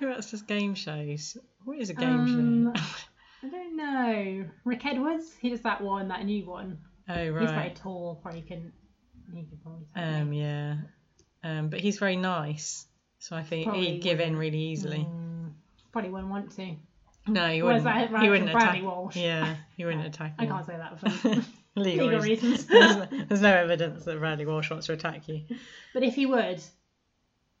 [SPEAKER 2] who else does game shows? What is a game
[SPEAKER 1] Um,
[SPEAKER 2] show?
[SPEAKER 1] *laughs* I don't know. Rick Edwards. He does that one, that new one.
[SPEAKER 2] *laughs* oh
[SPEAKER 1] He's very
[SPEAKER 2] right.
[SPEAKER 1] tall. Probably couldn't. He could probably. tackle
[SPEAKER 2] Um
[SPEAKER 1] me.
[SPEAKER 2] yeah. Um, but he's very nice, so I think
[SPEAKER 1] Probably
[SPEAKER 2] he'd give in really easily.
[SPEAKER 1] Mm, probably wouldn't want to.
[SPEAKER 2] No, he
[SPEAKER 1] Whereas
[SPEAKER 2] wouldn't.
[SPEAKER 1] that
[SPEAKER 2] he
[SPEAKER 1] Bradley-
[SPEAKER 2] wouldn't
[SPEAKER 1] Bradley
[SPEAKER 2] attack.
[SPEAKER 1] Walsh. *laughs*
[SPEAKER 2] Yeah, he wouldn't attack.
[SPEAKER 1] I
[SPEAKER 2] you. *laughs*
[SPEAKER 1] can't say that for
[SPEAKER 2] legal,
[SPEAKER 1] legal
[SPEAKER 2] reasons. *laughs*
[SPEAKER 1] reasons.
[SPEAKER 2] there's, there's no evidence that Bradley Walsh wants to attack you.
[SPEAKER 1] but if he would,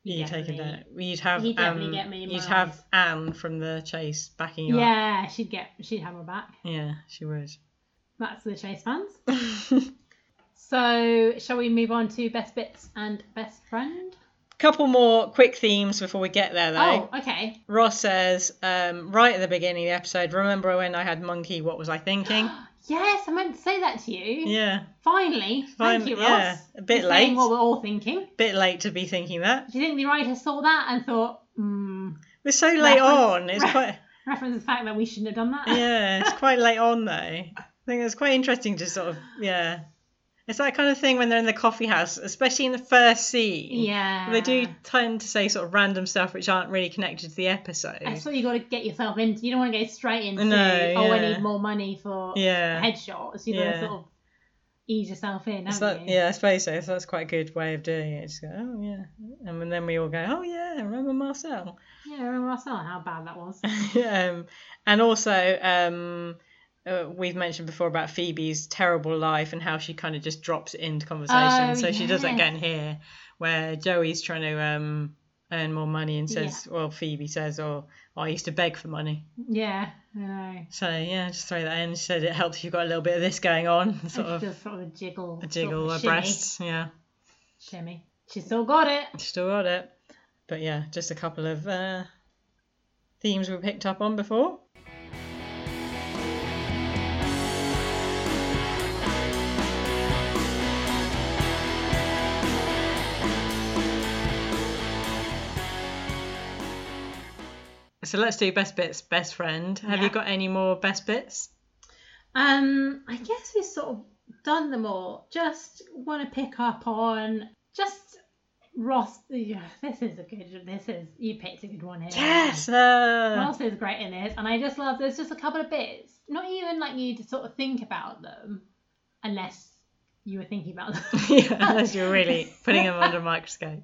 [SPEAKER 2] You
[SPEAKER 1] get
[SPEAKER 2] take him
[SPEAKER 1] me.
[SPEAKER 2] down. You'd have
[SPEAKER 1] He'd definitely
[SPEAKER 2] um,
[SPEAKER 1] get me in my
[SPEAKER 2] you'd have
[SPEAKER 1] eyes.
[SPEAKER 2] Anne from the chase backing you up.
[SPEAKER 1] yeah, she'd get, she'd have my back.
[SPEAKER 2] Yeah, she would. *laughs*
[SPEAKER 1] That's the Chase fans. So, shall we move on to best bits and best friend?
[SPEAKER 2] Couple more quick themes before we get there, though.
[SPEAKER 1] Oh, okay.
[SPEAKER 2] Ross says um, right at the beginning of the episode, "Remember when I had monkey? What was
[SPEAKER 1] *gasps*
[SPEAKER 2] I thinking?"
[SPEAKER 1] Yes, I meant to say that to you.
[SPEAKER 2] yeah,
[SPEAKER 1] Finally, thank
[SPEAKER 2] Fin-
[SPEAKER 1] you, Ross.
[SPEAKER 2] yeah, a bit
[SPEAKER 1] for saying
[SPEAKER 2] late.
[SPEAKER 1] What we're all thinking.
[SPEAKER 2] bit late to be thinking that.
[SPEAKER 1] Do you think the writer saw that and thought, hmm,
[SPEAKER 2] We're so
[SPEAKER 1] Reference-
[SPEAKER 2] late on.
[SPEAKER 1] *laughs*
[SPEAKER 2] It's quite
[SPEAKER 1] reference the fact that we shouldn't have done that?
[SPEAKER 2] yeah, it's quite late on though. I think it's quite interesting to sort of yeah. It's that kind of thing when they're in the coffee house, especially in the first
[SPEAKER 1] *laughs*
[SPEAKER 2] scene.
[SPEAKER 1] Yeah.
[SPEAKER 2] They do tend to say sort of random stuff which aren't really connected to the episode.
[SPEAKER 1] I thought you got to get yourself in. You don't want to go straight into,
[SPEAKER 2] No,
[SPEAKER 1] oh, I
[SPEAKER 2] yeah.
[SPEAKER 1] need more money for
[SPEAKER 2] Yeah.
[SPEAKER 1] headshots. You've got
[SPEAKER 2] Yeah.
[SPEAKER 1] to sort of ease yourself in,
[SPEAKER 2] It's
[SPEAKER 1] haven't
[SPEAKER 2] that,
[SPEAKER 1] you?
[SPEAKER 2] yeah, I suppose so. So that's quite a good way of doing it. Just go, oh yeah, and then we all go, oh yeah, remember Marcel? *laughs*
[SPEAKER 1] Yeah, I remember Marcel, how bad that was.
[SPEAKER 2] um, and also, um, uh, we've mentioned before about Phoebe's terrible life and how she kind of just drops it into conversation,
[SPEAKER 1] Oh,
[SPEAKER 2] so she
[SPEAKER 1] yes.
[SPEAKER 2] doesn't get in here. Where Joey's trying to um, earn more money and says, well, Phoebe says, oh, I used to beg for money.
[SPEAKER 1] Yeah, I know.
[SPEAKER 2] So yeah, just throw that in. She said it helps if you've got a little bit of this going on,
[SPEAKER 1] *laughs*
[SPEAKER 2] sort
[SPEAKER 1] It's
[SPEAKER 2] of
[SPEAKER 1] just sort of a jiggle.
[SPEAKER 2] a jiggle
[SPEAKER 1] sort
[SPEAKER 2] of
[SPEAKER 1] of
[SPEAKER 2] breasts. Yeah,
[SPEAKER 1] Shimmy. She still got it.
[SPEAKER 2] still got it. But yeah, just a couple of uh, themes we picked up on before. So let's do best bits, best friend. Have
[SPEAKER 1] Yeah.
[SPEAKER 2] you got any more best bits?
[SPEAKER 1] Um, I guess we've sort of done them all. Just want to pick up on just Ross. Yeah, this is a good. This is you picked a good one here.
[SPEAKER 2] Yes. uh,
[SPEAKER 1] Ross is great in this, and I just love. There's just a couple of bits. Not even like you to sort of think about them, unless you were thinking about them. *laughs*
[SPEAKER 2] yeah, *laughs* unless you're really putting him under a microscope.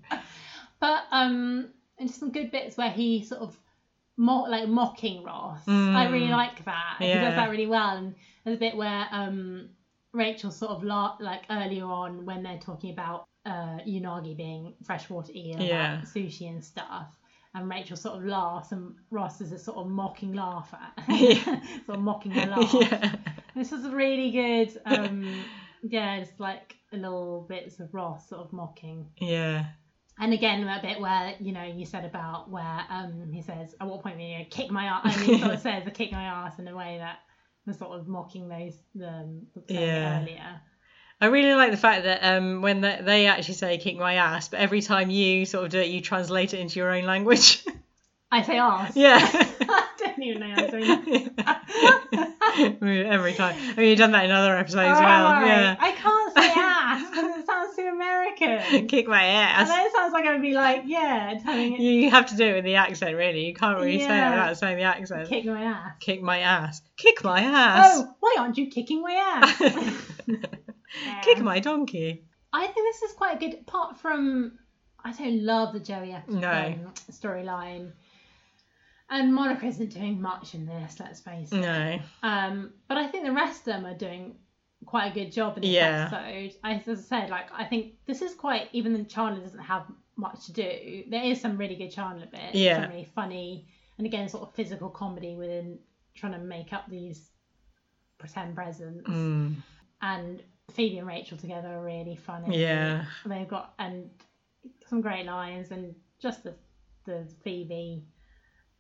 [SPEAKER 1] But um, and just some good bits where he sort of mo- like mocking Ross.
[SPEAKER 2] Mm.
[SPEAKER 1] I really like that. He
[SPEAKER 2] Yeah.
[SPEAKER 1] does that really well. And there's a bit where um, Rachel sort of la- like earlier on when they're talking about uh, Unagi being freshwater eel, about
[SPEAKER 2] Yeah.
[SPEAKER 1] sushi and stuff. And Rachel sort of laughs, and Ross is a sort of mocking *laughs* laugh at,
[SPEAKER 2] *laughs* Yeah.
[SPEAKER 1] sort of mocking her laugh.
[SPEAKER 2] *laughs* yeah.
[SPEAKER 1] This is really good.
[SPEAKER 2] *laughs*
[SPEAKER 1] Um, yeah, it's like little bits of Ross sort of mocking
[SPEAKER 2] Yeah.
[SPEAKER 1] and again, a bit where you know you said about where um he says at what point were you gonna kick my ass? And he sort of
[SPEAKER 2] *laughs*
[SPEAKER 1] says, "I kick my ass" in a way that was sort of mocking those um saying
[SPEAKER 2] Yeah.
[SPEAKER 1] earlier.
[SPEAKER 2] I really like the fact that um, when they, they actually say "kick my ass," but every time you sort of do it, you translate it into your own language. *laughs*
[SPEAKER 1] I say ass. *laughs*
[SPEAKER 2] yeah.
[SPEAKER 1] I don't even know how to say that.
[SPEAKER 2] every time. I mean, you've done that in other episodes *laughs* as well.
[SPEAKER 1] Alright,
[SPEAKER 2] Yeah.
[SPEAKER 1] I can't say ass because it sounds too American.
[SPEAKER 2] *laughs* Kick my
[SPEAKER 1] And
[SPEAKER 2] ass.
[SPEAKER 1] then it sounds like I'm gonna be like, yeah, telling it
[SPEAKER 2] You have to do it with the accent, really. You can't really say
[SPEAKER 1] Yeah.
[SPEAKER 2] it without saying the accent.
[SPEAKER 1] kick my ass.
[SPEAKER 2] Kick my ass. Kick my ass.
[SPEAKER 1] Oh, why aren't you kicking my
[SPEAKER 2] *laughs*
[SPEAKER 1] ass?
[SPEAKER 2] Kick
[SPEAKER 1] Yeah.
[SPEAKER 2] my donkey.
[SPEAKER 1] I think this is quite a good. Apart from, I don't love the Joey Ep-
[SPEAKER 2] No.
[SPEAKER 1] um, storyline, and Monica isn't doing much in this. Let's face it.
[SPEAKER 2] No.
[SPEAKER 1] Um, but I think the rest of them are doing quite a good job in this
[SPEAKER 2] Yeah.
[SPEAKER 1] episode. I- As I said, like I think this is quite. Even though Chandler doesn't have much to do, there is some really good Chandler bits.
[SPEAKER 2] Yeah.
[SPEAKER 1] Some really funny, and again, sort of physical comedy within trying to make up these pretend presents
[SPEAKER 2] Mm.
[SPEAKER 1] and Phoebe and Rachel together are really funny.
[SPEAKER 2] Yeah.
[SPEAKER 1] they've got and some great lines and just the the Phoebe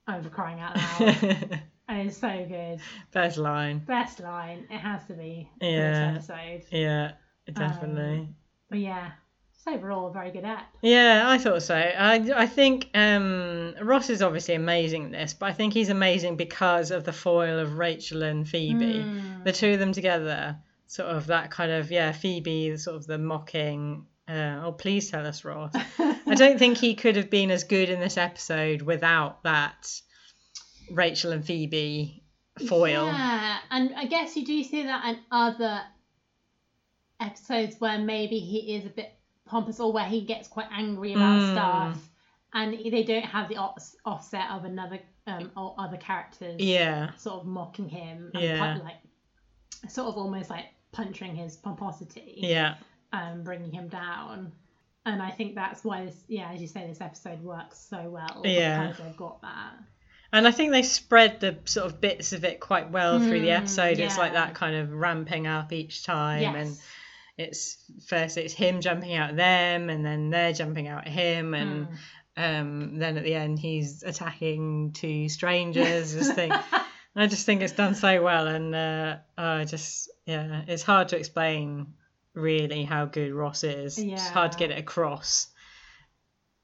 [SPEAKER 1] over crying out
[SPEAKER 2] *laughs*
[SPEAKER 1] loud. and it's so good.
[SPEAKER 2] Best line.
[SPEAKER 1] Best line. It has to be for
[SPEAKER 2] Yeah.
[SPEAKER 1] this episode.
[SPEAKER 2] Yeah, definitely.
[SPEAKER 1] But yeah, just overall a very good app.
[SPEAKER 2] Yeah, I thought so. I, I think um, Ross is obviously amazing in this, but I think he's amazing because of the foil of Rachel and Phoebe.
[SPEAKER 1] Mm.
[SPEAKER 2] The two of them together, sort of that kind of, yeah, Phoebe, sort of the mocking, uh, oh, please tell us, Ross.
[SPEAKER 1] Hmm.
[SPEAKER 2] *laughs* I don't think he could have been as good in this episode without that Rachel and Phoebe foil.
[SPEAKER 1] Yeah, and I guess you do see that in other episodes where maybe he is a bit pompous or where he gets quite angry about
[SPEAKER 2] Mm.
[SPEAKER 1] stuff, and they don't have the off- offset of another um, or other characters
[SPEAKER 2] Yeah.
[SPEAKER 1] sort of mocking him and
[SPEAKER 2] Yeah.
[SPEAKER 1] pu- like sort of almost like puncturing his pomposity
[SPEAKER 2] Yeah.
[SPEAKER 1] and bringing him down. And I think that's why this, yeah, as you say, this episode works so well
[SPEAKER 2] Yeah.
[SPEAKER 1] because they've got that.
[SPEAKER 2] And I think they spread the sort of bits of it quite well through the
[SPEAKER 1] Mm,
[SPEAKER 2] episode. It's like
[SPEAKER 1] yeah.
[SPEAKER 2] that kind of ramping up each time and
[SPEAKER 1] Yes.
[SPEAKER 2] it's first it's him jumping out at them and then they're jumping out at him and
[SPEAKER 1] Mm.
[SPEAKER 2] um, then at the end he's attacking two strangers. just
[SPEAKER 1] *laughs*
[SPEAKER 2] think I just think it's done so well, and uh, I just yeah, it's hard to explain really how good Ross is. It's hard to
[SPEAKER 1] Yeah.
[SPEAKER 2] get it across.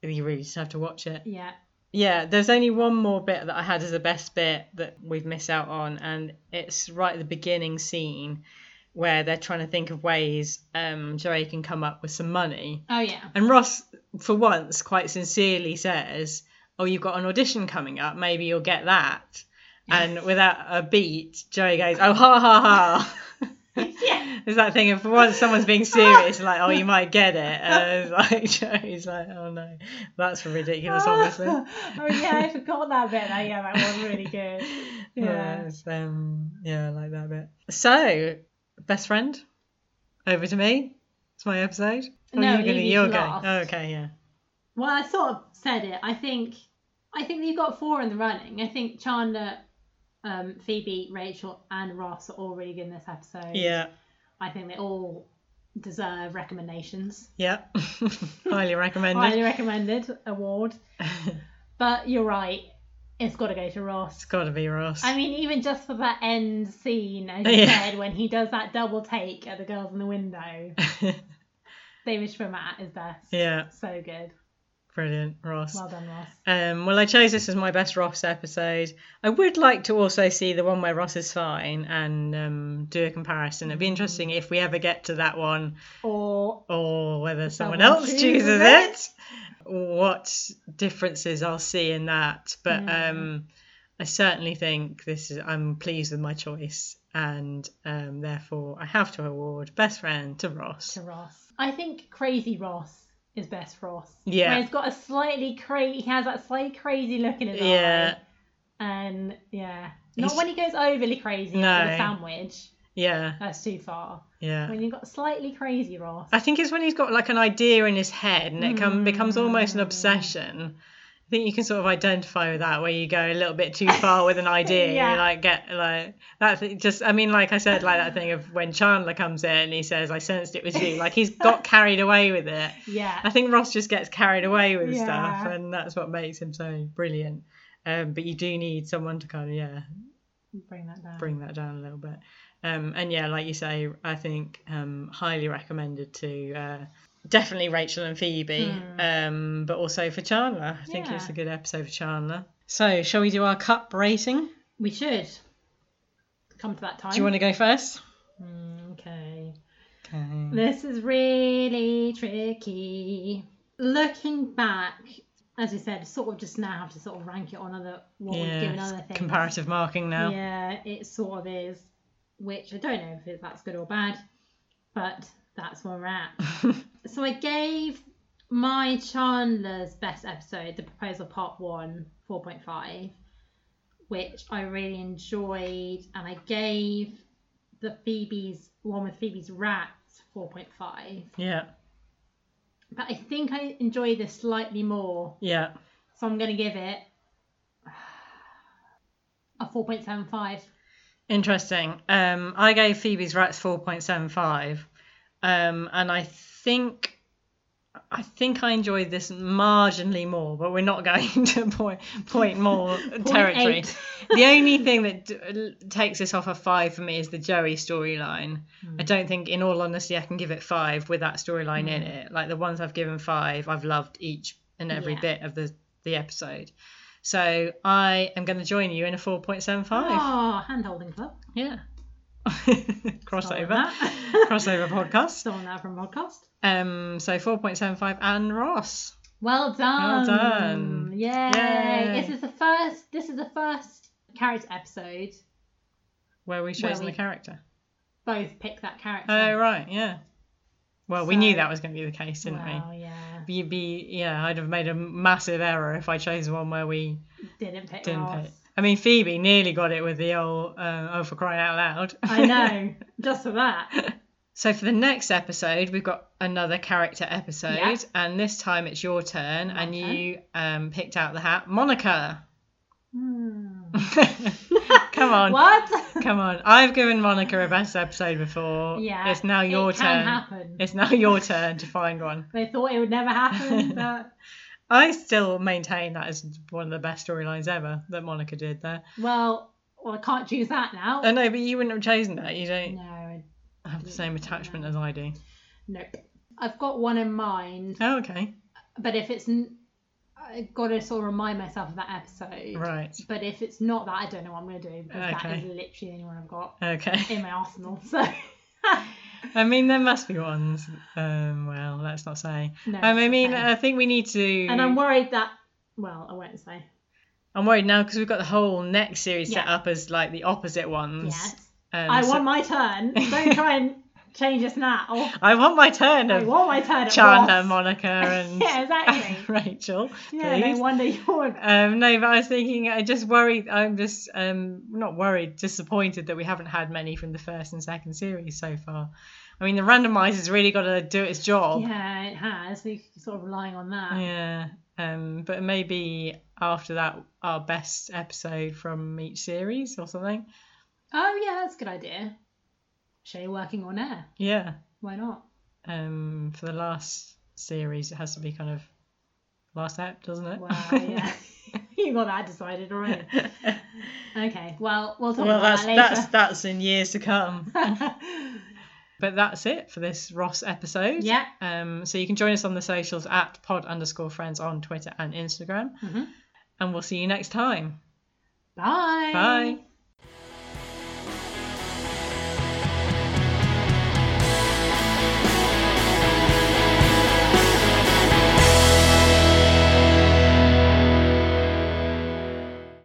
[SPEAKER 2] You really just have to watch it.
[SPEAKER 1] yeah.
[SPEAKER 2] Yeah, there's only one more bit that I had as the best bit that we've missed out on, and it's right at the beginning scene where they're trying to think of ways um, Joey can come up with some money.
[SPEAKER 1] Oh, yeah. *laughs*
[SPEAKER 2] And Ross, for once, quite sincerely says, Oh, you've got an audition coming up. Maybe you'll get that. And without a beat, Joey goes, Oh, ha, ha, *laughs*
[SPEAKER 1] yeah.
[SPEAKER 2] ha. It's that thing of, for once, someone's being serious, like, Oh, you might get it. And it's like, *laughs* Joey's like, Oh, no. That's ridiculous,
[SPEAKER 1] *laughs*
[SPEAKER 2] obviously.
[SPEAKER 1] oh yeah, I forgot that bit. Oh, yeah, that was really
[SPEAKER 2] *laughs*
[SPEAKER 1] good. Yeah.
[SPEAKER 2] Yes, um, yeah, I like that bit. So, best friend, over to me. It's my episode. Oh,
[SPEAKER 1] No,
[SPEAKER 2] you're gonna,
[SPEAKER 1] Evie's
[SPEAKER 2] you're going.
[SPEAKER 1] last.
[SPEAKER 2] Oh, okay, yeah.
[SPEAKER 1] Well, I sort of said it. I think, I think you've got four in the running. I think Chandler, um, Phoebe, Rachel, and Ross are all really good in this episode.
[SPEAKER 2] Yeah,
[SPEAKER 1] I think they all deserve recommendations.
[SPEAKER 2] yeah. *laughs* Highly recommended. *laughs*
[SPEAKER 1] Highly recommended award. But you're right, it's got to go to Ross.
[SPEAKER 2] It's got to be Ross.
[SPEAKER 1] I mean, even just for that end scene, as you
[SPEAKER 2] Yeah.
[SPEAKER 1] said, when he does that double take at the girls in the window, *laughs* David Schwimmer at his best.
[SPEAKER 2] *laughs* yeah,
[SPEAKER 1] So good.
[SPEAKER 2] brilliant, Ross.
[SPEAKER 1] Well done, Ross.
[SPEAKER 2] Um, well, I chose this as my best Ross episode. I would like to also see the one where Ross is fine and um, do a comparison. It'd be interesting if we ever get to that one
[SPEAKER 1] Or
[SPEAKER 2] or whether someone,
[SPEAKER 1] Someone
[SPEAKER 2] else
[SPEAKER 1] chooses
[SPEAKER 2] chooses
[SPEAKER 1] it.
[SPEAKER 2] it. What differences I'll see in that, but
[SPEAKER 1] Mm.
[SPEAKER 2] um, I certainly think this is. I'm pleased with my choice, and um, therefore I have to award best friend to Ross.
[SPEAKER 1] to Ross. I think Crazy Ross is best Ross.
[SPEAKER 2] Yeah.
[SPEAKER 1] Where he's got a slightly crazy, he has that slightly crazy look in his
[SPEAKER 2] Yeah.
[SPEAKER 1] eye. And yeah. Not
[SPEAKER 2] He's-
[SPEAKER 1] when he goes overly crazy
[SPEAKER 2] No.
[SPEAKER 1] like with a sandwich.
[SPEAKER 2] Yeah,
[SPEAKER 1] That's too far.
[SPEAKER 2] yeah.
[SPEAKER 1] When you've got slightly crazy
[SPEAKER 2] *laughs*
[SPEAKER 1] Ross.
[SPEAKER 2] I think it's when he's got like an idea in his head, and it come, becomes almost an
[SPEAKER 1] Mm.
[SPEAKER 2] obsession. I think you can sort of identify with that, where you go a little bit too far
[SPEAKER 1] *laughs*
[SPEAKER 2] with an idea.
[SPEAKER 1] Yeah.
[SPEAKER 2] You like get like that. Thing, just I mean, like I said, like that thing of when Chandler comes in and he says, "I sensed it was you." Like he's
[SPEAKER 1] *laughs*
[SPEAKER 2] got carried away with it. I
[SPEAKER 1] Yeah.
[SPEAKER 2] think Ross just gets carried away with stuff,
[SPEAKER 1] Yeah.
[SPEAKER 2] and that's what makes him so brilliant. Um, but you do need someone to kind of yeah
[SPEAKER 1] Bring that down.
[SPEAKER 2] bring that down a little bit. Um, and yeah, like you say, I think um, highly recommended to uh, definitely Rachel and Phoebe, um, but also for Chandler. I think it's
[SPEAKER 1] Yeah.
[SPEAKER 2] a good episode for Chandler. So, shall we do our cup rating?
[SPEAKER 1] We should come to that time.
[SPEAKER 2] Do you want to go first?
[SPEAKER 1] Mm, okay.
[SPEAKER 2] Okay.
[SPEAKER 1] This is really tricky. Looking back, as we said, sort of just now have to sort of rank it on other what we've
[SPEAKER 2] Yeah,
[SPEAKER 1] given other
[SPEAKER 2] it's
[SPEAKER 1] things.
[SPEAKER 2] comparative marking now.
[SPEAKER 1] Yeah, it sort of is. Which I don't know if it- that's good or bad, but that's where we're at. so I gave my Chandler's best episode, the proposal part one, 4.5, which I really enjoyed, and I gave the Phoebe's one with Phoebe's rats 4.5.
[SPEAKER 2] *laughs* yeah,
[SPEAKER 1] But I think I enjoy this slightly more,
[SPEAKER 2] yeah.
[SPEAKER 1] so I'm going to give it a 4.75.
[SPEAKER 2] Interesting. Um, I gave Phoebe's Rats 4.75, um, and I think I think I enjoyed this marginally more, but we're not *laughs* going to point
[SPEAKER 1] *laughs*
[SPEAKER 2] point more territory.
[SPEAKER 1] eight.
[SPEAKER 2] *laughs* the only thing that d- takes this off a five for me is the Joey storyline.
[SPEAKER 1] Hmm.
[SPEAKER 2] I don't think, in all honesty, I can give it five with that storyline in
[SPEAKER 1] Hmm.
[SPEAKER 2] it. Like the ones I've given five, I've loved each and every
[SPEAKER 1] Yeah.
[SPEAKER 2] bit of the the episode. So I am going to join you in a four point seven five.
[SPEAKER 1] Oh, hand holding club.
[SPEAKER 2] Yeah.
[SPEAKER 1] Stolen
[SPEAKER 2] *laughs* crossover,
[SPEAKER 1] that.
[SPEAKER 2] crossover
[SPEAKER 1] *laughs*
[SPEAKER 2] podcast.
[SPEAKER 1] Stolen that from podcast.
[SPEAKER 2] Um, so four point seven five and Ross.
[SPEAKER 1] Well done.
[SPEAKER 2] done.
[SPEAKER 1] Yay.
[SPEAKER 2] Yay.
[SPEAKER 1] This is the first this is the first character episode.
[SPEAKER 2] Where we
[SPEAKER 1] Where
[SPEAKER 2] chosen
[SPEAKER 1] we-
[SPEAKER 2] the character.
[SPEAKER 1] Both pick that character.
[SPEAKER 2] Oh right, yeah. Well, we knew
[SPEAKER 1] So-
[SPEAKER 2] that was going to be the case, didn't
[SPEAKER 1] Well, yeah.
[SPEAKER 2] we? You'd be, yeah. I'd have made a massive error if I chose one where we
[SPEAKER 1] Didn't pick
[SPEAKER 2] didn't
[SPEAKER 1] Ross.
[SPEAKER 2] pick. I mean, Phoebe nearly got it with the old uh, "Oh for crying out loud."
[SPEAKER 1] I know. Just for that.
[SPEAKER 2] *laughs* so for the next episode, we've got another character episode,
[SPEAKER 1] Yeah.
[SPEAKER 2] and this time it's your turn, and
[SPEAKER 1] My turn.
[SPEAKER 2] you um, picked out the hat, Monica.
[SPEAKER 1] Hmm.
[SPEAKER 2] *laughs* Come on.
[SPEAKER 1] What?
[SPEAKER 2] Come on, I've given Monica a best episode before.
[SPEAKER 1] Yeah.
[SPEAKER 2] it's *laughs* now your
[SPEAKER 1] it Can
[SPEAKER 2] turn.
[SPEAKER 1] happen.
[SPEAKER 2] It's now your turn to find one.
[SPEAKER 1] They thought it would never
[SPEAKER 2] *laughs*
[SPEAKER 1] happen, but
[SPEAKER 2] I still maintain that is one of the best storylines ever that Monica did there.
[SPEAKER 1] well, well, I can't choose that now.
[SPEAKER 2] I know, but you wouldn't have chosen that. You don't
[SPEAKER 1] no, I-
[SPEAKER 2] have the same attachment as I do.
[SPEAKER 1] nope. I've got one in mind,
[SPEAKER 2] Oh, okay,
[SPEAKER 1] but if it's, n- I've got to sort of remind myself of that episode.
[SPEAKER 2] right,
[SPEAKER 1] But if it's not that, I don't know what I'm going to do because that
[SPEAKER 2] Okay.
[SPEAKER 1] is literally the only one I've got
[SPEAKER 2] okay.
[SPEAKER 1] in my arsenal. *laughs* So
[SPEAKER 2] *laughs* I mean, there must be ones. Um, well, let's not say.
[SPEAKER 1] no.
[SPEAKER 2] Um, I
[SPEAKER 1] it's
[SPEAKER 2] mean,
[SPEAKER 1] okay.
[SPEAKER 2] I think we need to.
[SPEAKER 1] and I'm worried that. Well, I won't say.
[SPEAKER 2] I'm worried now because we've got the whole next series set
[SPEAKER 1] Yeah.
[SPEAKER 2] up as like the opposite ones.
[SPEAKER 1] Yes.
[SPEAKER 2] Um,
[SPEAKER 1] I
[SPEAKER 2] so-
[SPEAKER 1] want my
[SPEAKER 2] *laughs*
[SPEAKER 1] turn. Don't try and change us now.
[SPEAKER 2] I want my turn.
[SPEAKER 1] I
[SPEAKER 2] Of
[SPEAKER 1] want my turn. At
[SPEAKER 2] Chandler,
[SPEAKER 1] Ross. *laughs*
[SPEAKER 2] Monica, and
[SPEAKER 1] yeah,
[SPEAKER 2] *laughs*
[SPEAKER 1] exactly.
[SPEAKER 2] Rachel.
[SPEAKER 1] Yeah,
[SPEAKER 2] please.
[SPEAKER 1] no wonder you're.
[SPEAKER 2] Um, no, but I was thinking, I just worried. I'm just um, not worried, disappointed that we haven't had many from the first and second series so far. I mean, the randomizer's really got to do its job.
[SPEAKER 1] Yeah, it has. You're sort of relying on that.
[SPEAKER 2] Um, Yeah. Um, but maybe after that, our best episode from each series or something.
[SPEAKER 1] Oh yeah, that's a good idea. Shay working on air.
[SPEAKER 2] Yeah.
[SPEAKER 1] Why not?
[SPEAKER 2] Um, for the last series, it has to be kind of last app, doesn't it? *laughs*
[SPEAKER 1] Wow, yeah. *laughs* you got that decided already.
[SPEAKER 2] *laughs*
[SPEAKER 1] Okay, well we'll talk
[SPEAKER 2] well,
[SPEAKER 1] about
[SPEAKER 2] that's
[SPEAKER 1] that later.
[SPEAKER 2] that's that's in years to come. But that's it for this Ross *laughs* episode.
[SPEAKER 1] yeah.
[SPEAKER 2] Um, so you can join us on the socials at pod underscore friends on Twitter and Instagram.
[SPEAKER 1] Mhm.
[SPEAKER 2] And we'll see you next time.
[SPEAKER 1] Bye.
[SPEAKER 2] Bye.